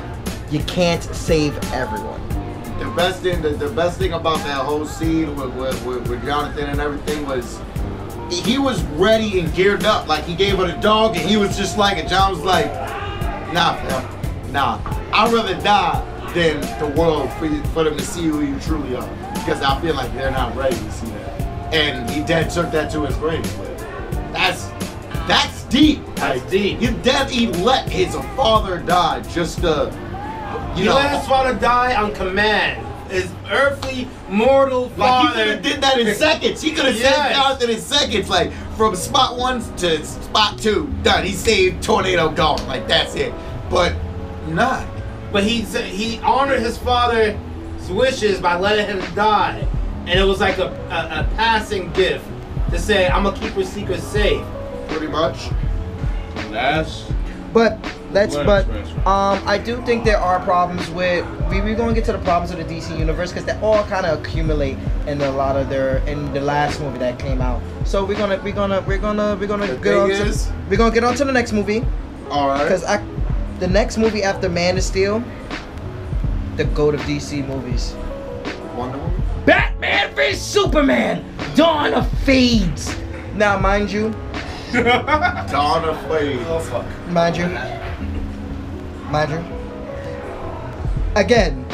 Speaker 4: You can't save everyone.
Speaker 2: the best thing the, the best thing about that whole scene with, with, with, with Jonathan and everything was he was ready and geared up. Like he gave her the dog and he was just like and John was like, nah fam, nah. I'd rather die than the world for, you, for them to see who you truly are. Because I feel like they're not ready to see that. And he dead took that to his grave. But that's that's deep.
Speaker 3: That's deep.
Speaker 2: His dad he let his father die just to you
Speaker 3: You
Speaker 2: know
Speaker 3: let his father die on command. His earthly, mortal
Speaker 2: Like he
Speaker 3: father.
Speaker 2: could have did that in seconds. He could have saved
Speaker 3: Yes.
Speaker 2: Jonathan in seconds. Like from spot one to spot two, done. He saved tornado gone. Like that's it. But nah.
Speaker 3: But he said he honored his father's wishes by letting him die, and it was like a, a, a passing gift to say, "I'm gonna keep your secret safe."
Speaker 2: Pretty much.
Speaker 5: That's
Speaker 4: But that's
Speaker 5: Right,
Speaker 4: but
Speaker 5: right,
Speaker 4: um, I do think there are problems with we we're going to get to the problems of the DC universe because they all kind of accumulate in a lot of their in the last movie that came out. So we're gonna we're gonna we're gonna we're gonna
Speaker 2: The
Speaker 4: get on
Speaker 2: thing is-
Speaker 4: to, we're gonna get on to the next movie
Speaker 2: All right.
Speaker 4: because I the next movie after Man of Steel, the goat of DC movies.
Speaker 2: Wonder Woman.
Speaker 10: Batman vs Superman, Dawn of Fades.
Speaker 4: Now, mind you,
Speaker 2: Dawn of Fade. Oh fuck.
Speaker 4: mind you, mind you. Again,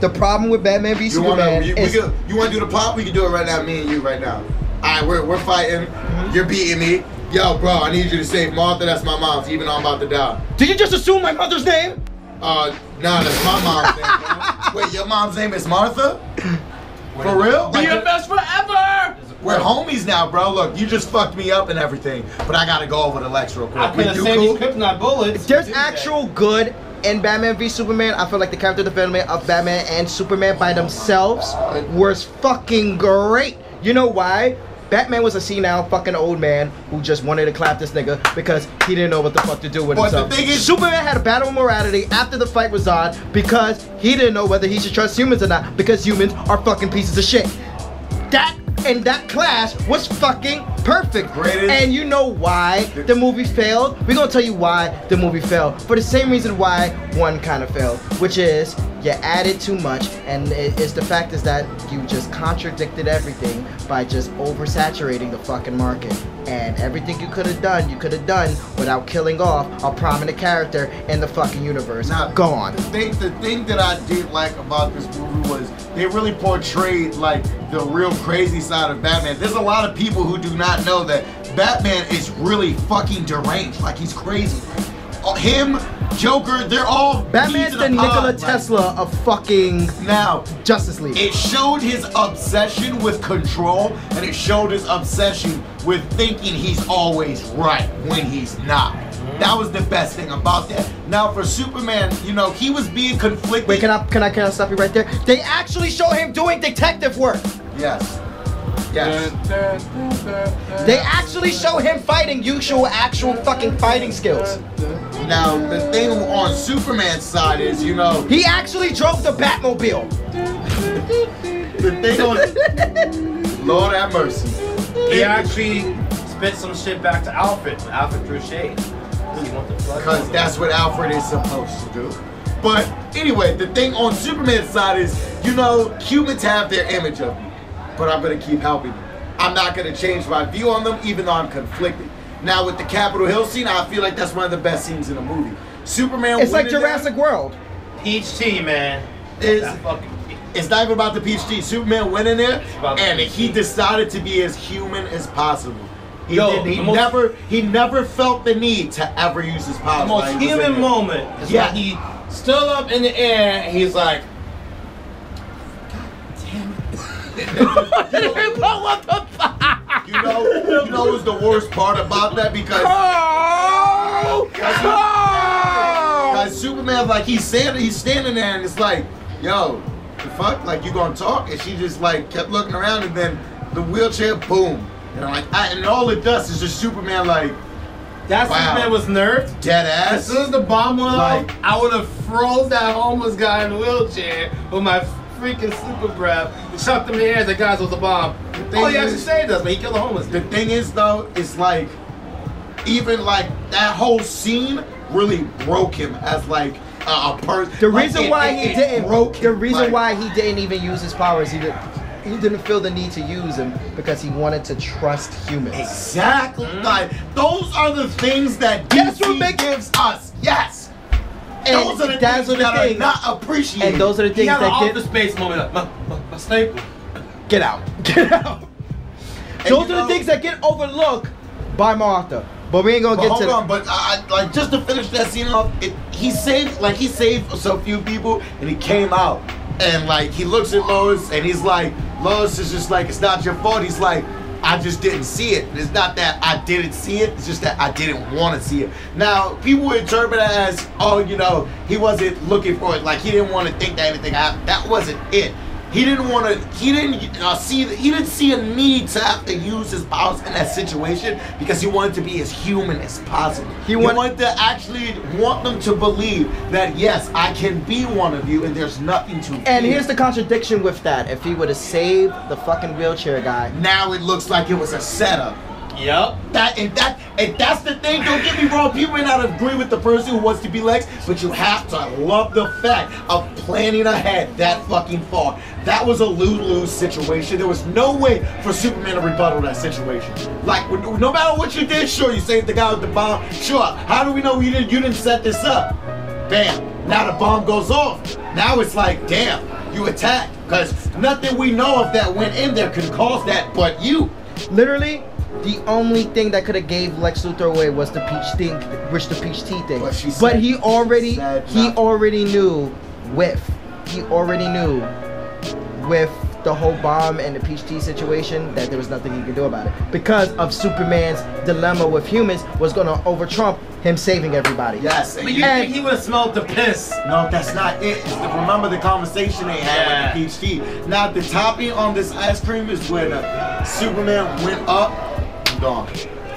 Speaker 4: the problem with Batman v
Speaker 2: You wanna
Speaker 4: Superman
Speaker 2: you, we
Speaker 4: is
Speaker 2: could, you wanna do the pop? We can do it right now. Me and you right now. All right, we're we're fighting. You're beating me. Yo, bro, I need you to save Martha. That's my mom's. Even though I'm about to die.
Speaker 10: Did you just assume my mother's name?
Speaker 2: Uh, nah, that's my mom's name. bro. Wait, your mom's name is Martha? For real?
Speaker 5: Be
Speaker 2: Like,
Speaker 5: your best forever.
Speaker 2: we're homies now, bro. Look, you just fucked me up and everything, but I gotta go over to Lex real quick.
Speaker 3: I could have
Speaker 2: you
Speaker 3: saved
Speaker 2: cool?
Speaker 3: these kryptonite bullets.
Speaker 4: There's
Speaker 3: Do that.
Speaker 4: actual good in Batman v Superman. I feel like the character development of Batman and Superman by themselves was fucking great. You know why? Batman was a senile fucking old man who just wanted to clap this nigga because he didn't know what the fuck to do with
Speaker 2: But the
Speaker 4: himself.
Speaker 2: thing is-
Speaker 4: Superman had a battle of morality after the fight was on because he didn't know whether he should trust humans or not because humans are fucking pieces of shit. That and that clash was fucking perfect.
Speaker 2: Greatest-
Speaker 4: And you know why the movie failed? We're gonna tell you why the movie failed. For the same reason why one kind of failed, which is you added too much, and it- it's the fact is that you just contradicted everything by just oversaturating the fucking market. And everything you could have done, you could have done without killing off a prominent character in the fucking universe.
Speaker 2: Now,
Speaker 4: Gone.
Speaker 2: The thing, the thing that I did like about this movie was they really portrayed like the real crazy side of Batman. There's a lot of people who do not know that Batman is really fucking deranged. Like he's crazy. Uh, Him, Joker, they're all
Speaker 4: Batman's
Speaker 2: peas in
Speaker 4: the
Speaker 2: a pod,
Speaker 4: Nikola
Speaker 2: like-
Speaker 4: Tesla of fucking
Speaker 2: now,
Speaker 4: Justice League.
Speaker 2: it showed his obsession with control, and it showed his obsession with thinking he's always right when he's not.
Speaker 4: Mm-hmm.
Speaker 2: That was the best thing about that. Now for Superman, you know, he was being conflicted.
Speaker 4: Wait, can I can I can I stop you right there? They actually show him doing detective work.
Speaker 2: Yes. Yes.
Speaker 4: They actually show him fighting usual actual fucking fighting skills.
Speaker 2: Now the thing on Superman's side is, you know,
Speaker 4: He actually drove the Batmobile.
Speaker 2: the thing on Lord have mercy.
Speaker 3: He actually spit some shit back to Alfred. when Alfred drew shade. He wanted to plug
Speaker 2: Because
Speaker 3: him.
Speaker 2: that's what Alfred is supposed to do. But anyway, the thing on Superman's side is, you know, humans have their image of me. But I'm gonna keep helping them. I'm not gonna change my view on them, even though I'm conflicted. Now with the Capitol Hill scene, I feel like that's one of the best scenes in the movie. Superman
Speaker 4: It's like
Speaker 2: winning that-
Speaker 4: Jurassic World.
Speaker 3: Each team, man.
Speaker 2: Is-
Speaker 3: That fucking
Speaker 2: It's not even about the PhD. Superman went in there
Speaker 3: about the
Speaker 2: and
Speaker 3: peach
Speaker 2: he
Speaker 3: tea.
Speaker 2: decided to be as human as possible. He,
Speaker 3: Yo,
Speaker 2: didn't- he
Speaker 3: the most-
Speaker 2: never he never felt the need to ever use his powers.
Speaker 3: the
Speaker 2: while he was
Speaker 3: most
Speaker 2: in
Speaker 3: human
Speaker 2: there.
Speaker 3: moment is
Speaker 2: Yeah.
Speaker 3: when he stood up in the air and he's like,
Speaker 2: You know, you know what's the worst part about that because because Superman like he's standing he's standing there and it's like, yo, the fuck, like you gonna talk? And she just like kept looking around and then the wheelchair boom. And I'm like, I, and all it does is just Superman like
Speaker 3: that
Speaker 2: Wow.
Speaker 3: Superman was nerfed.
Speaker 2: dead
Speaker 3: As
Speaker 2: ass.
Speaker 3: soon as the bomb went off,
Speaker 2: Like-
Speaker 3: I would have froze that homeless guy in the wheelchair with my freaking super breath, chucked him in the air, the guys with the bomb.
Speaker 2: thing
Speaker 3: All Oh, he actually
Speaker 2: is-
Speaker 3: saved us, but he killed the homeless
Speaker 2: The
Speaker 3: dude.
Speaker 2: thing is though, it's like even like that whole scene really broke him as like a, a person.
Speaker 4: The
Speaker 2: Like,
Speaker 4: reason
Speaker 2: it-
Speaker 4: why
Speaker 2: it-
Speaker 4: he
Speaker 2: it
Speaker 4: didn't
Speaker 2: broke
Speaker 4: the
Speaker 2: him,
Speaker 4: reason
Speaker 2: like-
Speaker 4: why he didn't even use his powers, he did he didn't feel the need to use them because he wanted to trust humans.
Speaker 2: Exactly. Like those are the things that
Speaker 4: That's
Speaker 2: DC
Speaker 4: Hmm? what makes-
Speaker 2: gives us. Yes.
Speaker 4: And
Speaker 2: those are the
Speaker 4: that's
Speaker 2: things
Speaker 4: what the
Speaker 2: that
Speaker 4: thing-
Speaker 2: are not appreciated.
Speaker 4: And those are the
Speaker 3: He
Speaker 4: things
Speaker 3: had an
Speaker 4: that
Speaker 3: office
Speaker 4: get
Speaker 3: space moment. Like, my, my, my sniper.
Speaker 4: get out. Get out.
Speaker 2: And
Speaker 4: Those
Speaker 2: you
Speaker 4: are the
Speaker 2: know-
Speaker 4: things that get overlooked by Martha. But we ain't gonna
Speaker 2: But
Speaker 4: get
Speaker 2: hold
Speaker 4: to that.
Speaker 2: on, but I, I- like just to finish that scene off, it, he saved like he saved so few people, and he came out and like he looks at Lois and he's like, Lois is just like it's not your fault. He's like, I just didn't see it. It's not that I didn't see it. It's just that I didn't want to see it. Now people would interpret it as, oh, you know, he wasn't looking for it. Like he didn't want to think that anything happened. That wasn't it. He didn't want to. He didn't uh, see. The, he didn't see a need to have to use his powers in that situation because he wanted to be as human as possible. He,
Speaker 4: want-
Speaker 2: wanted to actually want them to believe that yes, I can be one of you, and there's nothing to.
Speaker 4: And
Speaker 2: fear.
Speaker 4: here's the contradiction with that. If he would have saved the fucking wheelchair guy,
Speaker 2: now it looks like it was a setup.
Speaker 3: Yep.
Speaker 2: That and that and that's the thing. Don't get me wrong. People may not agree with the person who wants to be Lex, but you have to love the fact of planning ahead that fucking far. That was a lose-lose situation. There was no way for Superman to rebuttal that situation. Like, w- no matter what you did, sure, you saved the guy with the bomb. Sure. How do we know you didn't? You didn't set this up. Bam. Now the bomb goes off. Now it's like, damn, you attacked. Cause nothing we know of that went in there could cause that, but you.
Speaker 4: literally, the only thing that could have gave Lex Luthor away was the peach thing, which the peach tea thing.
Speaker 2: But she said-
Speaker 4: But he already,
Speaker 2: said
Speaker 4: he
Speaker 2: nothing.
Speaker 4: already knew with, he already knew with the whole bomb and the peach tea situation that there was nothing he could do about it because of Superman's dilemma with humans was gonna overtrump him saving everybody.
Speaker 2: Yes.
Speaker 3: But you
Speaker 4: And-
Speaker 3: think he would have smelled the piss?
Speaker 2: No, that's not it. It's the, remember the conversation they had with the PhD. Now the topping on this ice cream is where the Superman went up. I'm done.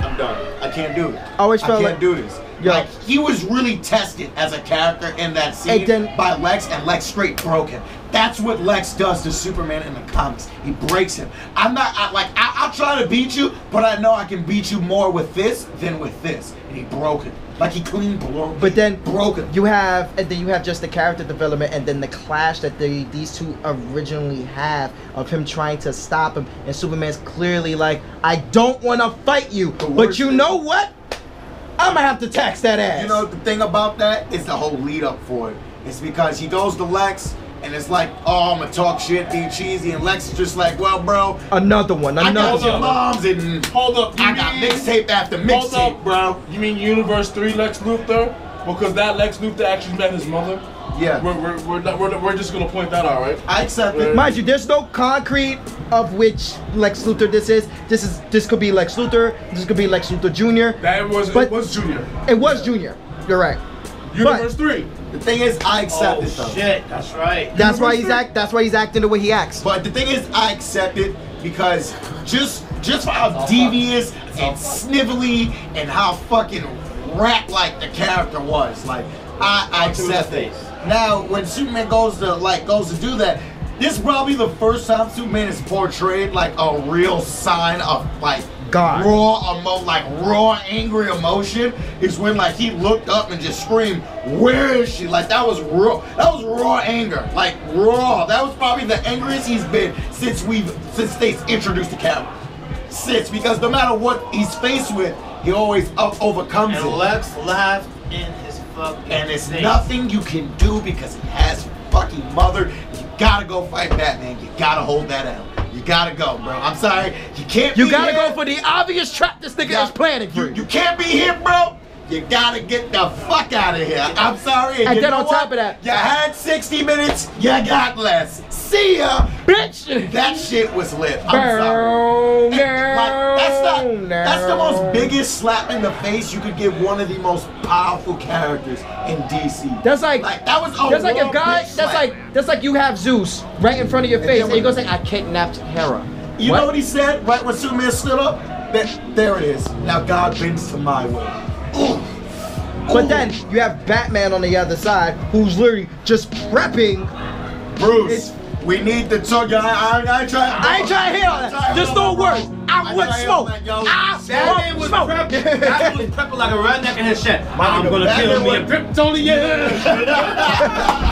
Speaker 2: I'm done. I can't do it. I
Speaker 4: always felt
Speaker 2: can't
Speaker 4: like-
Speaker 2: do this.
Speaker 4: Yo.
Speaker 2: Like he was really tested as a character in that scene
Speaker 4: And then-
Speaker 2: by Lex, and Lex straight broke him. That's what Lex does to Superman in the comics. He breaks him. I'm not I, like I, I'll try to beat you, but I know I can beat you more with this than with this. And he broke him. Like he clean broke.
Speaker 4: But then
Speaker 2: broke him.
Speaker 4: You have and then you have just the character development and then the clash that they these two originally have of him trying to stop him and Superman's clearly like, I don't wanna fight you, but
Speaker 2: worst
Speaker 4: you
Speaker 2: thing-
Speaker 4: know what? I'ma have to tax that ass.
Speaker 2: You know the thing about that is the whole lead up for it. It's because he goes to Lex and it's like, oh, I'ma talk shit, be cheesy, and Lex is just like, well, bro,
Speaker 4: another one,
Speaker 2: I got
Speaker 4: another
Speaker 2: your
Speaker 5: up.
Speaker 4: one.
Speaker 2: moms and
Speaker 5: Hold up. you
Speaker 2: I got
Speaker 5: mean-
Speaker 2: mixtape after
Speaker 5: Hold up,
Speaker 2: mixtape.
Speaker 5: bro. You mean Universe 3 Lex Luthor? Because that Lex Luthor actually met his mother?
Speaker 2: Yeah.
Speaker 5: We're, we're, we're, not, we're, we're just gonna point that out, right?
Speaker 2: I accept it.
Speaker 4: Mind you, there's no concrete of which Lex Luthor this is. This is this could be Lex Luthor, this could be Lex Luthor Jr.
Speaker 5: That was,
Speaker 4: But-
Speaker 5: it was Junior.
Speaker 4: it was Junior. You're right.
Speaker 5: Universe 3.
Speaker 2: the thing is, I accept
Speaker 3: Oh
Speaker 2: it though.
Speaker 3: shit, that's right.
Speaker 4: That's why he's act that's why he's acting the way he acts.
Speaker 2: But the thing is, I accept it because just just for how devious and snivelly and how fucking rat like the character was, like I, I
Speaker 3: Onto his
Speaker 2: accept it.
Speaker 3: face.
Speaker 2: Now when Superman goes to like goes to do that, this is probably the first time Superman is portrayed like a real sign of like
Speaker 4: God.
Speaker 2: raw emo- like raw angry emotion is when like he looked up and just screamed, "Where is she?" Like that was raw. That was raw anger. Like raw. That was probably the angriest he's been since we've since they introduced the camera. Since because no matter what he's faced with, he always up overcomes
Speaker 3: And
Speaker 2: it.
Speaker 3: Lex laughed in his fucking
Speaker 2: and it's
Speaker 3: face.
Speaker 2: nothing you can do because he has your fucking mother. You gotta go fight Batman. You gotta hold that out. You gotta go, bro. I'm sorry. You can't.
Speaker 4: You
Speaker 2: be
Speaker 4: gotta
Speaker 2: here.
Speaker 4: go for the obvious trap this nigga is
Speaker 2: Yeah.
Speaker 4: planning for
Speaker 2: you, you can't be here, bro. You gotta get the fuck out of here. I'm sorry.
Speaker 4: And
Speaker 2: you
Speaker 4: then
Speaker 2: know
Speaker 4: on
Speaker 2: what?
Speaker 4: top of that-
Speaker 2: you had 60 minutes. You got less. See ya.
Speaker 4: Bitch!
Speaker 2: That shit was lit. I'm sorry. And, like, that's not. That's the most biggest slap in the face you could give one of the most powerful characters in DC.
Speaker 4: That's like-
Speaker 2: that was a
Speaker 4: That's like
Speaker 2: real
Speaker 4: if God.
Speaker 2: bitch
Speaker 4: That's
Speaker 2: slap.
Speaker 4: like that's like you have Zeus right in front of your
Speaker 2: then
Speaker 4: face, and
Speaker 2: when-
Speaker 4: you go say, "I kidnapped Hera."
Speaker 2: You know what he said right when Superman stood up? That, there it is. Now God bends to my will. Ooh.
Speaker 4: But then you have Batman on the other side, who's literally just prepping.
Speaker 2: Bruce, we need the talk. I, I, I try.
Speaker 4: I ain't trying to hear all that. There's no words. I want smoke. I
Speaker 3: That man
Speaker 4: want
Speaker 3: was
Speaker 4: smoke.
Speaker 3: prepping. That man was prepping like a redneck in his shit. I'm
Speaker 2: nigga
Speaker 3: gonna kill
Speaker 2: Batman
Speaker 3: me
Speaker 2: was-
Speaker 3: a Kryptonian.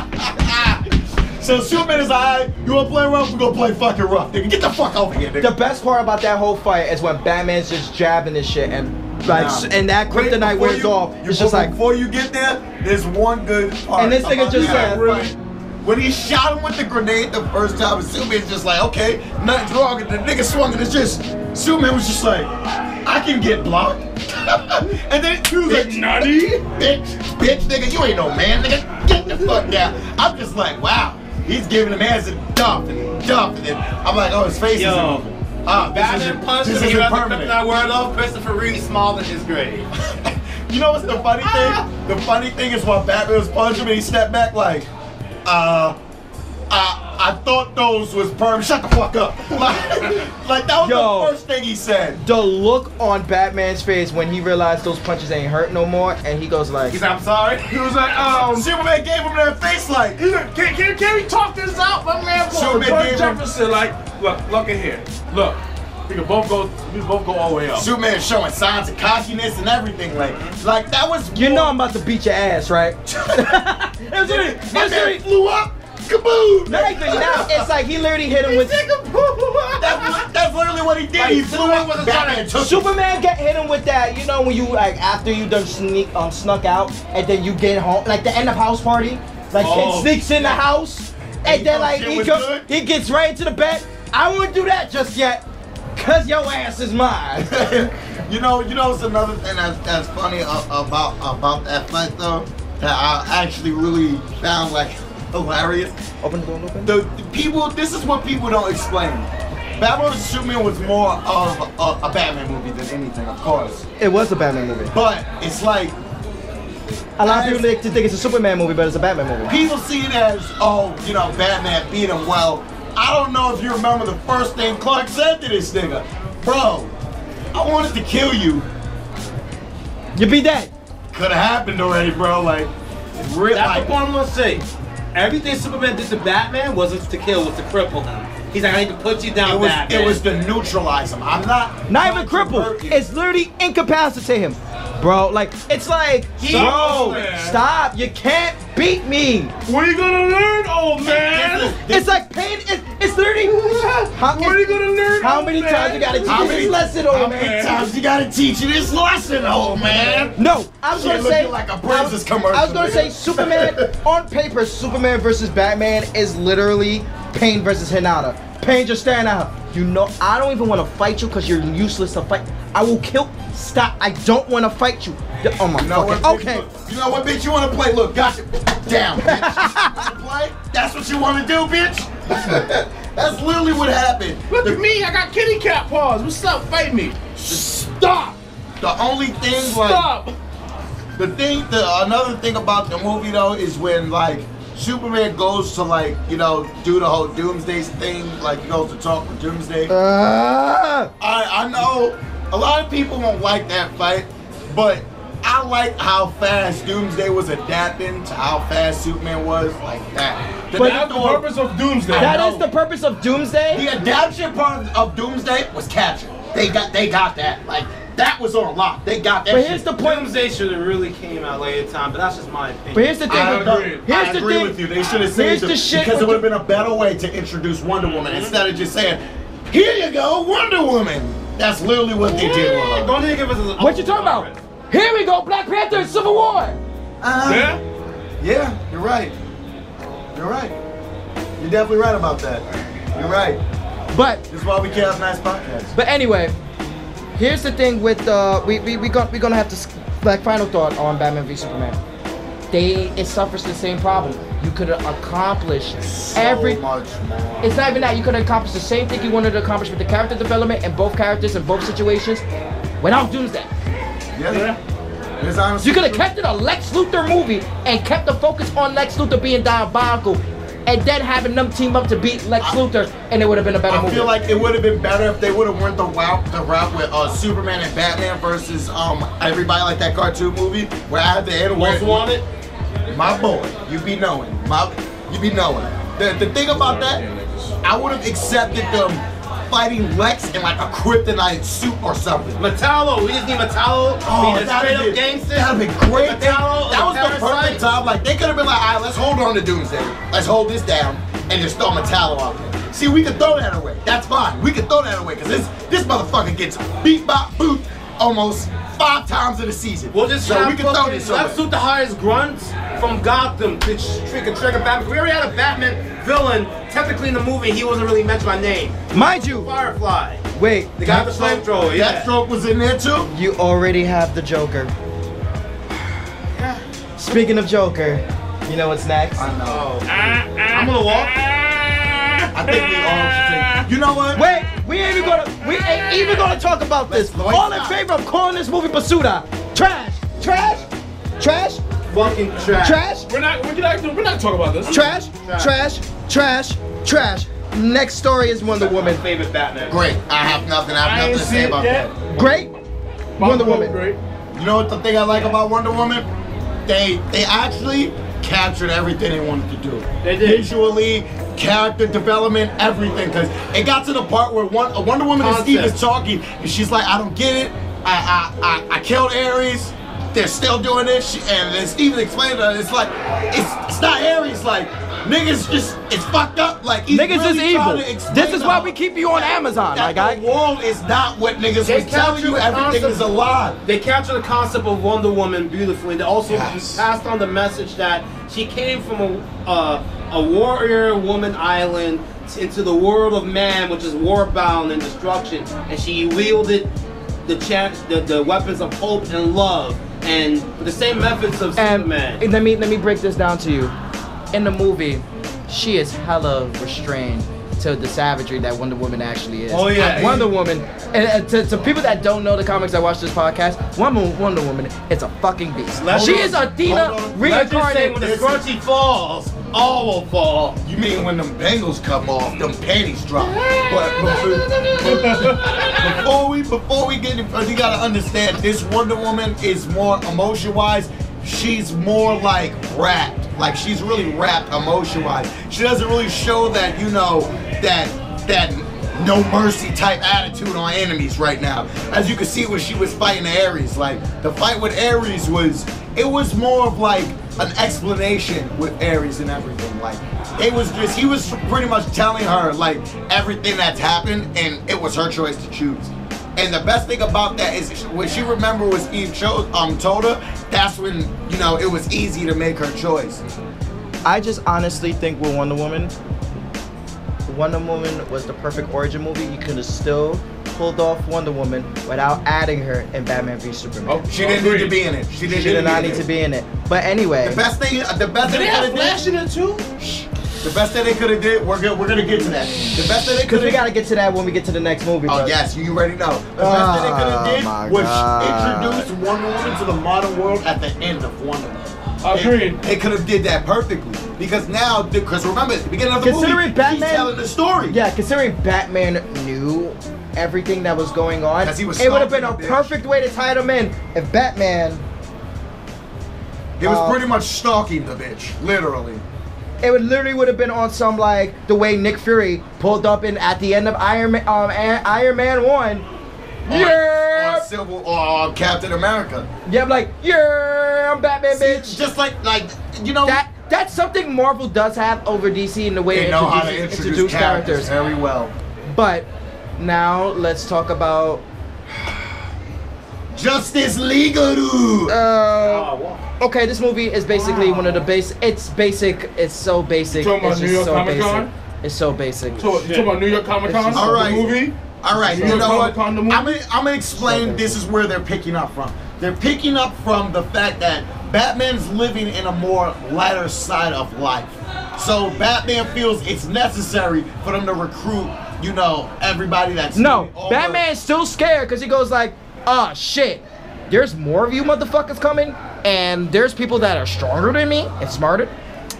Speaker 2: So Superman is like, "Alright, you wanna play rough? We gonna play fucking rough, nigga. Get the fuck over here,
Speaker 4: The
Speaker 2: nigga.
Speaker 4: best part about that whole fight is when Batman's just jabbing this shit, and like,
Speaker 2: Nah.
Speaker 4: and that
Speaker 2: Wait,
Speaker 4: kryptonite
Speaker 2: before
Speaker 4: wears
Speaker 2: you-
Speaker 4: off.
Speaker 2: you-
Speaker 4: It's just like
Speaker 2: before you get there, there's one good part.
Speaker 4: And this nigga
Speaker 2: about
Speaker 4: just
Speaker 2: that
Speaker 4: said-
Speaker 2: fight. When he shot him with the grenade the first time, Superman's just like, okay, nothing's wrong. And the nigga swung and it's just, Superman was just like, I can get blocked. and then he was like, nutty. Bitch, bitch, nigga, you ain't no man, nigga. Get the fuck down. I'm just like, wow. He's giving him ass and dump and dump. And then I'm like, oh, his face
Speaker 3: Yo.
Speaker 2: is. Ah, this
Speaker 3: Batman
Speaker 2: isn't-
Speaker 3: punched
Speaker 2: this
Speaker 3: him. He
Speaker 2: isn't
Speaker 3: got the
Speaker 2: permanent.
Speaker 3: kryptonite word off. Christopher Reeve smiled in his grave.
Speaker 2: You know what's the funny
Speaker 5: Ah.
Speaker 2: thing? The funny thing is when Batman was punching him and he stepped back like, uh, uh, I thought those was perm. Shut the fuck up. Like, like that was
Speaker 4: Yo.
Speaker 2: the first thing he said.
Speaker 4: The look on Batman's face when he realized those punches ain't hurt no more, and he goes like,
Speaker 2: He's like, I'm sorry.
Speaker 5: He was like, um,
Speaker 2: Superman gave him that face like.
Speaker 5: He's like, can, can, can we talk this out, my man?
Speaker 2: Sure,
Speaker 5: Sure,
Speaker 2: man,
Speaker 5: Bert
Speaker 2: Gabriel.
Speaker 5: Jefferson, like, look, look at here. Look, we can both go, we can both go all the way up.
Speaker 2: Superman showing signs of cockiness and everything. Like, like that was.
Speaker 4: "You know I'm about to beat your ass, right?" it was really, it
Speaker 2: My
Speaker 4: was
Speaker 2: man
Speaker 4: really,
Speaker 2: flew up. Kaboom!
Speaker 4: not even now. It's like he literally hit him with.
Speaker 2: That's, that's literally what he did.
Speaker 5: Like,
Speaker 2: he flew
Speaker 5: Superman
Speaker 2: up.
Speaker 5: wasn't
Speaker 2: Batman
Speaker 5: trying to-
Speaker 2: took him.
Speaker 4: Superman get hit him with that, you know, when you like after you done sneak um snuck out and then you get home, like the end of house party, like
Speaker 5: Oh.
Speaker 4: it sneaks in the house and
Speaker 2: he
Speaker 4: then
Speaker 2: thought
Speaker 4: like
Speaker 2: shit
Speaker 4: he
Speaker 2: was
Speaker 4: goes,
Speaker 2: good?
Speaker 4: he gets right into the bed. I wouldn't do that just yet, cause your ass is mine.
Speaker 2: you know, you know, it's another thing that's, that's funny a- about about that fight though that I actually really found like hilarious.
Speaker 4: open the door, open.
Speaker 2: The, the people, this is what people don't explain. Batman vs Superman was more of a, a Batman movie than anything, of course.
Speaker 4: It was a Batman movie.
Speaker 2: But it's like
Speaker 4: A lot of people like to think it's a Superman movie, but it's a Batman movie.
Speaker 2: people see it as, oh, you know, Batman beat him. Well, I don't know if you remember the first thing Clark said to this nigga, bro. I wanted to kill you.
Speaker 4: You be dead.
Speaker 2: Could have happened already, bro. Like, real,
Speaker 3: That's
Speaker 2: like
Speaker 3: what I'm gonna say. Everything Superman did to Batman wasn't to kill, was to cripple him. He's like, I need to put you down,
Speaker 2: It was,
Speaker 3: Batman.
Speaker 2: it was to neutralize him. I'm not.
Speaker 4: Not even cripple.
Speaker 2: controversial.
Speaker 4: It's literally incapacitate him. Bro, like, it's like, bro,
Speaker 5: man.
Speaker 4: stop. You can't beat me.
Speaker 5: What are you gonna learn, old man?
Speaker 4: It's like pain. It's, it's literally. How,
Speaker 5: What are you gonna learn,
Speaker 4: how
Speaker 5: old
Speaker 4: many
Speaker 5: man?
Speaker 4: times you gotta teach
Speaker 2: How
Speaker 4: me
Speaker 2: many-
Speaker 4: this lesson,
Speaker 2: How
Speaker 4: old
Speaker 2: many
Speaker 4: man?
Speaker 2: times you gotta teach you this lesson, old man?
Speaker 4: No, I was
Speaker 2: Shit
Speaker 4: gonna
Speaker 2: looking
Speaker 4: say
Speaker 2: like a
Speaker 4: I
Speaker 2: Princess
Speaker 4: was,
Speaker 2: commercial,
Speaker 4: I was gonna say
Speaker 2: nigga.
Speaker 4: Superman on paper, Superman versus Batman is literally Pain versus Hinata. Pain just staring at her. You know, I don't even want to fight you because you're useless to fight. I will kill. Stop. I don't want to fight you. D- Oh my
Speaker 2: You know what, bitch,
Speaker 4: fucking. Okay.
Speaker 2: look, you know what, bitch? You wanna play? Look, gotcha. Down, bitch. You wanna play? That's what you wanna do, bitch? That's literally what happened.
Speaker 5: Look at me, I got kitty cat paws. What's up? Fight me. Stop.
Speaker 2: The only thing, like,
Speaker 5: Stop.
Speaker 2: the thing, the another thing about the movie though is when like Superman goes to like you know do the whole Doomsday thing, like he goes to talk with Doomsday.
Speaker 4: Ah.
Speaker 2: I, I know a lot of people won't like that fight, but I like how fast Doomsday was adapting to how fast Superman was like that. The
Speaker 5: But
Speaker 2: Dark
Speaker 5: that's the
Speaker 2: Lord-
Speaker 5: purpose of Doomsday.
Speaker 4: that is the purpose of Doomsday.
Speaker 2: the adaptation part of, of Doomsday was captured. They got they got that. Like that was on lock. They got that.
Speaker 4: But
Speaker 2: shit.
Speaker 4: here's the point.
Speaker 3: Doomsday should have really came out later time, but that's just my opinion.
Speaker 4: But here's the thing.
Speaker 2: I
Speaker 4: with the-
Speaker 2: agree.
Speaker 4: Here's
Speaker 2: I
Speaker 4: the
Speaker 2: agree
Speaker 4: thing.
Speaker 2: with you. They should have
Speaker 4: Here's
Speaker 2: saved
Speaker 4: the
Speaker 2: it
Speaker 4: shit
Speaker 2: because
Speaker 4: with
Speaker 2: it would have
Speaker 4: the-
Speaker 2: been a better way to introduce Wonder Woman instead of just saying, "Here you go, Wonder Woman." That's literally what they did. with her.
Speaker 3: Don't even give us a
Speaker 4: What you talking about? Here we go, Black Panther and Civil War.
Speaker 5: Yeah?
Speaker 2: Uh-huh. Yeah, you're right. You're right. You're definitely right about that. You're right.
Speaker 4: But
Speaker 2: This is why we can't have nice podcasts.
Speaker 4: But anyway, here's the thing with uh, we we we gon- we gonna have to s- like final thought on Batman v Superman. They it suffers the same problem. You could have accomplished every.
Speaker 2: so much more.
Speaker 4: It's not even that you could have accomplished the same thing you wanted to accomplish with the character development and both characters in both situations without Doomsday.
Speaker 2: Yeah. It's honestly.
Speaker 4: You could have kept it a Lex Luthor movie and kept the focus on Lex Luthor being diabolical and then having them team up to beat Lex Luthor and it would have been a better
Speaker 2: I
Speaker 4: movie.
Speaker 2: feel like it would have been better if they would have went the route the route with uh, Superman and Batman versus um everybody like that cartoon movie where at the end where
Speaker 3: Most wanted?
Speaker 2: my boy you be knowing my you be knowing the the thing about that I would have accepted them fighting Lex in like a kryptonite suit or something.
Speaker 3: Metallo, we just need Metallo.
Speaker 2: Oh,
Speaker 3: Oh, He's a
Speaker 2: that'd
Speaker 3: straight
Speaker 2: been,
Speaker 3: up gangster.
Speaker 2: that'd been great.
Speaker 3: Metallo,
Speaker 2: that was the perfect
Speaker 3: time.
Speaker 2: time. Like they could have been like, all right, let's hold on to Doomsday. Let's hold this down and just throw Metallo out there. See, we could throw that away. That's fine. We could throw that away because this this motherfucker gets beat by boot almost five times in the season.
Speaker 3: We'll just
Speaker 2: so
Speaker 3: have
Speaker 2: we can throw
Speaker 3: fucking-
Speaker 2: this
Speaker 3: Let's
Speaker 2: away.
Speaker 3: shoot the highest grunts from Gotham to trigger trigger Batman. We already had a Batman villain. Technically in the movie, he wasn't really mentioned by name.
Speaker 4: Mind you,
Speaker 3: Firefly.
Speaker 4: wait,
Speaker 3: The guy with the flamethrower. Yeah.
Speaker 2: Deathstroke was in there too.
Speaker 4: You already have the Joker. Speaking of Joker, you know what's next?
Speaker 2: I know.
Speaker 3: I'm gonna walk.
Speaker 2: I think we all should take. You know what?
Speaker 4: Wait, we ain't even gonna we ain't even gonna talk about this.
Speaker 2: Let's-
Speaker 4: All in favor of calling this movie Pursuta. Trash, trash, trash,
Speaker 3: Fucking trash.
Speaker 4: trash,
Speaker 5: We're not, we're not, we're not talking about this.
Speaker 4: trash, trash, trash, Trash. Next story is Wonder Woman.
Speaker 3: Favorite Batman.
Speaker 2: Great. I have nothing. I have nothing to say about that.
Speaker 4: Great. Wonder Woman.
Speaker 2: You know what the thing I like about Wonder Woman? They they actually captured everything they wanted to do.
Speaker 3: They did.
Speaker 2: Visually, character development, everything. Cause it got to the part where one, Wonder Woman and Steve is
Speaker 3: Concept.
Speaker 2: talking, and she's like, "I don't get it. I I I, I killed Ares." They're still doing this, She- and then Steven explained to her, it's like, it's, it's not Ares, like, niggas just, it's fucked up, like, he's
Speaker 10: Niggas is
Speaker 2: really
Speaker 10: evil.
Speaker 2: trying to explain
Speaker 10: This is
Speaker 2: to
Speaker 10: why
Speaker 2: her
Speaker 10: we keep you on Amazon, my
Speaker 2: that
Speaker 10: guy.
Speaker 2: The world is not what niggas
Speaker 3: They
Speaker 2: was telling
Speaker 3: captured
Speaker 2: you,
Speaker 3: the
Speaker 2: everything
Speaker 3: concept-
Speaker 2: is a lie.
Speaker 3: They capture the concept of Wonder Woman beautifully. They also
Speaker 2: Yes.
Speaker 3: passed on the message that she came from a, uh, a warrior woman island into the world of man, which is war-bound and destruction, and she wielded the chance, the, the weapons of hope and love, and the same methods of
Speaker 4: And
Speaker 3: Superman.
Speaker 4: let Um, me let me break this down to you. In the movie, she is hella restrained to the savagery that Wonder Woman actually is.
Speaker 3: Oh, yeah.
Speaker 4: Wonder Woman. And uh, to, to people that don't know the comics that watch this podcast, Wonder Wonder Woman is a fucking beast.
Speaker 3: Let's
Speaker 4: she
Speaker 3: just-
Speaker 4: is Athena
Speaker 2: hold on.
Speaker 3: Let's just say when the
Speaker 4: reincarnated.
Speaker 3: scrunchy falls, all will fall.
Speaker 2: You mean when them bangles come off, them panties drop. But before, before we before we get in, you gotta understand this Wonder Woman is more emotion wise. She's more like wrapped. Like she's really wrapped emotion wise. She doesn't really show that you know that that no mercy type attitude on enemies right now. As you can see when she was fighting Ares, like the fight with Ares was it was more of like an explanation with Ares and everything. Like it was just he was pretty much telling her like everything that's happened, and it was her choice to choose. And the best thing about that is when she remembered was Eve chose um told her, that's when you know it was easy to make her choice.
Speaker 4: I just honestly think with Wonder Woman, Wonder Woman was the perfect origin movie. You could have still pulled off Wonder Woman without adding her in Batman v Superman.
Speaker 2: She didn't need to be in it. She didn't,
Speaker 4: Oh, She did not
Speaker 2: in
Speaker 4: need
Speaker 2: it.
Speaker 4: to be in it. But anyway,
Speaker 2: The best thing, uh, the best thing they could have did. The best thing they could have did. We're good. We're gonna get to that. The best thing they could
Speaker 4: because we
Speaker 2: have.
Speaker 4: gotta get to that when we get to the next movie.
Speaker 2: Oh
Speaker 4: brother.
Speaker 2: yes, you already know. The best thing they could
Speaker 1: Oh,
Speaker 2: have did
Speaker 1: my
Speaker 2: was
Speaker 1: God.
Speaker 2: introduce Wonder Woman to the modern world at the end of Wonder Woman.
Speaker 5: Agreed.
Speaker 2: They, could have did that perfectly because now, because remember, at the beginning of the
Speaker 4: Considering
Speaker 2: movie,
Speaker 4: Batman-
Speaker 2: he's telling the story.
Speaker 4: Yeah, considering Batman knew everything that was going on,
Speaker 2: 'Cause he was
Speaker 4: it would have been a
Speaker 2: stalking the bitch.
Speaker 4: perfect way to tie them in if Batman.
Speaker 2: It was
Speaker 4: Uh,
Speaker 2: pretty much stalking the bitch, literally.
Speaker 4: It would literally would have been on some like the way Nick Fury pulled up in at the end of Iron Man, um, A- Iron Man One.
Speaker 2: On-
Speaker 4: yeah,
Speaker 2: On Civil or Captain America.
Speaker 4: yeah, I'm like yeah, I'm Batman, bitch.
Speaker 2: Just like, like you know,
Speaker 4: That that's something Marvel does have over DC in the way
Speaker 2: they
Speaker 4: it
Speaker 2: know how to
Speaker 4: introduces-
Speaker 2: introduce,
Speaker 4: introduce
Speaker 2: characters
Speaker 4: characters.
Speaker 2: very well.
Speaker 4: But now let's talk about
Speaker 2: Justice League, dude.
Speaker 4: Uh, okay, this movie is basically one of the base. It's basic. It's so basic.
Speaker 5: Talking about
Speaker 4: It's
Speaker 5: New
Speaker 4: just
Speaker 5: York
Speaker 4: so
Speaker 5: Comic Con?
Speaker 4: basic. It's so basic.
Speaker 5: So, you talking about New York Comic Con?
Speaker 4: It's just-
Speaker 2: All right.
Speaker 5: The movie?
Speaker 2: All right,
Speaker 5: So
Speaker 2: you
Speaker 5: it's
Speaker 2: know what? I'm
Speaker 5: Comic-Con the movie?
Speaker 2: gonna, I'm gonna explain. This is where they're picking up from. They're picking up from the fact that Batman's living in a more lighter side of life. So Batman feels it's necessary for them to recruit, you know, everybody that's
Speaker 4: No,
Speaker 2: all the-
Speaker 4: Batman's still scared because he goes like, "Ah, shit. There's more of you motherfuckers coming, and there's people that are stronger than me and smarter.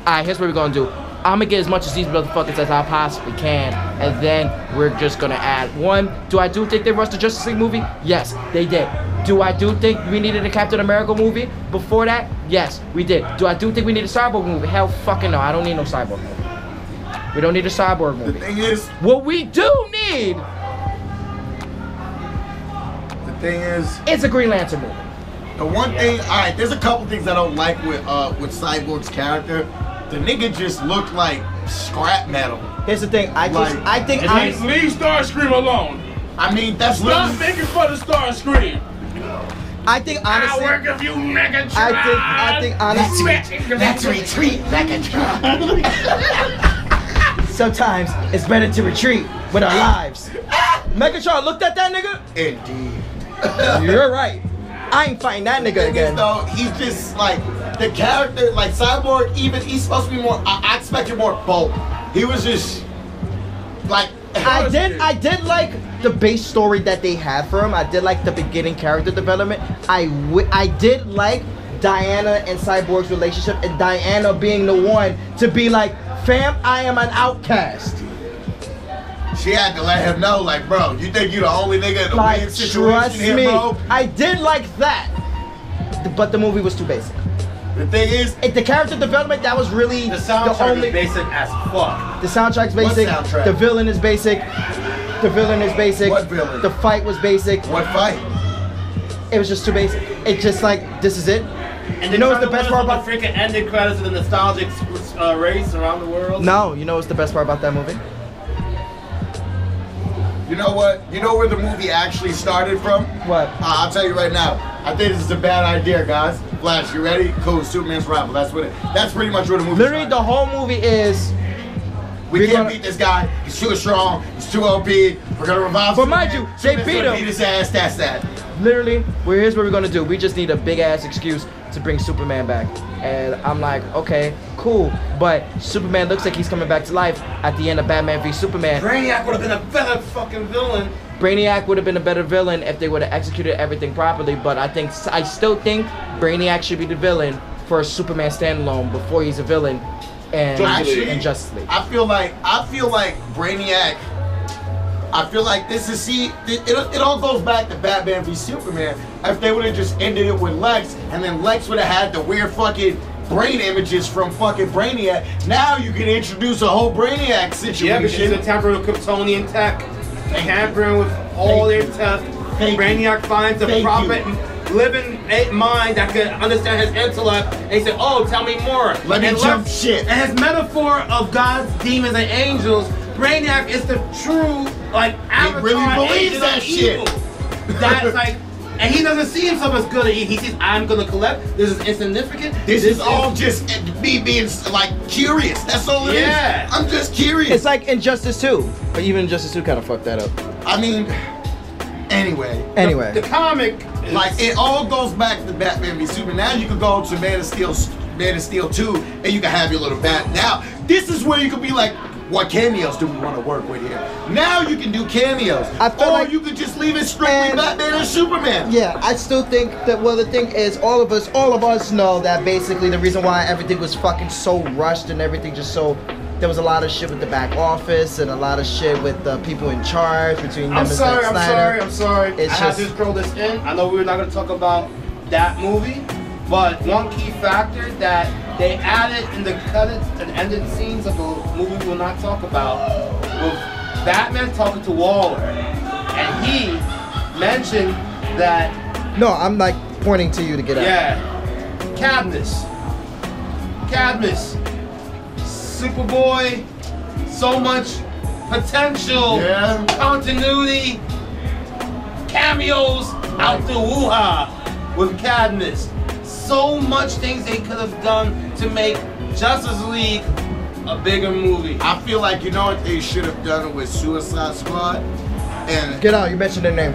Speaker 4: All right, here's what we're gonna do. I'm gonna get as much as these motherfuckers as I possibly can, and then we're just gonna add one. Do I do think they rushed the Justice League movie? Yes, they did. Do I do think we needed a Captain America movie before that? Yes, we did. Do I do think we need a Cyborg movie? Hell, fucking no. I don't need no Cyborg movie. We don't need a Cyborg
Speaker 2: The
Speaker 4: movie.
Speaker 2: thing is,
Speaker 4: What we do need
Speaker 2: the thing is,
Speaker 4: It's a Green Lantern movie.
Speaker 2: the one thing. All right, there's a couple things I don't like with uh with Cyborg's character. The nigga just looked like scrap metal.
Speaker 4: Here's the thing. I just,
Speaker 2: Like,
Speaker 4: I think,
Speaker 5: Leave,
Speaker 4: I,
Speaker 5: leave Starscream alone.
Speaker 2: I mean, that's
Speaker 5: Stop
Speaker 2: literally.
Speaker 5: making fun of Starscream.
Speaker 4: I think honestly,
Speaker 5: I work if you Megatron.
Speaker 4: I think- I think honestly-
Speaker 5: That's
Speaker 2: retreat like a truck.
Speaker 4: sometimes it's better to retreat with our lives. Megatron looked at that nigga.
Speaker 2: Indeed.
Speaker 4: You're right. I ain't fighting that nigga
Speaker 2: thing is
Speaker 4: again.
Speaker 2: though, he's just like the character, like Cyborg. Even he's supposed to be more. I, I expected more bold. He was just like.
Speaker 4: I did, I did like the base story that they had for him. I did like the beginning character development. I, wi- I did like Diana and Cyborg's relationship, and Diana being the one to be like, Fam, I am an outcast.
Speaker 2: She had to let him know, like, bro, you think you the only nigga in the
Speaker 4: Like,
Speaker 2: weird situation
Speaker 4: trust
Speaker 2: here,
Speaker 4: me,
Speaker 2: bro?
Speaker 4: I did like that, but the movie was too basic.
Speaker 2: The thing is,
Speaker 4: It, the character development that was really the,
Speaker 3: soundtrack
Speaker 4: only.
Speaker 3: is basic as fuck.
Speaker 4: The soundtrack's
Speaker 2: What
Speaker 4: basic.
Speaker 2: soundtrack?
Speaker 4: The villain is basic. The villain is basic.
Speaker 2: What villain?
Speaker 4: The fight was basic.
Speaker 2: What fight?
Speaker 4: It was just too basic. It just like this is it.
Speaker 3: And
Speaker 4: you know what's the best part about?
Speaker 3: the freaking ending credits of the nostalgic uh, race around the world?
Speaker 4: No, you know what's the best part about that movie?
Speaker 2: You know what? You know where the movie actually started from?
Speaker 4: What?
Speaker 2: Uh, I'll tell you right now. I think this is a bad idea, guys. Flash, you ready? Cool, Superman's rival. That's what it. That's pretty much where the movie.
Speaker 4: Literally,
Speaker 2: started.
Speaker 4: the whole movie is.
Speaker 2: We
Speaker 4: we're
Speaker 2: can't
Speaker 4: gonna-
Speaker 2: beat this guy. He's too strong. He's too OP. We're gonna revive.
Speaker 4: But
Speaker 2: Superman.
Speaker 4: mind you, they
Speaker 2: Superman's
Speaker 4: beat
Speaker 2: gonna
Speaker 4: him.
Speaker 2: Beat his ass. That's that.
Speaker 4: Literally, well, here's what we're gonna do. We just need a big ass excuse to bring Superman back. And I'm like, okay, cool. But Superman looks like he's coming back to life at the end of Batman v Superman.
Speaker 3: Brainiac would have been a better fucking villain.
Speaker 4: Brainiac would have been a better villain if they would have executed everything properly. But I think I still think Brainiac should be the villain for a Superman standalone before he's a villain. And
Speaker 2: Actually,
Speaker 4: and Justice League.
Speaker 2: I feel like I feel like Brainiac. I feel like this is see. It, it, it all goes back to Batman v Superman. If they would have just ended it with Lex, and then Lex would have had the weird fucking brain images from fucking Brainiac. Now you can introduce a whole Brainiac
Speaker 3: Yeah, because
Speaker 2: situation.
Speaker 3: she's a temporary Kryptonian tech. They hampering with all their tech.
Speaker 2: Thank
Speaker 3: Brainiac finds a
Speaker 2: Thank
Speaker 3: proper
Speaker 2: you.
Speaker 3: living a- mind that can understand his intellect. And he said, Oh, tell me more.
Speaker 2: Let me
Speaker 3: And
Speaker 2: jump shit.
Speaker 3: And his metaphor of God's demons and angels, Brainiac is the true, like, avatar
Speaker 2: really believes
Speaker 3: angel
Speaker 2: that
Speaker 3: of
Speaker 2: shit.
Speaker 3: evil. That's like. And he doesn't see himself as good. He, he sees I'm gonna collect. This is insignificant.
Speaker 2: this is all just me being like curious. That's all it is.
Speaker 3: Yeah.
Speaker 2: I'm just curious.
Speaker 4: It's like Injustice 2. But even Injustice 2 kind of fucked that up.
Speaker 2: I mean, anyway.
Speaker 4: Anyway.
Speaker 3: the comic. is-
Speaker 2: Like it all goes back to Batman v Superman. Now you can go to Man of Steel, Man of Steel Two, and you can have your little bat. Now this is where you can be like, what cameos do we want to work with here? Now you can do cameos,
Speaker 4: I feel
Speaker 2: or
Speaker 4: like-
Speaker 2: you could just leave it strictly
Speaker 4: And-
Speaker 2: Batman and Superman.
Speaker 4: Yeah, I still think that. Well, the thing is, all of us, all of us know that basically the reason why everything was fucking so rushed and everything just so. There was a lot of shit with the back office and a lot of shit with the people in charge between them
Speaker 3: I'm
Speaker 4: and Zack
Speaker 3: sorry, I'm
Speaker 4: Snyder.
Speaker 3: sorry, I'm sorry.
Speaker 4: It's
Speaker 3: I have
Speaker 4: just-
Speaker 3: to throw this in. I know we were not going to talk about that movie, but one key factor that they added in the credits and ended scenes of a movie we will not talk about was Batman talking to Waller, and he mentioned that,
Speaker 4: No, I'm like pointing to you to get out.
Speaker 3: yeah, Cadmus, Cadmus, Superboy, so much potential
Speaker 2: Yeah.
Speaker 3: continuity cameos out the woo-ha with Cadmus. So much things they could have done to make Justice League a bigger movie.
Speaker 2: I feel like you know what they should have done with Suicide Squad, and
Speaker 4: Get out. You mentioned their name.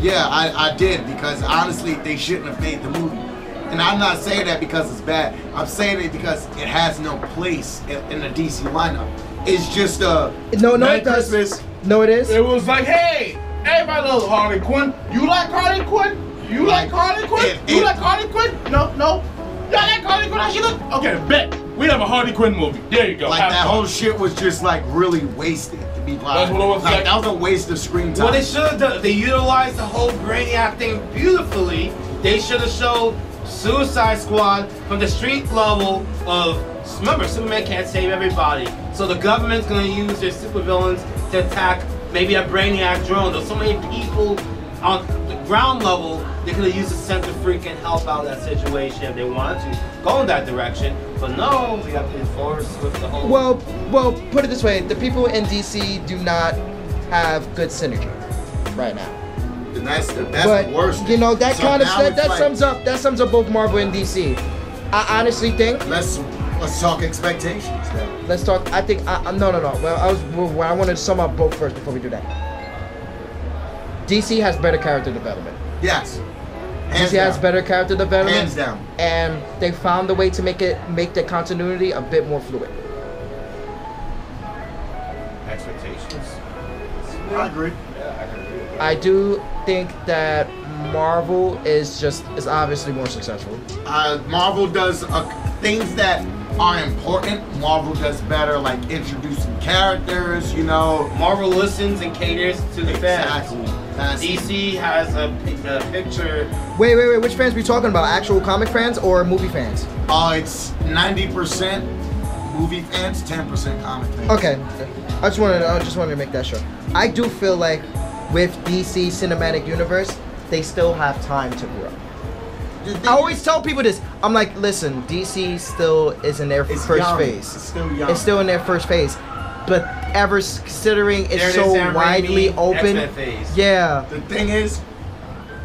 Speaker 2: Yeah, I, I did because honestly, they shouldn't have made the movie. And I'm not saying that because it's bad. I'm saying it because it has no place in, in the DC lineup. It's just uh
Speaker 4: No, no,
Speaker 2: Merry
Speaker 4: it does.
Speaker 2: Christmas.
Speaker 4: No, it is.
Speaker 5: It was like, hey, everybody loves Harley Quinn. You like Harley Quinn? You like Harley Quinn?
Speaker 2: If-
Speaker 5: You
Speaker 2: if-
Speaker 5: like Harley Quinn? No, no. You like Harley Quinn? How she look? Okay, bet. We have a Harley Quinn movie. There you go.
Speaker 2: Like
Speaker 5: Have
Speaker 2: that
Speaker 5: fun.
Speaker 2: whole shit was just like really wasted. To be honest,
Speaker 5: That's what it was
Speaker 2: like
Speaker 5: like.
Speaker 2: that was a waste of screen time.
Speaker 3: What they should have done, they utilized the whole Brainiac thing beautifully. They should have showed Suicide Squad from the street level of. Remember, Superman can't save everybody, so the government's gonna use their supervillains to attack maybe a Brainiac drone. There's so many people on the ground level. They could have used the sense to freaking help out that situation if they wanted to go in that direction. But no, we have to enforce with the whole.
Speaker 4: Well, well, put it this way: the people in DC do not have good synergy right now.
Speaker 2: and that's the, that's
Speaker 4: but
Speaker 2: the worst.
Speaker 4: you know that
Speaker 2: So
Speaker 4: kind of
Speaker 2: now
Speaker 4: that,
Speaker 2: it's
Speaker 4: that
Speaker 2: like,
Speaker 4: sums up that sums up both Marvel and DC. I honestly think
Speaker 2: Let's let's talk expectations. Then.
Speaker 4: let's talk. I think I, I no no no. Well, I was well, I wanted to sum up both first before we do that. DC has better character development.
Speaker 2: Yes. Hands
Speaker 4: DC has
Speaker 2: down.
Speaker 4: better character development.
Speaker 2: Hands down.
Speaker 4: And they found a way to make it make the continuity a bit more fluid.
Speaker 3: expectations.
Speaker 2: I agree.
Speaker 4: I do think that Marvel is just is obviously more successful.
Speaker 2: uh, Marvel does uh, things that are important. Marvel does better, like introducing characters, you know.
Speaker 3: Marvel listens and caters to the fans.
Speaker 2: Exactly. That's-
Speaker 3: DC has a, pic- a picture.
Speaker 4: Wait, wait, wait. Which fans we talking about? Actual comic fans or movie fans?
Speaker 2: Uh, it's 90% movie fans, 10% comic fans.
Speaker 4: Okay, I just wanted I just wanted to make that sure. I do feel like with DC Cinematic Universe, they still have time to grow. I always tell people this. I'm like, listen, DC still is in their
Speaker 2: It's
Speaker 4: first
Speaker 2: young.
Speaker 4: phase.
Speaker 2: It's still young.
Speaker 4: It's still in their first phase, but ever s- considering it's
Speaker 3: There it is,
Speaker 4: so
Speaker 3: Sam Raimi,
Speaker 4: widely open,
Speaker 3: X-Men phase.
Speaker 4: yeah.
Speaker 2: The thing is,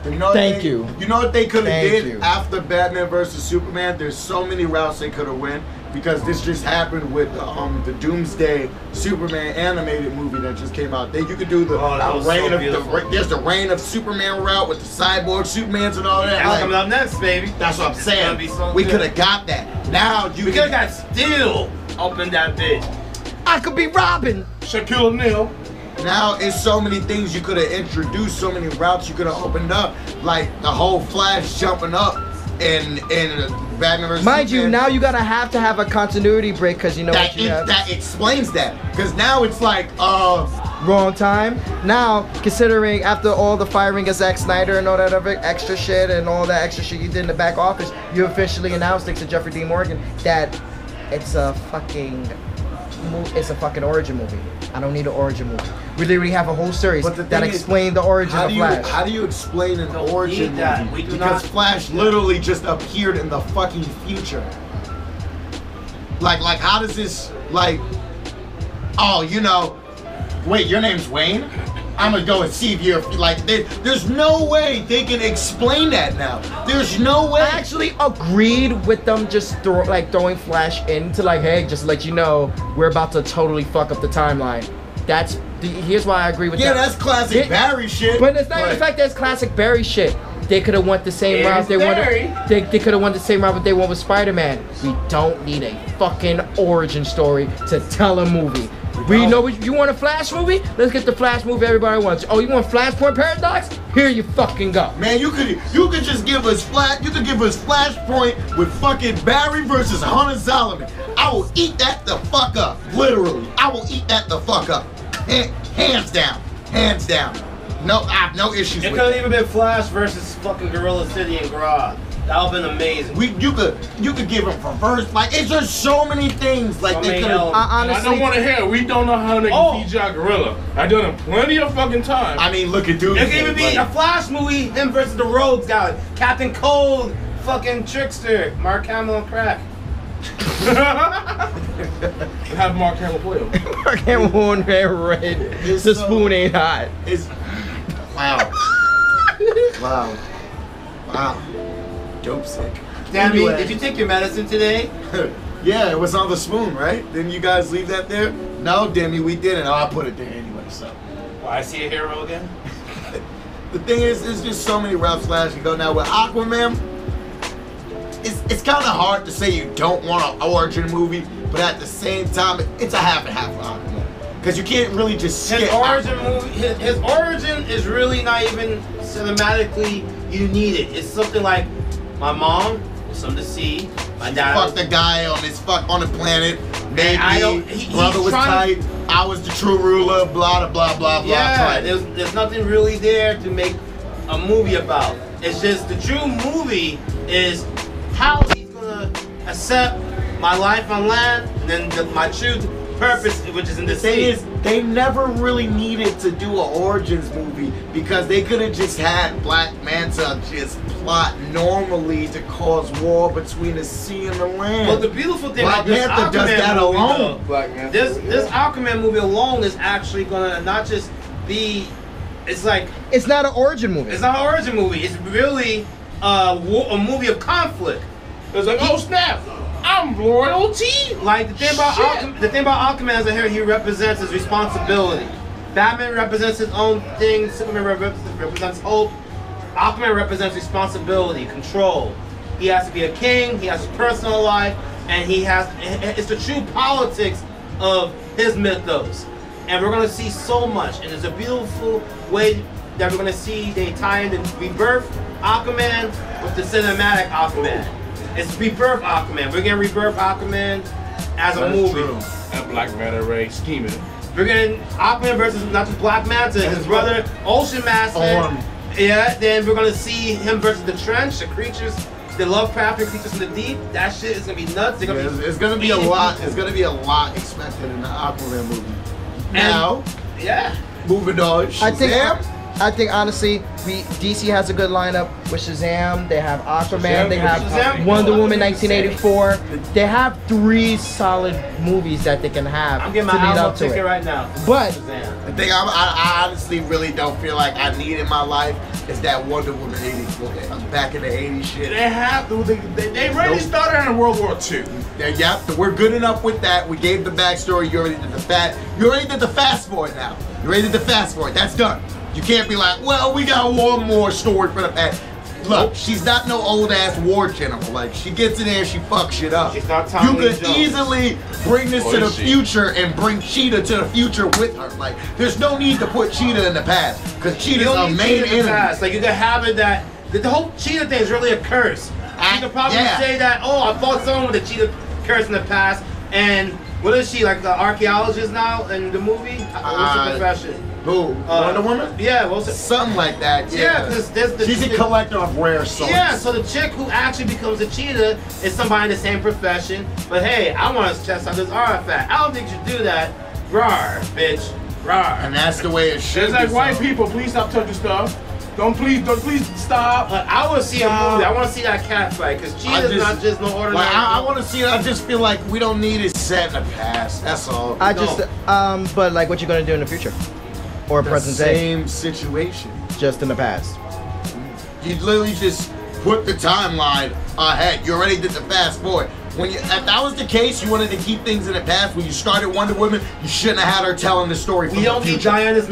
Speaker 2: you know what
Speaker 4: Thank
Speaker 2: they-
Speaker 4: you.
Speaker 2: You know what they could have
Speaker 4: Thank
Speaker 2: did
Speaker 4: you.
Speaker 2: after Batman versus Superman? There's so many routes they could have went because this just happened with um, the Doomsday Superman animated movie that just came out. They, you could do the
Speaker 3: Oh, that was
Speaker 2: reign
Speaker 3: so
Speaker 2: of the
Speaker 3: beautiful.
Speaker 2: there's the reign of Superman route with the cyborg Supermans and all that.
Speaker 3: That's
Speaker 2: Like,
Speaker 3: coming up next, baby.
Speaker 2: that's what I'm
Speaker 3: It's gonna be
Speaker 2: saying.
Speaker 3: so
Speaker 2: we
Speaker 3: good.
Speaker 2: could have got that. Now you
Speaker 3: We
Speaker 2: can-
Speaker 3: could have got Steel up in that bitch.
Speaker 4: I could be Robin.
Speaker 5: Shaquille O'Neal.
Speaker 2: Now it's so many things you could have introduced, so many routes you could have opened up, like the whole Flash jumping up and and Batman versus.
Speaker 4: Mind you,
Speaker 2: Superman.
Speaker 4: now you gotta have to have a continuity break because you know
Speaker 2: that
Speaker 4: what you
Speaker 2: ex-
Speaker 4: have.
Speaker 2: that explains that because now it's like uh
Speaker 4: wrong time. Now, considering after all the firing of Zack Snyder and all that other extra shit and all that extra shit you did in the back office, you officially announced it to Jeffrey D. Morgan that it's a fucking mo- it's a fucking origin movie. I don't need an origin movie. We literally have a whole series
Speaker 2: But the
Speaker 4: that
Speaker 2: thing is,
Speaker 4: explained the origin
Speaker 2: how
Speaker 4: of
Speaker 2: do you
Speaker 4: Flash.
Speaker 2: how do you explain an
Speaker 3: Don't
Speaker 2: origin
Speaker 3: need that.
Speaker 2: movie?
Speaker 3: We do
Speaker 2: because
Speaker 3: not-
Speaker 2: Flash literally just appeared in the fucking future. Like like how does this like oh you know wait your name's Wayne I'm gonna go and see if you're like they, there's no way they can explain that now there's no way
Speaker 4: I actually agreed with them just throw, like throwing Flash into like, hey, just let you know we're about to totally fuck up the timeline. That's the, here's why I agree with
Speaker 2: yeah
Speaker 4: that.
Speaker 2: that's classic
Speaker 4: It-
Speaker 2: Barry shit
Speaker 4: But it's not even
Speaker 2: Like-
Speaker 4: the fact that's classic Barry shit. They could have went the same
Speaker 3: It
Speaker 4: route
Speaker 3: is
Speaker 4: they
Speaker 3: Barry.
Speaker 4: wanted. They, they could have went the same route but they went with Spider-Man. We don't need a fucking origin story to tell a movie. We know what you want a Flash movie? Let's get the Flash movie everybody wants. Oh, you want Flashpoint Paradox? Here you fucking go.
Speaker 2: Man, you could you could just give us flat. You could give us Flashpoint with fucking Barry versus Hunter Solomon. I will eat that the fuck up. Literally, I will eat that the fuck up. Ha- hands down, hands down. No, I have no issues
Speaker 3: It
Speaker 2: with
Speaker 3: could have
Speaker 2: it.
Speaker 3: even been Flash versus fucking Gorilla City and Gra. That would have been amazing.
Speaker 2: We, you could you could give him reverse. Like it's just so many things. Like
Speaker 3: So
Speaker 2: they
Speaker 3: many
Speaker 2: could have.
Speaker 3: elements.
Speaker 4: I
Speaker 5: I don't
Speaker 4: honestly,
Speaker 5: want to hear. We don't know how to
Speaker 3: Oh.
Speaker 5: CGI gorilla. I done it plenty of fucking times.
Speaker 2: I mean, look at dude.
Speaker 3: It could even be a Flash movie, him versus the Rogues guy, Captain Cold, fucking Trickster, Mark Hamill and Crack.
Speaker 5: have Mark Hamill play him.
Speaker 4: I can't warn red. red.
Speaker 2: It's
Speaker 4: The
Speaker 2: so-
Speaker 4: spoon ain't hot.
Speaker 2: It's, wow, wow, wow. Dope sick.
Speaker 3: Damn
Speaker 2: Anyway.
Speaker 3: did you take your medicine today?
Speaker 2: yeah, it was on the spoon, right? Didn't you guys leave that there? No, Demi, we didn't. Oh, I put it there anyway. So
Speaker 3: Well, I see a hero again.
Speaker 2: the thing is, there's just so many routes Flash can go now with Aquaman. It's it's kind of hard to say you don't want an origin movie, but at the same time, it- it's a half and half with Aquaman because you can't really just skip.
Speaker 3: His
Speaker 2: Aquaman.
Speaker 3: origin movie, his, his origin is really not even cinematically you need it. It's something like my mom was something to see, my dad.
Speaker 2: Fuck the guy on his fuck on the planet. Made
Speaker 3: I
Speaker 2: me.
Speaker 3: don't- he-
Speaker 2: brother
Speaker 3: he's
Speaker 2: was
Speaker 3: trying-
Speaker 2: tight. I was the true ruler. Blah blah blah blah blah.
Speaker 3: yeah,
Speaker 2: type.
Speaker 3: there's, there's nothing really there to make a movie about. It's just the true movie is how he's gonna accept my life on land and then the, my true purpose, which is in the
Speaker 2: The thing
Speaker 3: sea.
Speaker 2: is, they never really needed to do an origins movie because they could have just had Black Manta just plot normally to cause war between the sea and the land.
Speaker 3: But the beautiful thing
Speaker 2: Black
Speaker 3: about this
Speaker 2: Panther
Speaker 3: Aquaman
Speaker 2: does that
Speaker 3: movie,
Speaker 2: alone.
Speaker 3: though, this this Aquaman movie alone is actually gonna not just be. It's like
Speaker 4: It's not an origin movie.
Speaker 3: it's not an origin movie. It's really a, war, a movie of conflict.
Speaker 5: It's like, oh snap! I'm royalty.
Speaker 3: Like the thing about
Speaker 5: Shit.
Speaker 3: Aquaman, the thing about Aquaman is that here he represents his responsibility. Batman represents his own thing. Superman rep- represents hope. Aquaman represents responsibility, control. He has to be a king. He has his personal life, and he has. It's the true politics of his mythos, and we're gonna see so much. And it's a beautiful way that we're gonna see they tie in the rebirth Aquaman with the cinematic Aquaman. It's rebirth Aquaman. We're gonna rebirth Aquaman as a
Speaker 5: That's
Speaker 3: movie.
Speaker 5: true. That Black Matter Ray scheming.
Speaker 3: We're getting Aquaman versus not just Black Manta, his brother Ocean Master.
Speaker 5: Orm.
Speaker 3: Yeah, then we're gonna see him versus the Trench, the creatures, the Lovecraftian creatures in the deep. That shit is gonna be nuts. They're
Speaker 2: Yeah,
Speaker 3: gonna
Speaker 2: it's,
Speaker 3: be,
Speaker 2: it's gonna be a lot. It's gonna be a lot expected in the Aquaman movie. Now,
Speaker 3: yeah,
Speaker 2: moving on. Shazam.
Speaker 4: I think. I think honestly, we DC has a good lineup with Shazam. They have Aquaman.
Speaker 5: Shazam,
Speaker 4: They have
Speaker 5: Shazam.
Speaker 4: Wonder Woman 1984. They have three solid movies that they can have
Speaker 3: I'm getting
Speaker 4: to
Speaker 3: my
Speaker 4: lead
Speaker 3: album
Speaker 4: up to
Speaker 3: ticket
Speaker 4: it.
Speaker 3: right now.
Speaker 4: But
Speaker 3: Shazam.
Speaker 2: the thing I'm, I, I honestly really don't feel like I need in my life is that Wonder Woman 80s book. I'm back in the 80s shit.
Speaker 5: They have to. They, they, they already
Speaker 2: Nope.
Speaker 5: started in World War II.
Speaker 2: Yeah, yep, we're good enough with that. We gave the backstory. You already did the fat. You already did the fast forward now. You already did the fast forward. That's done. You can't be like, well, we got one more story for the past. Look, she's not no old ass war general. Like she gets in there, she fucks shit up.
Speaker 3: She's not Tommy
Speaker 2: you
Speaker 3: Lee
Speaker 2: could
Speaker 3: Jones.
Speaker 2: easily bring this
Speaker 5: Or
Speaker 2: to the
Speaker 5: is she?
Speaker 2: future and bring Cheetah to the future with her. Like, there's no need to put Cheetah in the past because Cheetah's
Speaker 3: don't
Speaker 2: our
Speaker 3: need
Speaker 2: main
Speaker 3: Cheetah to
Speaker 2: enemy.
Speaker 3: pass. Like you can have it that the, the whole cheetah thing is really a curse.
Speaker 2: I-
Speaker 3: you could probably
Speaker 2: yeah.
Speaker 3: say that oh I fought someone with a cheetah curse in the past, and what is she like the archaeologist now in the movie? What's
Speaker 2: Uh,
Speaker 3: her profession?
Speaker 2: Who?
Speaker 3: Uh,
Speaker 2: Wonder Woman?
Speaker 3: Yeah, what's it?
Speaker 2: Something like that.
Speaker 3: Yeah,
Speaker 2: Yeah.
Speaker 3: 'cause there's the-
Speaker 2: she's a collector of rare souls.
Speaker 3: Yeah, so the chick who actually becomes a cheetah is somebody in the same profession, but hey, I want to test out this artifact. I don't think you do that. Rar, bitch. Rar.
Speaker 2: And that's the way it should
Speaker 5: It's like
Speaker 2: be.
Speaker 5: white
Speaker 2: so.
Speaker 5: people, please stop touching stuff. Don't please, don't please stop.
Speaker 3: But I want to see a movie. I want to see that cat fight because
Speaker 2: Uh, I
Speaker 3: cheetah's not just no ordinary.
Speaker 2: Like, I, want to see it. I just feel like we don't need it set in the past. That's all.
Speaker 4: I just
Speaker 2: No.
Speaker 4: um, but like, what you gonna do in the future or
Speaker 2: the
Speaker 4: present day?
Speaker 2: same situation.
Speaker 4: Just in the past.
Speaker 2: You literally just put the timeline ahead. You already did the fast forward. When you, if that was the case, you wanted to keep things in the past. When you started Wonder Woman, you shouldn't have had her telling the story. From
Speaker 3: We don't
Speaker 2: the
Speaker 3: need
Speaker 2: future.
Speaker 3: Diana's
Speaker 2: If that,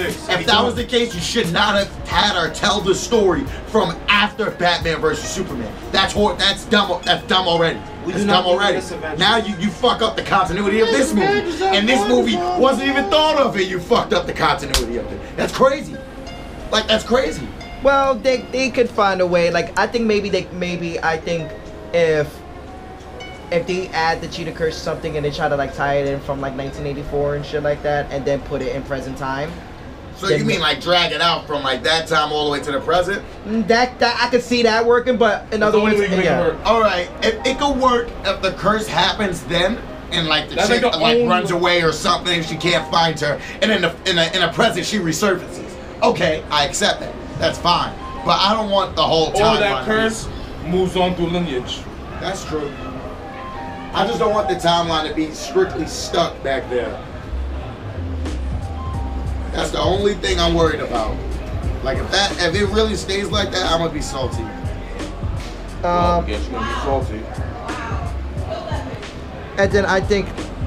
Speaker 3: misadventures.
Speaker 2: if that was the case, you should not have had her tell the story from after Batman versus Superman. That's hor- that's dumb. That's dumb already.
Speaker 3: We
Speaker 2: That's
Speaker 3: do not
Speaker 2: dumb
Speaker 3: need
Speaker 2: already.
Speaker 3: misadventures.
Speaker 2: Now you, you fuck up the continuity of this movie, and this movie wasn't even thought of, and you fucked up the continuity of it. That's crazy. Like that's crazy.
Speaker 4: Well, they they could find a way. Like I think maybe they maybe I think if if they add the cheetah curse to something and they try to like tie it in from like 1984 and shit like that, and then put it in present time,
Speaker 2: So you mean like drag it out from like that time all the way to the present?
Speaker 4: mm, that that I could see that working. But in other
Speaker 5: Only
Speaker 4: words,
Speaker 5: way you can make it
Speaker 4: yeah.
Speaker 5: work.
Speaker 2: All right, if it could work if the curse happens then, and like the
Speaker 5: That's
Speaker 2: chick
Speaker 5: like
Speaker 2: like,
Speaker 5: the only-
Speaker 2: runs away or something, she can't find her, and in the in a in a present she resurfaces. Okay, I accept that. That's fine. But I don't want the whole
Speaker 5: Or
Speaker 2: timeline.
Speaker 5: that curse moves on through lineage.
Speaker 2: That's true. I just don't want the timeline to be strictly stuck back there. That's the only thing I'm worried about. Like if that if it really stays like that, I'm gonna be salty.
Speaker 4: Um,
Speaker 5: Yes, you're gonna be salty.
Speaker 4: and then I think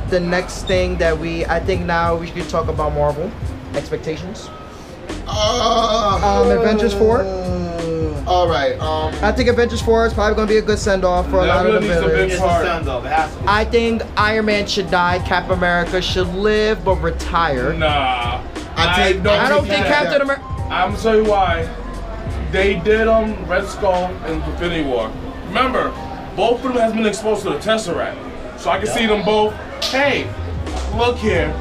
Speaker 4: the next thing that we I think now we should talk about Marvel expectations.
Speaker 2: Uh,
Speaker 4: Um, Avengers four.
Speaker 2: all right. Um,
Speaker 4: I think Avengers four is probably gonna be a good send off for a
Speaker 5: Yeah,
Speaker 4: lot of the
Speaker 5: really needs to be-
Speaker 4: villains.
Speaker 3: it's a send off. It has to be.
Speaker 4: I think Iron Man should die. Cap America should live but retire.
Speaker 5: Nah.
Speaker 2: I take-
Speaker 4: I don't think
Speaker 2: Cap-
Speaker 4: Captain America.
Speaker 5: I'm gonna tell you why. They did um Red Skull and Infinity War. Remember, both of them has been exposed to the Tesseract, so I can see them both. Hey, look here,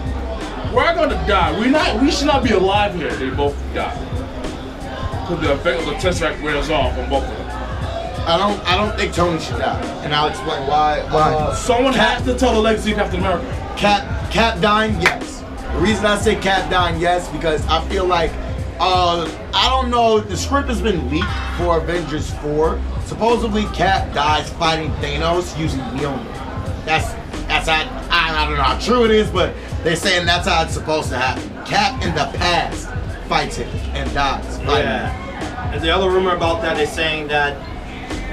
Speaker 5: we're gonna die. We're not. We should not be alive here. They both die because the effect of the Tesseract wears off on both of them.
Speaker 2: I don't. I don't think Tony should die, and I'll explain why.
Speaker 4: Why?
Speaker 2: Uh,
Speaker 5: Someone has to tell the legacy of Captain America.
Speaker 2: Cap. Cap dying. Yes. The reason I say Cap dying, yes, because I feel like, uh, I don't know. The script has been leaked for Avengers Four. Supposedly, Cap dies fighting Thanos using Mjolnir. That's that's how. I, I don't know how true it is, but they're saying that's how it's supposed to happen. Cap in the past fights him and dies. fighting him.
Speaker 3: Yeah. And the other rumor about that is saying that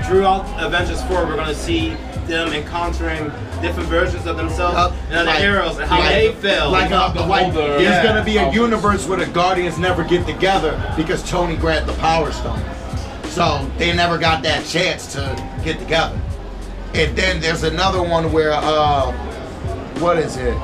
Speaker 3: throughout Avengers 4, we're going to see them encountering different versions of themselves
Speaker 2: Up,
Speaker 3: and other
Speaker 2: like-
Speaker 3: heroes and how
Speaker 2: like-
Speaker 3: they fail.
Speaker 2: Like
Speaker 5: Not
Speaker 2: uh,
Speaker 5: the
Speaker 2: like,
Speaker 5: older-
Speaker 2: there's
Speaker 5: Yeah.
Speaker 2: gonna be a
Speaker 5: Alphas.
Speaker 2: universe where the Guardians never get together because Tony grabbed the Power Stone, so they never got that chance to get together. And then there's another one where uh, what is it?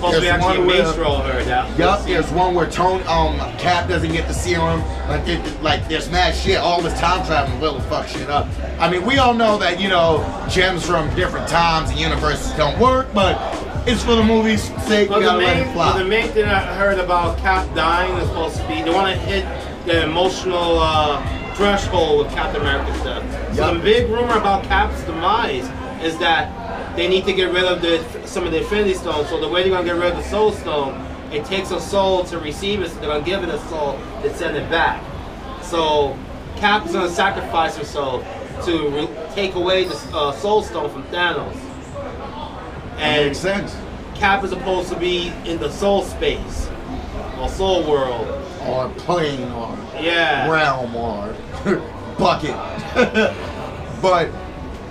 Speaker 3: Plus, we
Speaker 2: There's
Speaker 3: actually
Speaker 2: one where-
Speaker 3: minstrel her now.
Speaker 2: Yup, there's one where Tone, um, Cap doesn't get to see him. Like, it, like there's mad shit. All this time traveling really fuck shit up. I mean, we all know that you know gems from different times and universes don't work, but it's for the movie's sake.
Speaker 3: But
Speaker 2: we
Speaker 3: the
Speaker 2: gotta let
Speaker 3: main,
Speaker 2: it
Speaker 3: but
Speaker 2: fly.
Speaker 3: the main thing I heard about Cap dying is supposed to be they want to hit the emotional uh, threshold with Captain America stuff. So the big rumor about Cap's demise is that they need to get rid of the some of the Infinity Stones. So the way they're gonna get rid of the Soul Stone, it takes a soul to receive it. So they're gonna give it a soul to send it back. So Cap's gonna sacrifice herself to re- take away the uh, Soul Stone from Thanos. And
Speaker 2: Makes sense.
Speaker 3: Cap is supposed to be in the soul space or soul world.
Speaker 2: Or plane or
Speaker 3: Yeah.
Speaker 2: realm or bucket. but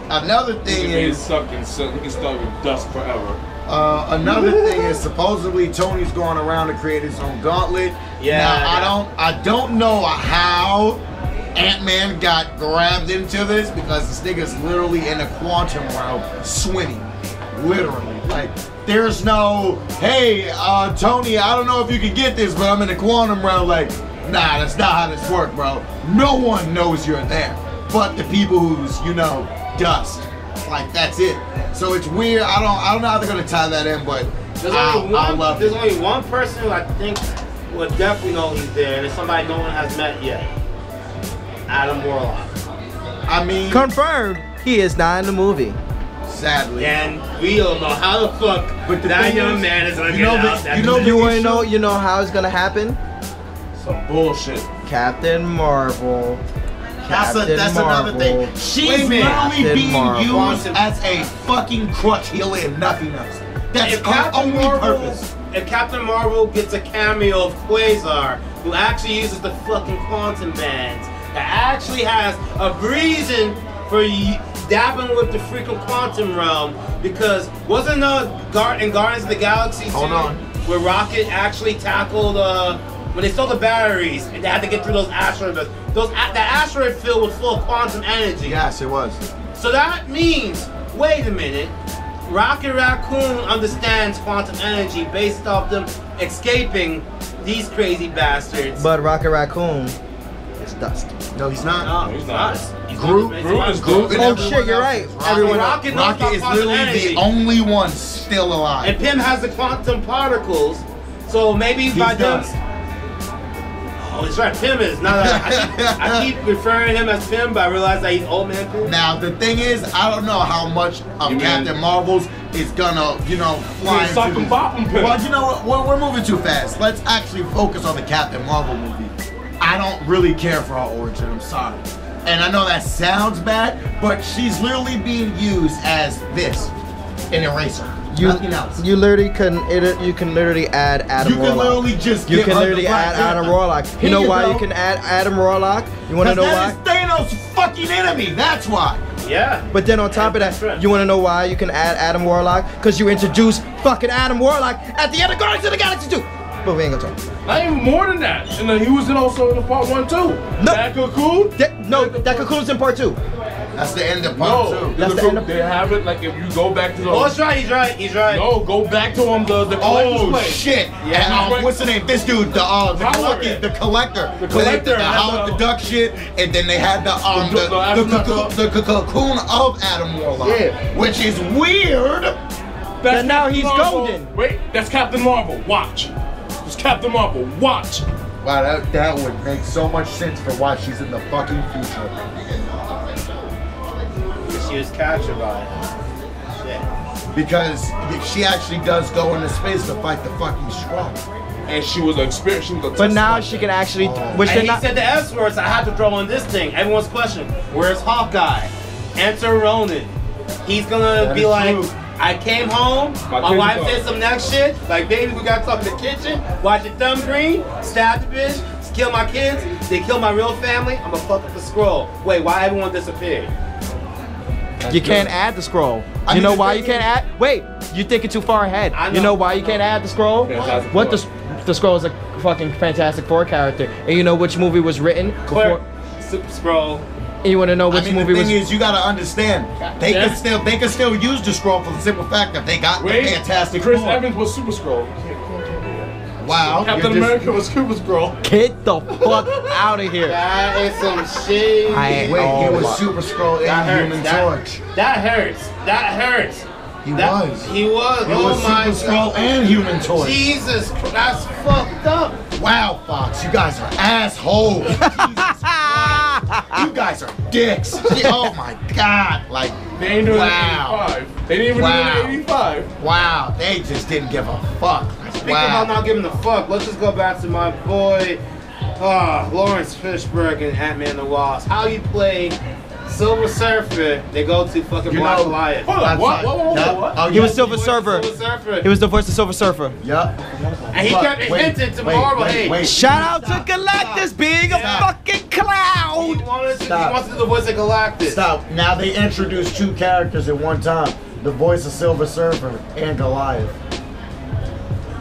Speaker 2: another
Speaker 5: He
Speaker 2: thing
Speaker 5: can
Speaker 2: is
Speaker 5: suck and suck. He can stuck with dust forever.
Speaker 2: Uh, another thing is supposedly Tony's going around to create his own gauntlet.
Speaker 3: Yeah,
Speaker 2: Now, I
Speaker 3: yeah.
Speaker 2: don't I don't know how Ant-Man got grabbed into this because this nigga's literally in the quantum realm swimming. Literally. Like there's no, hey, uh, Tony, I don't know if you can get this, but I'm in the quantum realm. Like, nah, that's not how this works, bro. No one knows you're there. But the people who's, you know, dust. Like that's it. So it's weird. I don't I don't know how they're gonna tie that in, but
Speaker 3: There's
Speaker 2: I,
Speaker 3: only
Speaker 2: I
Speaker 3: one.
Speaker 2: love
Speaker 3: there's
Speaker 2: it.
Speaker 3: only one person who I think would definitely know he's there, and it's somebody no one has met yet. Adam Warlock.
Speaker 2: I mean
Speaker 4: Confirmed. He is not in the movie.
Speaker 2: sadly.
Speaker 3: And we don't know how the fuck
Speaker 2: But the
Speaker 3: that
Speaker 2: thing
Speaker 3: young
Speaker 2: is,
Speaker 3: man is gonna
Speaker 2: you
Speaker 3: get
Speaker 2: know
Speaker 3: out.
Speaker 2: the-
Speaker 3: that
Speaker 2: you know
Speaker 3: bitch.
Speaker 2: the-
Speaker 4: You want to know? You know how it's gonna happen?
Speaker 5: Some bullshit.
Speaker 4: Captain Marvel.
Speaker 2: That's, a,
Speaker 4: Captain
Speaker 2: that's another
Speaker 4: Marvel.
Speaker 2: thing. She's
Speaker 3: Wait a minute.
Speaker 2: literally
Speaker 4: Captain
Speaker 2: being
Speaker 4: Marvel.
Speaker 2: used as a fucking crutch. He'll live nothing else. That's
Speaker 3: if
Speaker 2: her
Speaker 3: Captain
Speaker 2: only
Speaker 3: Marvel,
Speaker 2: purpose.
Speaker 3: if Captain Marvel gets a cameo of Quasar, who actually uses the fucking quantum bands, that actually has a reason for y- dabbing with the freaking quantum realm, because wasn't uh, Gar- in Guardians of the Galaxy 2
Speaker 2: Hold on.
Speaker 3: where Rocket actually tackled uh, when they stole the batteries and they had to get through those asteroids? Those a- that asteroid field was full of quantum energy.
Speaker 2: Yes, it was.
Speaker 3: So that means, wait a minute, Rocket Raccoon understands quantum energy based off them escaping these crazy bastards.
Speaker 4: But Rocket Raccoon is dust.
Speaker 2: No, he's not.
Speaker 3: no,
Speaker 5: he's not.
Speaker 3: He's
Speaker 2: Groot-
Speaker 3: not-
Speaker 5: Groot is Groot.
Speaker 4: Oh shit, you're right.
Speaker 2: Everyone,
Speaker 4: Everyone-
Speaker 2: Rocket,
Speaker 3: Rocket knows
Speaker 2: Rocket
Speaker 3: about
Speaker 2: is literally
Speaker 3: energy.
Speaker 2: the only one still alive.
Speaker 3: And Pym has the quantum particles, so maybe by them.
Speaker 2: dust.
Speaker 3: Oh, that's right. Pym is not. A, I, keep, I keep referring him as Pym, but I realize that he's old man Pym.
Speaker 2: Now the thing is, I don't know how much of
Speaker 5: You
Speaker 2: Captain
Speaker 5: mean-
Speaker 2: Marvel's is gonna, you know, fly
Speaker 5: Suck
Speaker 2: into
Speaker 5: and
Speaker 2: this.
Speaker 5: bop and piss.
Speaker 2: Well, you know what? We're, we're moving too fast. Let's actually focus on the Captain Marvel movie. I don't really care for her origin. I'm sorry, and I know that sounds bad, but she's literally being used as this, an eraser. Nothing else.
Speaker 4: You literally can. It, you can literally add Adam
Speaker 2: You can
Speaker 4: Warlock.
Speaker 2: literally just
Speaker 4: You
Speaker 2: give
Speaker 4: can
Speaker 2: her the
Speaker 4: literally
Speaker 2: black
Speaker 4: add Adam
Speaker 2: Panther.
Speaker 4: Warlock.
Speaker 2: Here
Speaker 4: You know
Speaker 2: you
Speaker 4: why
Speaker 2: go.
Speaker 4: you can add Adam Warlock? You want to
Speaker 2: 'Cause
Speaker 4: know
Speaker 2: that
Speaker 4: why?
Speaker 2: is Thanos' fucking enemy. That's why.
Speaker 3: Yeah.
Speaker 4: But then on top of
Speaker 3: That's right.
Speaker 4: that, you want to know why you can add Adam Warlock? Because you introduced fucking Adam Warlock at the end of Guardians of the Galaxy 2. But we ain't gonna talk.
Speaker 5: Not even more than that. And then he was in also in the part one too.
Speaker 4: No.
Speaker 5: That cocoon.
Speaker 4: That, no, that concludes in part two.
Speaker 2: That's the end of part
Speaker 5: No,
Speaker 2: two.
Speaker 4: That's the
Speaker 5: Cocoon-
Speaker 4: end of-
Speaker 5: they have it. Like if you go back to the
Speaker 3: Oh, that's right. He's right. He's right.
Speaker 5: no, go back to him the the collector's
Speaker 2: Oh
Speaker 5: place.
Speaker 2: shit!
Speaker 5: Yeah.
Speaker 2: And, um, what's the name? This dude, the uh, the,
Speaker 5: Howard.
Speaker 2: collector, the collector,
Speaker 5: The collector,
Speaker 2: the, the
Speaker 5: and
Speaker 2: Howard
Speaker 5: the-
Speaker 2: the Duck shit, and then they had the um
Speaker 5: The-
Speaker 2: the
Speaker 5: the Adam
Speaker 2: the,
Speaker 5: Duck.
Speaker 2: the, the cocoon of Adam Warlock,
Speaker 4: Yeah.
Speaker 2: which is weird.
Speaker 5: That's
Speaker 4: But now
Speaker 5: Captain
Speaker 4: he's
Speaker 5: Marvel.
Speaker 4: golden.
Speaker 5: Wait, that's Captain Marvel. Watch. It's Captain Marvel. Watch.
Speaker 2: Wow, that, that would make so much sense for why she's in the fucking future.
Speaker 3: She was captured by it. Shit.
Speaker 2: Because she actually does go into space to fight the fucking strong.
Speaker 5: And she was an experience. She was a
Speaker 4: But now
Speaker 5: test
Speaker 4: she can actually, which
Speaker 3: And
Speaker 4: they're
Speaker 3: he
Speaker 4: not.
Speaker 3: said the S words. I had to throw in this thing. Everyone's question: Where's Hawkeye? Answer Ronan. He's gonna
Speaker 2: That
Speaker 3: be
Speaker 2: is
Speaker 3: like,
Speaker 2: true.
Speaker 3: I came home.
Speaker 5: My
Speaker 3: My,
Speaker 5: kids
Speaker 3: wife
Speaker 5: are-
Speaker 3: did some next shit. Like, baby, we gotta talk in the kitchen. Watch your thumb green. Stab the bitch. Kill my kids. They kill my real family. I'ma fuck up the scroll. Wait, why everyone disappeared?
Speaker 4: You can't add the scroll.
Speaker 2: I
Speaker 4: you
Speaker 2: mean,
Speaker 4: know
Speaker 2: the
Speaker 4: why
Speaker 2: thing
Speaker 4: you can't
Speaker 2: is-
Speaker 4: add? Wait, you're thinking too far ahead.
Speaker 3: I
Speaker 4: You
Speaker 3: know,
Speaker 4: know why you
Speaker 3: I
Speaker 4: can't
Speaker 3: know.
Speaker 4: add the scroll?
Speaker 5: Fantastic
Speaker 4: What the
Speaker 5: Four.
Speaker 4: s- the scroll is a fucking Fantastic Four character, and you know which movie was written before?
Speaker 3: Super scroll.
Speaker 4: You want to know which
Speaker 2: I mean,
Speaker 4: movie
Speaker 2: the
Speaker 4: was?
Speaker 2: thing is, you gotta understand, they
Speaker 5: Yeah.
Speaker 2: can still they can still use the scroll for the simple fact that they got
Speaker 5: Wait,
Speaker 2: the fantastic
Speaker 5: Chris
Speaker 2: Four.
Speaker 5: Evans was Super Scroll.
Speaker 2: Wow,
Speaker 5: Captain
Speaker 2: you're just-
Speaker 5: America was Super Scroll.
Speaker 4: Get the fuck out of here!
Speaker 3: That is some shit.
Speaker 4: I-
Speaker 2: Wait,
Speaker 4: Oh
Speaker 2: he
Speaker 4: my-
Speaker 2: was Super Scroll
Speaker 3: that
Speaker 2: and
Speaker 3: hurts.
Speaker 2: Human
Speaker 3: That,
Speaker 2: Torch.
Speaker 3: that hurts. That hurts.
Speaker 2: He
Speaker 3: That-
Speaker 2: was.
Speaker 3: He was.
Speaker 2: He
Speaker 3: oh
Speaker 2: was
Speaker 3: my
Speaker 2: Super Scroll
Speaker 3: God.
Speaker 2: and Human Torch.
Speaker 3: Jesus, that's fucked up.
Speaker 2: Wow, Fox, you guys are assholes. Jesus Christ. you guys are dicks. Shit, oh my God, like
Speaker 5: They ain't doing
Speaker 2: wow,
Speaker 5: it in 85. They didn't even do it
Speaker 2: Wow.
Speaker 5: in 85.
Speaker 2: wow, they just didn't give a fuck.
Speaker 3: Speaking
Speaker 2: Wow.
Speaker 3: about not giving a fuck, let's just go back to my boy, uh, Lawrence Fishburne and Ant-Man and the Wasp. How you play Silver Surfer, they go to fucking
Speaker 2: You
Speaker 3: Black
Speaker 2: know-
Speaker 3: Lion.
Speaker 5: Hold on,
Speaker 2: That's
Speaker 5: what?
Speaker 2: it.
Speaker 5: What? What?
Speaker 2: Yup.
Speaker 5: What? what?
Speaker 2: Oh,
Speaker 4: He was
Speaker 2: yup.
Speaker 4: Silver Surfer.
Speaker 3: Silver Surfer.
Speaker 4: He was the voice of Silver Surfer.
Speaker 2: Yup.
Speaker 3: and he
Speaker 2: Fuck,
Speaker 3: kept
Speaker 2: wait,
Speaker 3: hinting to
Speaker 2: wait,
Speaker 3: Marvel,
Speaker 2: wait,
Speaker 3: hey,
Speaker 2: wait.
Speaker 4: Shout out to Galactus being a
Speaker 3: Yeah.
Speaker 4: fucking
Speaker 3: he,
Speaker 4: cloud.
Speaker 3: wanted to, he
Speaker 2: Stop.
Speaker 3: wants to do the voice of Galactus.
Speaker 2: Stop. Now they introduced two characters at one time: the voice of Silver Surfer and Goliath.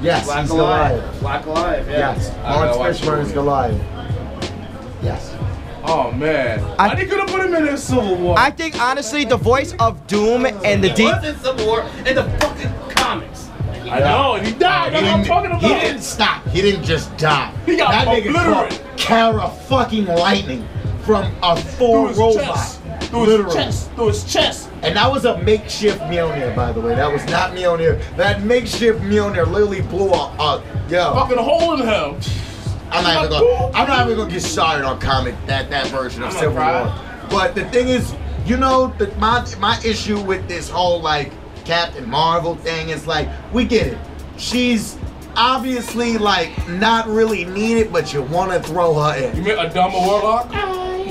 Speaker 2: Yes,
Speaker 3: Black
Speaker 2: he's
Speaker 3: Alive.
Speaker 2: Goliath.
Speaker 3: Black Alive, yeah.
Speaker 2: Yes,
Speaker 5: I gotta
Speaker 2: Lawrence
Speaker 5: watch the
Speaker 2: Fishburne is
Speaker 5: movie.
Speaker 2: Goliath. Yes.
Speaker 5: Oh man.
Speaker 4: I-
Speaker 5: I, think could have put him in his Civil War.
Speaker 4: I think honestly, the voice of Doom and the
Speaker 3: He
Speaker 4: deep.
Speaker 3: was in Civil War in the fucking comics.
Speaker 5: I know, and he died. That's what I'm talking about.
Speaker 2: He didn't stop. He didn't just die.
Speaker 5: He got
Speaker 2: that nigga
Speaker 5: obliterated.
Speaker 2: caught Kara fucking lightning from a
Speaker 5: through
Speaker 2: four
Speaker 5: his
Speaker 2: robot.
Speaker 5: chest. Through his
Speaker 2: Literally.
Speaker 5: chest. Through his chest.
Speaker 2: And that was a makeshift Mjolnir, by the way. That was not Mjolnir. That makeshift Mjolnir literally blew a, a yo.
Speaker 5: Fucking hole in him.
Speaker 2: I'm not even gonna. I'm not even gonna get started on comic that that version of
Speaker 5: I'm not
Speaker 2: Civil
Speaker 5: proud.
Speaker 2: War. But the thing is, you know, the, my my issue with this whole like Captain Marvel thing is like we get it. She's obviously like not really needed, but you want to throw her in.
Speaker 5: You meant a dumb warlock?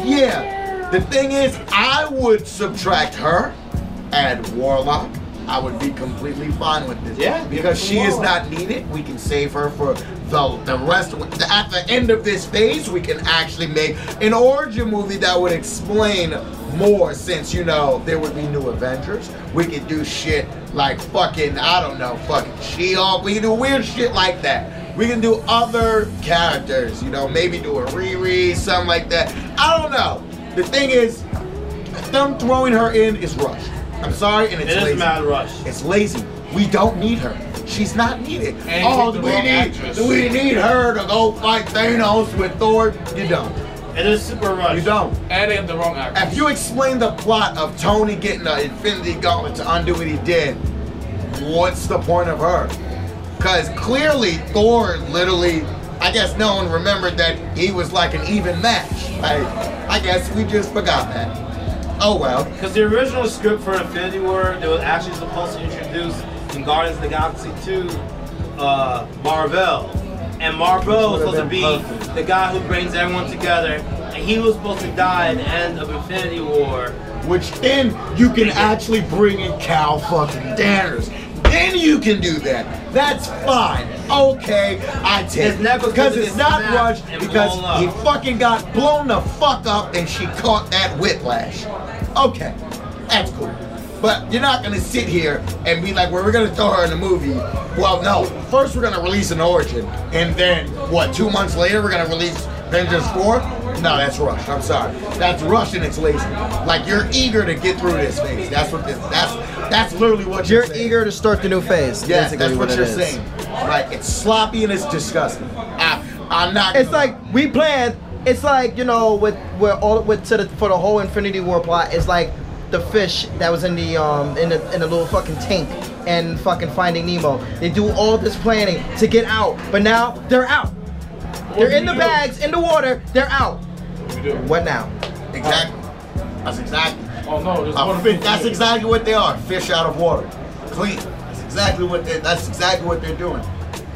Speaker 2: Yeah. The thing is, I would subtract her, add Warlock. I would be completely fine with this.
Speaker 3: Yeah,
Speaker 2: Because
Speaker 3: give
Speaker 2: she
Speaker 3: it to
Speaker 2: is
Speaker 3: Warlock.
Speaker 2: not needed. We can save her for the the rest. At the end of this phase, we can actually make an origin movie that would explain more. Since you know there would be new Avengers, we could do shit like fucking I don't know, fucking She-Hulk. We can do weird shit like that. We can do other characters, you know, maybe do a Riri, something like that. I don't know. The thing is, them throwing her in is rushed. I'm sorry, and it's
Speaker 3: It
Speaker 2: lazy.
Speaker 3: is Mad Rush.
Speaker 2: It's lazy. We don't need her. She's not needed.
Speaker 5: And
Speaker 2: oh,
Speaker 5: she's
Speaker 2: do
Speaker 5: the
Speaker 2: we
Speaker 5: wrong
Speaker 2: need
Speaker 5: actress.
Speaker 2: do we need her to go fight Thanos with Thor? You don't.
Speaker 3: It is Super Rush.
Speaker 2: You don't.
Speaker 5: And they had the wrong actor.
Speaker 2: If you explain the plot of Tony getting the Infinity Gauntlet to undo what he did, what's the point of her? Because clearly Thor literally, I guess no one remembered that he was like an even match. Like, I guess we just forgot that. Oh well.
Speaker 3: Because the original script for Infinity War, they was actually supposed to introduce in Guardians of the Galaxy 2, uh, Marvel. And Marvel was
Speaker 2: Which would've
Speaker 3: supposed to
Speaker 2: been
Speaker 3: be
Speaker 2: perfect.
Speaker 3: the guy who brings everyone together, and he was supposed to die at the end of Infinity War.
Speaker 2: Which then you can actually bring in Cal fucking Danners. Then you can do that. That's fine. Okay, I take
Speaker 3: It's not because
Speaker 2: because
Speaker 3: it uh,
Speaker 2: it's
Speaker 3: gets
Speaker 2: not
Speaker 3: snapped
Speaker 2: rushed
Speaker 3: and
Speaker 2: because
Speaker 3: blown up.
Speaker 2: he fucking got blown the fuck up and she caught that whiplash. Okay, that's cool. But you're not gonna sit here and be like, well, we're gonna throw her in the movie. Well, no. First, we're gonna release an origin, and then what? Two months later, we're gonna release Avengers Four. No, that's rushed. I'm sorry. That's rushed and it's lazy. Like you're eager to get through this phase. That's what this. That's that's literally what you're,
Speaker 4: You're eager to start the new phase.
Speaker 2: Yes,
Speaker 4: basically
Speaker 2: that's what,
Speaker 4: it
Speaker 2: you're
Speaker 4: is.
Speaker 2: saying. Like it's sloppy and it's disgusting. I, I'm not.
Speaker 4: It's
Speaker 2: gonna-
Speaker 4: like we planned. It's like you know with where all with to the for the whole Infinity War plot. It's like the fish that was in the um in the in the little fucking tank and fucking Finding Nemo. They do all this planning to get out, but now they're out. They're
Speaker 5: do
Speaker 4: in
Speaker 5: we
Speaker 4: the
Speaker 5: do?
Speaker 4: bags, in the water. They're out.
Speaker 5: You do.
Speaker 4: What now?
Speaker 2: exactly. That's exactly.
Speaker 5: Oh no, there's
Speaker 2: A
Speaker 5: one
Speaker 2: fi- that's exactly what they are. Fish out of water, clean. That's exactly what they. That's exactly what they're doing.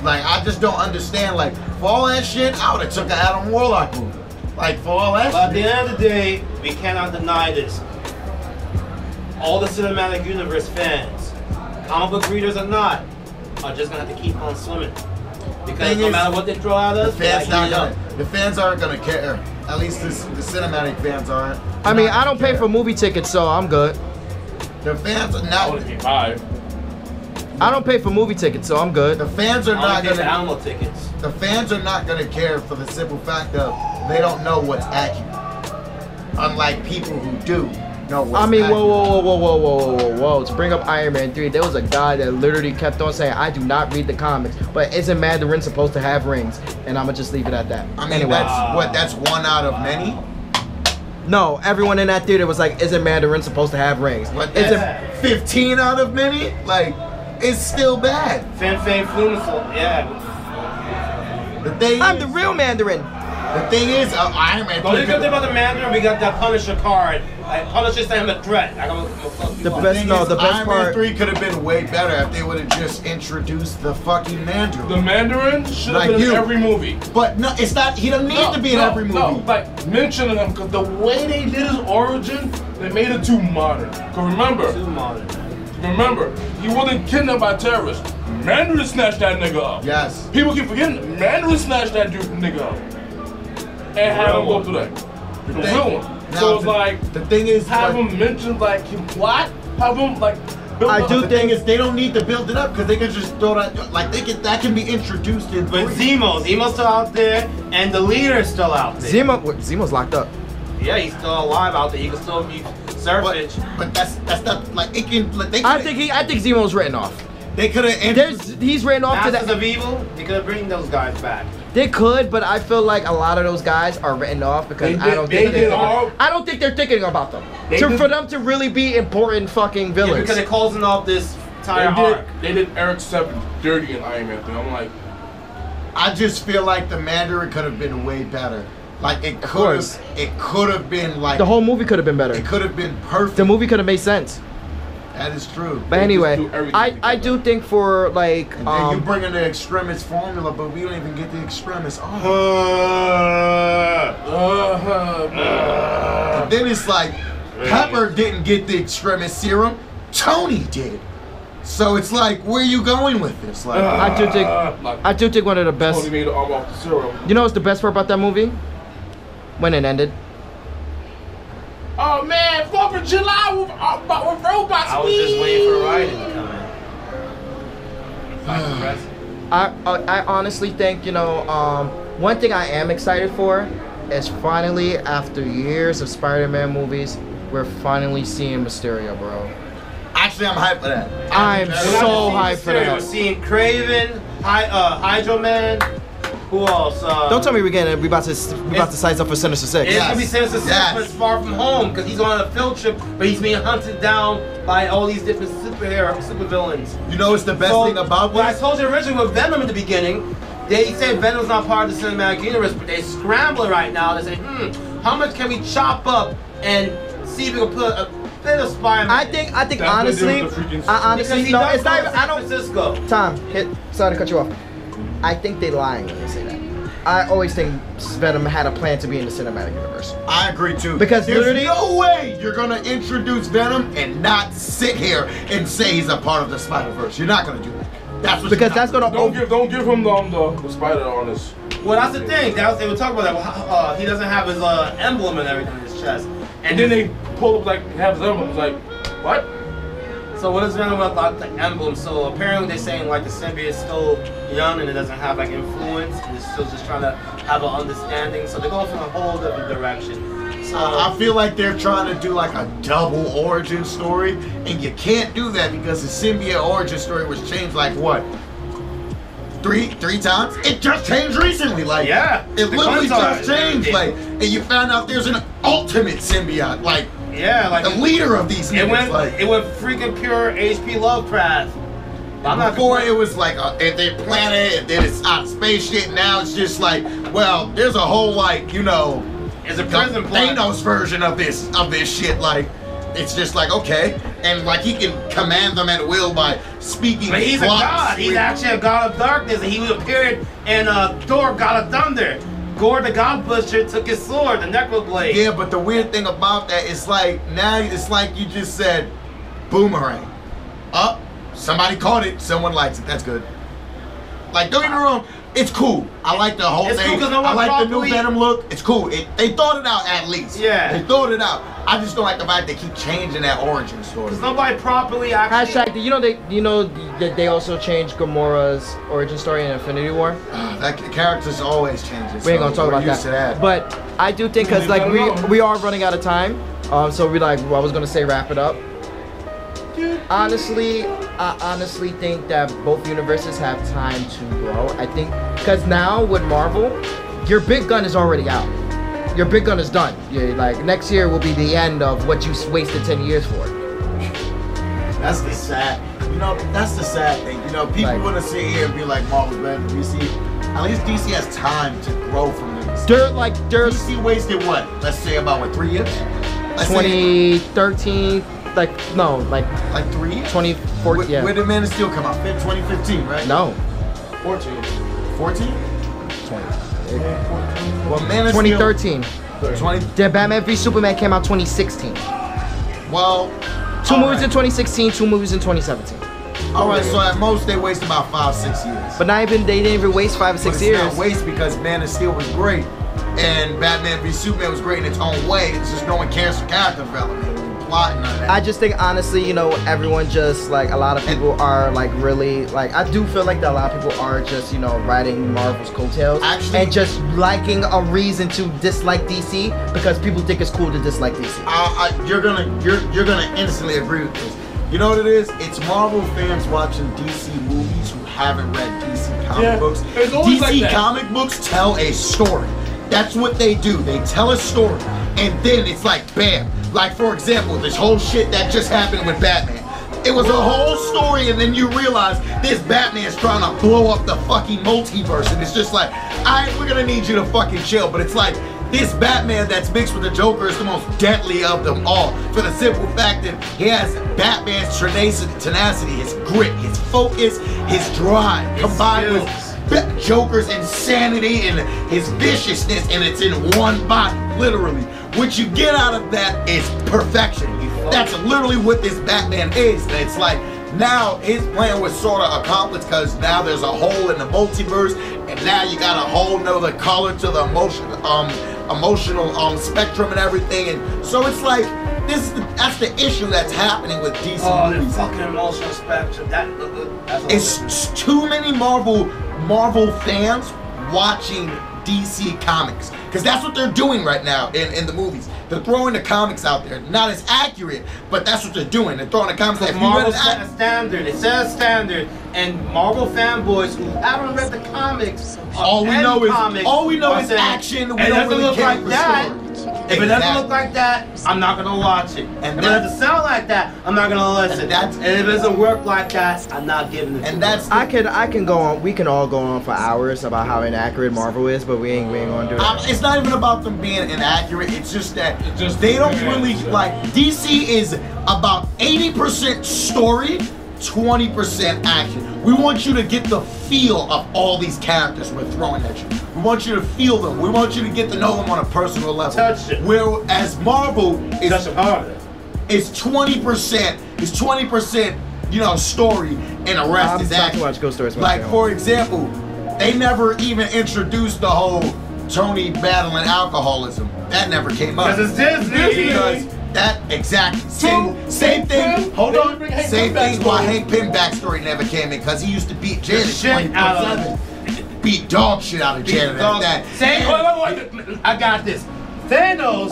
Speaker 2: Like I just don't understand. Like for all that shit, I would have took an Adam Warlock movie. Like for all that.
Speaker 3: But at
Speaker 2: shit.
Speaker 3: the end of the day, we cannot deny this. All the cinematic universe fans, comic book readers or not, are just gonna have to keep on swimming. Because
Speaker 2: Thing
Speaker 3: no
Speaker 2: is,
Speaker 3: matter what they throw at
Speaker 2: The
Speaker 3: us, we're
Speaker 2: fans not
Speaker 3: like, "Yo."
Speaker 2: gonna. The fans aren't gonna care. At least this, the cinematic fans aren't.
Speaker 4: I mean,
Speaker 2: Not
Speaker 4: I don't pay
Speaker 2: care.
Speaker 4: for movie tickets, so I'm good.
Speaker 2: The fans are
Speaker 5: I
Speaker 2: not.
Speaker 5: would get five.
Speaker 4: I don't pay for movie tickets, so I'm good.
Speaker 2: The fans are
Speaker 3: I
Speaker 2: not
Speaker 3: only pay the
Speaker 2: gonna.
Speaker 3: animal tickets.
Speaker 2: The fans are not gonna care for the simple fact of they don't know what's accurate. unlike people who do. No,
Speaker 4: I mean, whoa, whoa, whoa, whoa, whoa, whoa, whoa, whoa. To bring up Iron Man 3, there was a guy that literally kept on saying, I do not read the comics, but isn't Mandarin supposed to have rings? And I'm going to just leave it at that.
Speaker 2: I mean, that's what. That's one out of many.
Speaker 4: No, everyone in that theater was like, isn't Mandarin supposed to have rings?
Speaker 2: But
Speaker 4: Isn't-
Speaker 2: that's 15 out of many? Like, it's still bad.
Speaker 3: Fan Fan Fluminense, yeah.
Speaker 2: The thing
Speaker 4: I'm
Speaker 2: is,
Speaker 4: the real Mandarin.
Speaker 2: the thing is, uh, Iron Man.
Speaker 3: Don't you good thing about the Mandarin? We got that Punisher card. Like, Punisher saying I'm a threat. I gotta,
Speaker 4: The best,
Speaker 2: thing
Speaker 4: no,
Speaker 2: is,
Speaker 4: the best
Speaker 2: Iron Man
Speaker 4: part.
Speaker 2: 3 could have been way better if they would have just introduced the fucking Mandarin.
Speaker 5: The Mandarin should have
Speaker 2: Like
Speaker 5: been
Speaker 2: you.
Speaker 5: in every movie.
Speaker 2: but no, it's not. He doesn't need
Speaker 5: No,
Speaker 2: to be in
Speaker 5: no,
Speaker 2: every movie.
Speaker 5: No, like mentioning him because the way they did his origin, they made it too modern. Cause remember, too modern. Remember, he wasn't kidnapped by terrorists. Mandarin snatched that nigga up.
Speaker 2: Yes.
Speaker 5: People keep forgetting Mandarin snatched that dude nigga up and have him go through that. The
Speaker 2: thing-
Speaker 5: real one.
Speaker 2: now,
Speaker 5: so it's
Speaker 2: the-
Speaker 5: like
Speaker 2: the thing is,
Speaker 5: have
Speaker 2: like-
Speaker 5: him mention like his plot. Have him like. build
Speaker 4: I
Speaker 5: up
Speaker 4: do
Speaker 5: the-
Speaker 2: The thing is, they don't need to build it up because they can just throw that. Like they can, that can be introduced in.
Speaker 3: But
Speaker 2: three.
Speaker 3: Zemo, Zemo's still out there, and the leader's still out there.
Speaker 4: Zemo, wait, Zemo's locked up.
Speaker 3: Yeah, he's still alive out there. He can still be
Speaker 2: But,
Speaker 3: surfaced.
Speaker 2: but that's that's not like it can. Like, they
Speaker 4: I
Speaker 2: coulda-
Speaker 4: think he, I think Zemo's written off.
Speaker 2: they could have.
Speaker 4: There's, he's written off to
Speaker 3: Masters
Speaker 4: that.
Speaker 3: of Evil, they could bring those guys back.
Speaker 4: They could, but I feel like a lot of those guys are written off because
Speaker 5: They
Speaker 4: I don't
Speaker 5: did-
Speaker 4: think
Speaker 5: they
Speaker 4: they're
Speaker 5: did all-
Speaker 4: I don't think they're thinking about them.
Speaker 5: They
Speaker 4: To,
Speaker 5: did-
Speaker 4: for them to really be important fucking
Speaker 3: Yeah,
Speaker 4: villains.
Speaker 3: because they're closing off this entire
Speaker 5: They
Speaker 3: arc.
Speaker 5: did, they did Eric Seven dirty in Iron Man 3. I'm like,
Speaker 2: I just feel like the Mandarin could have been way better. Like it could
Speaker 4: course.
Speaker 2: have, it could have been like
Speaker 4: the whole movie could have been better.
Speaker 2: It could have been perfect.
Speaker 4: The movie could have made sense.
Speaker 2: that is true.
Speaker 4: But anyway,
Speaker 5: do everything
Speaker 4: I, I do think for like
Speaker 2: And then you
Speaker 4: um,
Speaker 2: bring in the extremist formula, but we don't even get the extremist. Oh,
Speaker 5: uh, uh,
Speaker 2: then it's like Pepper didn't get the extremist serum. Tony did. So it's like, where are you going with this? Like,
Speaker 4: I do think
Speaker 2: Ah.
Speaker 5: uh, like,
Speaker 4: I do think one of the
Speaker 5: Tony
Speaker 4: best.
Speaker 5: made the arm off the serum.
Speaker 4: You know what's the best part about that movie? When it ended.
Speaker 5: Oh man, 4th of July with, uh, but with robots.
Speaker 3: I was just waiting for Ryan to come in.
Speaker 4: I, I I honestly think you know um, one thing I am excited for is finally after years of Spider-Man movies, we're finally seeing Mysterio, bro.
Speaker 2: actually, I'm hyped for that.
Speaker 4: I'm so hyped for
Speaker 3: We're
Speaker 4: that.
Speaker 3: seeing Craven, Hy- uh, Hydro Man. Who else? Uh,
Speaker 4: Don't tell me we're getting we about to we about to size up for Sinister Six.
Speaker 3: It's
Speaker 2: Yeah.
Speaker 3: gonna be
Speaker 2: Yes.
Speaker 3: Sinister Six,
Speaker 2: Yes.
Speaker 3: but it's far from home because he's on a field trip, but he's being hunted down by all these different superhero supervillains.
Speaker 2: You know what's the best
Speaker 3: So,
Speaker 2: thing about
Speaker 3: what I
Speaker 2: this?
Speaker 3: told you originally with Venom in the beginning, they said Venom's not part of the cinematic universe, but they're scrambling right now. They say, hmm, how much can we chop up and see if we can put a bit of Spider-Man?
Speaker 4: I think I think
Speaker 5: That's what
Speaker 4: honestly,
Speaker 5: they do with the freaking-
Speaker 4: I honestly
Speaker 3: because he
Speaker 4: no,
Speaker 3: does
Speaker 4: it's not. even- I
Speaker 3: San
Speaker 4: don't.
Speaker 3: Francisco.
Speaker 4: Tom, hit. Sorry to cut you off. I think they lying when they say that. I always think Venom had a plan to be in the cinematic universe.
Speaker 2: I agree too.
Speaker 4: Because
Speaker 2: there's
Speaker 4: literally-
Speaker 2: no way you're gonna introduce Venom and not sit here and say he's a part of the Spider Verse. You're not gonna do that. That's what you're
Speaker 4: Because
Speaker 2: not
Speaker 4: that's
Speaker 2: gonna
Speaker 4: gonna
Speaker 5: Don't
Speaker 4: open.
Speaker 5: give, don't give him the, um, the, the spider on his.
Speaker 3: Well, that's the thing. That was, they were talking about that. Well, how- uh, he doesn't have his uh, emblem and everything in his chest.
Speaker 5: And then they pull up like have his emblem. It's like, what?
Speaker 3: So what is Venom about the emblem? So apparently they're saying like the symbiote is still young and it doesn't have like influence and it's still just trying to have an understanding. So they're going from a whole different direction. So
Speaker 2: Uh, I feel like they're trying to do like a double origin story, and you can't do that because the symbiote origin story was changed like what? Three three times? It just changed recently. Like
Speaker 3: Yeah,
Speaker 2: It
Speaker 3: the
Speaker 2: literally
Speaker 3: concept.
Speaker 2: just changed.
Speaker 3: It-
Speaker 2: Like and you found out there's an ultimate symbiote, like
Speaker 3: yeah, like
Speaker 2: the leader of these
Speaker 3: it
Speaker 2: niggas,
Speaker 3: went
Speaker 2: like
Speaker 3: it went freaking pure HP Lovecraft. I'm not
Speaker 2: before it was like uh, a, and then planet and then it's out of space shit. Now it's just like, well, there's a whole like, you know,
Speaker 3: It's a
Speaker 2: the
Speaker 3: prison plot.
Speaker 2: Thanos version of this of this shit. Like, it's just like okay, and like he can command them at will by speaking.
Speaker 3: But he's a
Speaker 2: clocks
Speaker 3: god. He's
Speaker 2: with-
Speaker 3: actually a god of darkness, and he appeared in uh, Thor, God of Thunder. Gore the God Butcher took his sword, the Necroblade.
Speaker 2: Yeah, but the weird thing about that is like now it's like you just said, boomerang, Oh, up. Somebody caught it. Someone likes it. That's good. Like don't get me wrong. It's cool. I like the whole
Speaker 3: It's cool
Speaker 2: thing.
Speaker 3: 'cause no
Speaker 2: I like
Speaker 3: one
Speaker 2: the new
Speaker 3: properly-
Speaker 2: Venom look. It's cool. It, they thought it out at least.
Speaker 3: Yeah.
Speaker 2: They thought it out. I just don't like the fact they keep changing that origin story.
Speaker 3: Because nobody properly actually.
Speaker 4: Hashtag. You know they. You know that they also changed Gamora's origin story in Infinity War.
Speaker 2: Ah, That the characters always changes.
Speaker 4: We ain't gonna talk about
Speaker 2: used
Speaker 4: that.
Speaker 2: To that.
Speaker 4: But I do think because
Speaker 5: Leave it
Speaker 4: like we
Speaker 5: alone.
Speaker 4: we are running out of time, um, so we like I was gonna say wrap it up. Honestly, I honestly think that both universes have time to grow. I think because now with Marvel, your big gun is already out. Your big gun is done. you like next year will be the end of what you s- wasted ten years for.
Speaker 2: That's the sad. You know, that's the sad thing. You know, people
Speaker 4: Like-
Speaker 2: want to sit here and be like Marvel's better than DC. At least DC has time to grow from this.
Speaker 4: Dirt like dirt
Speaker 2: DC wasted what? Let's say about what three years? Let's say
Speaker 4: 2013, like no like
Speaker 2: like three years.
Speaker 4: 2014.
Speaker 2: Where, where
Speaker 4: Yeah,
Speaker 2: did Man of Steel come out? Fif- 2015, right?
Speaker 4: no
Speaker 5: 14.
Speaker 2: 14.
Speaker 4: 20.
Speaker 2: Well, Man of
Speaker 4: 2013.
Speaker 2: Steel. 20.
Speaker 4: The Batman v Superman came out 2016. Two
Speaker 2: Well,
Speaker 4: movies in 2016, two movies in 2017.
Speaker 2: all right. So at most they waste about five, six years.
Speaker 4: But not even they didn't even waste five or
Speaker 2: But
Speaker 4: six
Speaker 2: it's
Speaker 4: years.
Speaker 2: not waste because Man of Steel was great, and Batman v Superman was great in its own way. It's just no one cares for character development, plot, and none of that.
Speaker 4: I just think honestly, you know, everyone just like a lot of people are like really like I do feel like that a lot of people are just you know riding Marvel's coattails
Speaker 2: Actually-
Speaker 4: and just liking a reason to dislike DC because people think it's cool to dislike DC.
Speaker 2: I, I, you're gonna you're you're gonna instantly agree with this. You know what it is? It's Marvel fans watching DC movies who haven't read DC comic
Speaker 5: Yeah,
Speaker 2: books.
Speaker 5: it's always
Speaker 2: DC
Speaker 5: like that.
Speaker 2: comic books tell a story. That's what they do. They tell a story, and then it's like bam. Like for example, this whole shit that just happened with Batman. It was a whole story, and then you realize this Batman's trying to blow up the fucking multiverse, and it's just like, I we're gonna need you to fucking chill. But it's like this Batman that's mixed with the Joker is the most deadly of them all, for the simple fact that he has Batman's tenacity, tenacity his grit, his focus, his drive, combined
Speaker 3: skills.
Speaker 2: with Ba- Joker's insanity and his viciousness, and it's in one body, literally. What you get out of that is perfection. That's literally what this Batman is. And it's like now his plan was sort of accomplished because now there's a hole in the multiverse, and now you got a whole nother color to the emotion, um, emotional um spectrum and everything. And so it's like this. That's the issue that's happening with DC
Speaker 3: Oh, the
Speaker 2: movies.
Speaker 3: fucking emotional spectrum. That, uh, that's a
Speaker 2: It's s- too many Marvel Marvel fans watching DC comics because that's what they're doing right now in, in the movies. They're throwing the comics out there, not as accurate, but that's what they're doing. They're throwing the comics. If you read
Speaker 3: Marvel
Speaker 2: an
Speaker 3: set a
Speaker 2: ac-
Speaker 3: standard. It set a standard, and Marvel fanboys who haven't read the comics, or
Speaker 2: all we
Speaker 3: any
Speaker 2: know is
Speaker 3: comics
Speaker 2: all we know
Speaker 3: are
Speaker 2: is
Speaker 3: saying,
Speaker 2: action. We
Speaker 3: It
Speaker 2: don't
Speaker 3: doesn't
Speaker 2: really
Speaker 3: look
Speaker 2: care
Speaker 3: like
Speaker 2: for
Speaker 3: that.
Speaker 2: story.
Speaker 3: If it doesn't
Speaker 2: Exactly.
Speaker 3: look like that, I'm not gonna watch it.
Speaker 2: And
Speaker 3: And if it doesn't sound like that, I'm not gonna listen.
Speaker 2: And that's-
Speaker 3: and if it doesn't work like that, I'm not giving it. to
Speaker 2: and that's
Speaker 4: I can I can go on. We can all go on for hours about how inaccurate Marvel is, but we ain't we ain't gonna do
Speaker 2: Um,
Speaker 4: that.
Speaker 2: it's not even about them being inaccurate. It's just that
Speaker 5: It's just
Speaker 2: they don't
Speaker 5: yeah,
Speaker 2: really
Speaker 5: so-
Speaker 2: like DC is about 80% story, 20% action. We want you to get the feel of all these characters we're throwing at you. We want you to feel them. We want you to get to know them on a personal level.
Speaker 3: Touch it.
Speaker 2: Whereas Marvel
Speaker 3: you.
Speaker 2: is
Speaker 3: That's a part of it.
Speaker 2: is 20%, is 20%, you know, story and the rest
Speaker 4: I'm
Speaker 2: is
Speaker 4: about
Speaker 2: action.
Speaker 4: to watch Ghost Stories when I
Speaker 2: Like
Speaker 4: get
Speaker 2: for example, they never even introduced the whole Tony battling alcoholism. That never came up.
Speaker 3: Because it's Disney.
Speaker 2: Because that exact same
Speaker 5: Two,
Speaker 2: same
Speaker 5: Hank
Speaker 2: thing.
Speaker 5: Pym,
Speaker 2: Hold
Speaker 5: they
Speaker 2: on.
Speaker 5: bring Hank
Speaker 2: Same
Speaker 5: Pym back
Speaker 2: thing why
Speaker 5: story.
Speaker 2: Hank Pym backstory never came in because he used to beat Janet
Speaker 3: shit out of
Speaker 2: 24/7. Beat dog shit out of Janet at that.
Speaker 3: Thanos, wait, wait, wait, I got this. Thanos,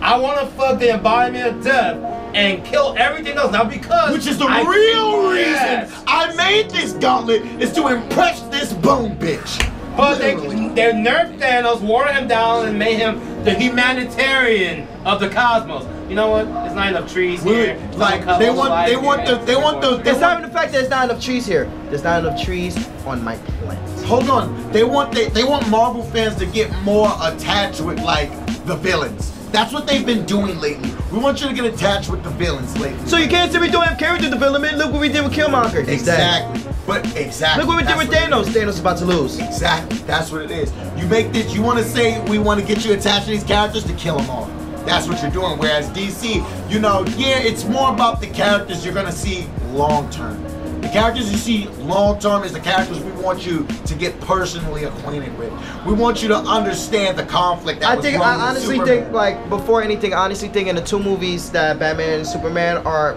Speaker 3: I want to fuck the embodiment of death and kill everything else. Now because
Speaker 2: Which is the
Speaker 3: I-
Speaker 2: real reason
Speaker 3: Yes.
Speaker 2: I made this gauntlet is to impress this bone bitch.
Speaker 3: But they
Speaker 2: Literally.
Speaker 3: they nerfed Thanos, wore him down, and made him the humanitarian of the cosmos. You know what? It's not enough trees
Speaker 2: Really,
Speaker 3: here.
Speaker 2: like they want, they want the, they want the, they
Speaker 4: It's not
Speaker 2: want.
Speaker 4: even the fact that there's not enough trees here. There's not enough trees on my planet.
Speaker 2: Hold on, they want, they, they want Marvel fans to get more attached with like the villains. That's what they've been doing lately. We want you to get attached with the villains lately.
Speaker 4: So you can't say we don't have character development. Look what we did with Killmonger. He's dead.
Speaker 2: exactly, but exactly.
Speaker 4: Look what we did
Speaker 2: that's
Speaker 4: with Thanos. Thanos is about to lose.
Speaker 2: Exactly, that's what it is. You make this, you want to say we want to get you attached to these characters to kill them all. That's what you're doing. Whereas DC, you know, yeah, it's more about the characters you're gonna see long term. The characters you see long term is the characters we want you to get personally acquainted with. We want you to understand the conflict that
Speaker 4: I
Speaker 2: was
Speaker 4: think
Speaker 2: wrong
Speaker 4: I
Speaker 2: with
Speaker 4: honestly
Speaker 2: Superman.
Speaker 4: think like before anything, I honestly think in the two movies that Batman and Superman are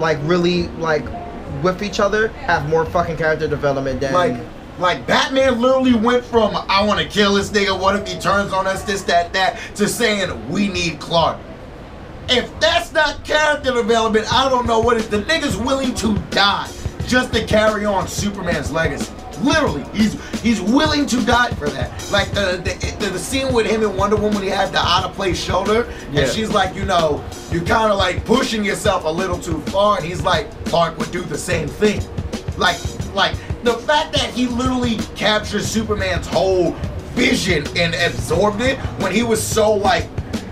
Speaker 4: like really like with each other have more fucking character development than
Speaker 2: Like, like Batman literally went from "I want to kill this nigga, what if he turns on us, this, that, that" to saying "We need Clark." If that's not character development, I don't know what is. The nigga's willing to die just to carry on Superman's legacy. Literally, he's he's willing to die for that. Like the the, the, the scene with him and Wonder Woman, he had the out of place shoulder,
Speaker 4: Yeah.
Speaker 2: and she's like, you know, you're kind of like pushing yourself a little too far, and he's like, Clark would do the same thing. Like like the fact that he literally captured Superman's whole vision and absorbed it when he was so like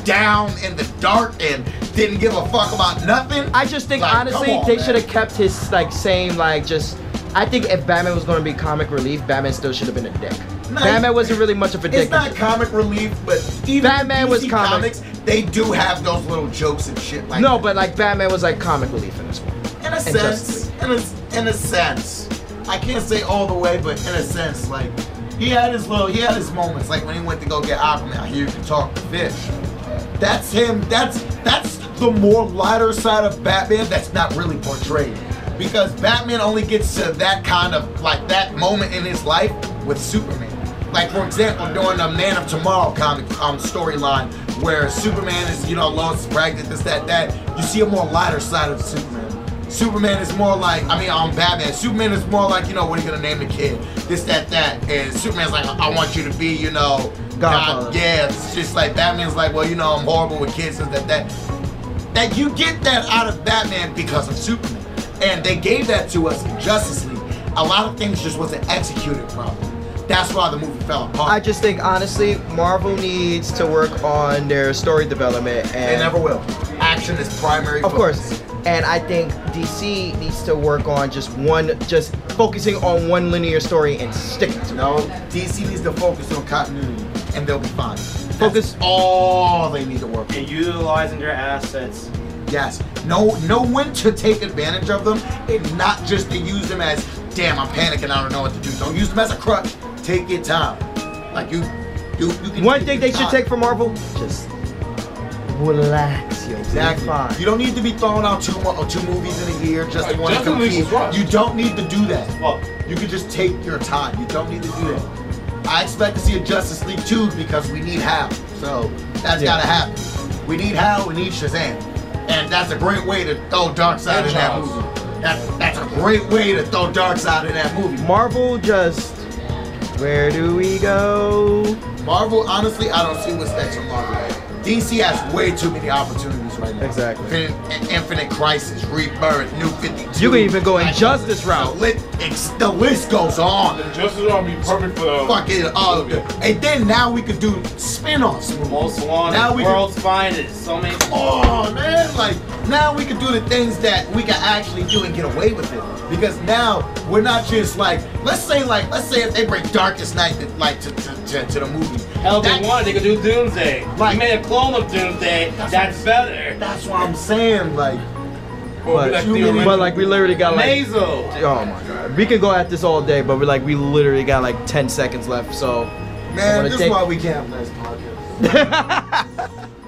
Speaker 2: down in the dark and didn't give a fuck about nothing.
Speaker 4: I just think
Speaker 2: Like,
Speaker 4: honestly
Speaker 2: come on,
Speaker 4: they
Speaker 2: man.
Speaker 4: should have kept his like same like just. I think if Batman was going to be comic relief, Batman still should have been a dick.
Speaker 2: No,
Speaker 4: Batman wasn't really much of a dick.
Speaker 2: It's not comic relief, but even
Speaker 4: Batman
Speaker 2: DC
Speaker 4: was comic.
Speaker 2: comics, they do have those little jokes and shit like
Speaker 4: no, but like Batman was like comic relief in this one.
Speaker 2: in a sense, in a, in a sense, I can't say all the way, but in a sense, like he had his little, he had his moments, like when he went to go get Aquaman. I hear you can talk to fish. That's him. That's that's the more lighter side of Batman that's not really portrayed, because Batman only gets to that kind of like that moment in his life with Superman. Like for example, during the Man of Tomorrow comic um, storyline, where Superman is you know lost, pregnant, this, that, that. You see a more lighter side of Superman. Superman is more like, I mean, um, Batman. Superman is more like, you know, what are you gonna name the kid? This, that, that. And Superman's like, I want you to be, you know,
Speaker 4: Godfather.
Speaker 2: God. Yeah, it's just like Batman's like, well, you know, I'm horrible with kids, this, that, that. That you get that out of Batman because of Superman, and they gave that to us in Justice League. A lot of things just wasn't executed properly. That's why the movie fell apart.
Speaker 4: I just think honestly, Marvel needs to work on their story development and
Speaker 2: they never will. Action is primary.
Speaker 4: Of
Speaker 2: focus.
Speaker 4: course. And I think DC needs to work on just one, just focusing on one linear story and sticking to it.
Speaker 2: No, DC needs to focus on continuity, and they'll be fine.
Speaker 4: Focus.
Speaker 2: all they need to work on.
Speaker 3: And utilizing their assets.
Speaker 2: Yes. Know know when to take advantage of them and not just to use them as damn I'm panicking, I don't know what to do. Don't use them as a crutch. Take your time. Like you you, you can
Speaker 4: One
Speaker 2: take your
Speaker 4: thing they should
Speaker 2: time.
Speaker 4: take from Marvel, just relax, yo.
Speaker 2: Exactly.
Speaker 4: Fine.
Speaker 2: You don't need to be throwing out two mo- two movies in a year just to
Speaker 5: Like,
Speaker 2: want to
Speaker 5: Justice League
Speaker 2: compete.
Speaker 5: was rough.
Speaker 2: You don't need to do that. Well, you can just take your time. You don't need to do that. I expect to see a Justice League 2 because we need Hal. So that's
Speaker 4: Yeah.
Speaker 2: gotta happen. We need Hal, we need Shazam. And that's a great way to throw Darkseid in that
Speaker 5: Jaws.
Speaker 2: movie. That, that's a great way to throw Darkseid in that movie.
Speaker 4: Marvel just, where do we go?
Speaker 2: Marvel, honestly, I don't see what's next for Marvel. DC has way too many opportunities right now.
Speaker 4: Exactly.
Speaker 2: Infinite, Infinite Crisis, Rebirth, New 52.
Speaker 4: You can even go
Speaker 2: Like,
Speaker 4: Injustice route.
Speaker 2: The, lit, ex, the list goes on.
Speaker 5: Justice League would be perfect for um, the
Speaker 2: Fucking all of it. And then now we could do spin-offs.
Speaker 3: Most wanted.
Speaker 2: Now we can-
Speaker 3: world's finest. So many.
Speaker 2: Oh man, like now we can do the things that we can actually do and get away with it. Because now we're not just like, let's say like, let's say if they bring Darkest Night to, like to, to, to, to the movies.
Speaker 3: Hell, they
Speaker 2: That-
Speaker 3: wanted. They could do Doomsday.
Speaker 2: Like-
Speaker 3: you made a clone of Doomsday. That's, better.
Speaker 2: That's what I'm saying. Like,
Speaker 5: or be like
Speaker 4: But,
Speaker 5: the original.
Speaker 4: but like we literally got like,
Speaker 3: Mazo.
Speaker 4: oh my god, we could go at this all day, but we like we literally got like 10 seconds left, so. I
Speaker 2: man,
Speaker 4: wanna
Speaker 2: this
Speaker 4: take-
Speaker 2: is why we can't have nice podcasts.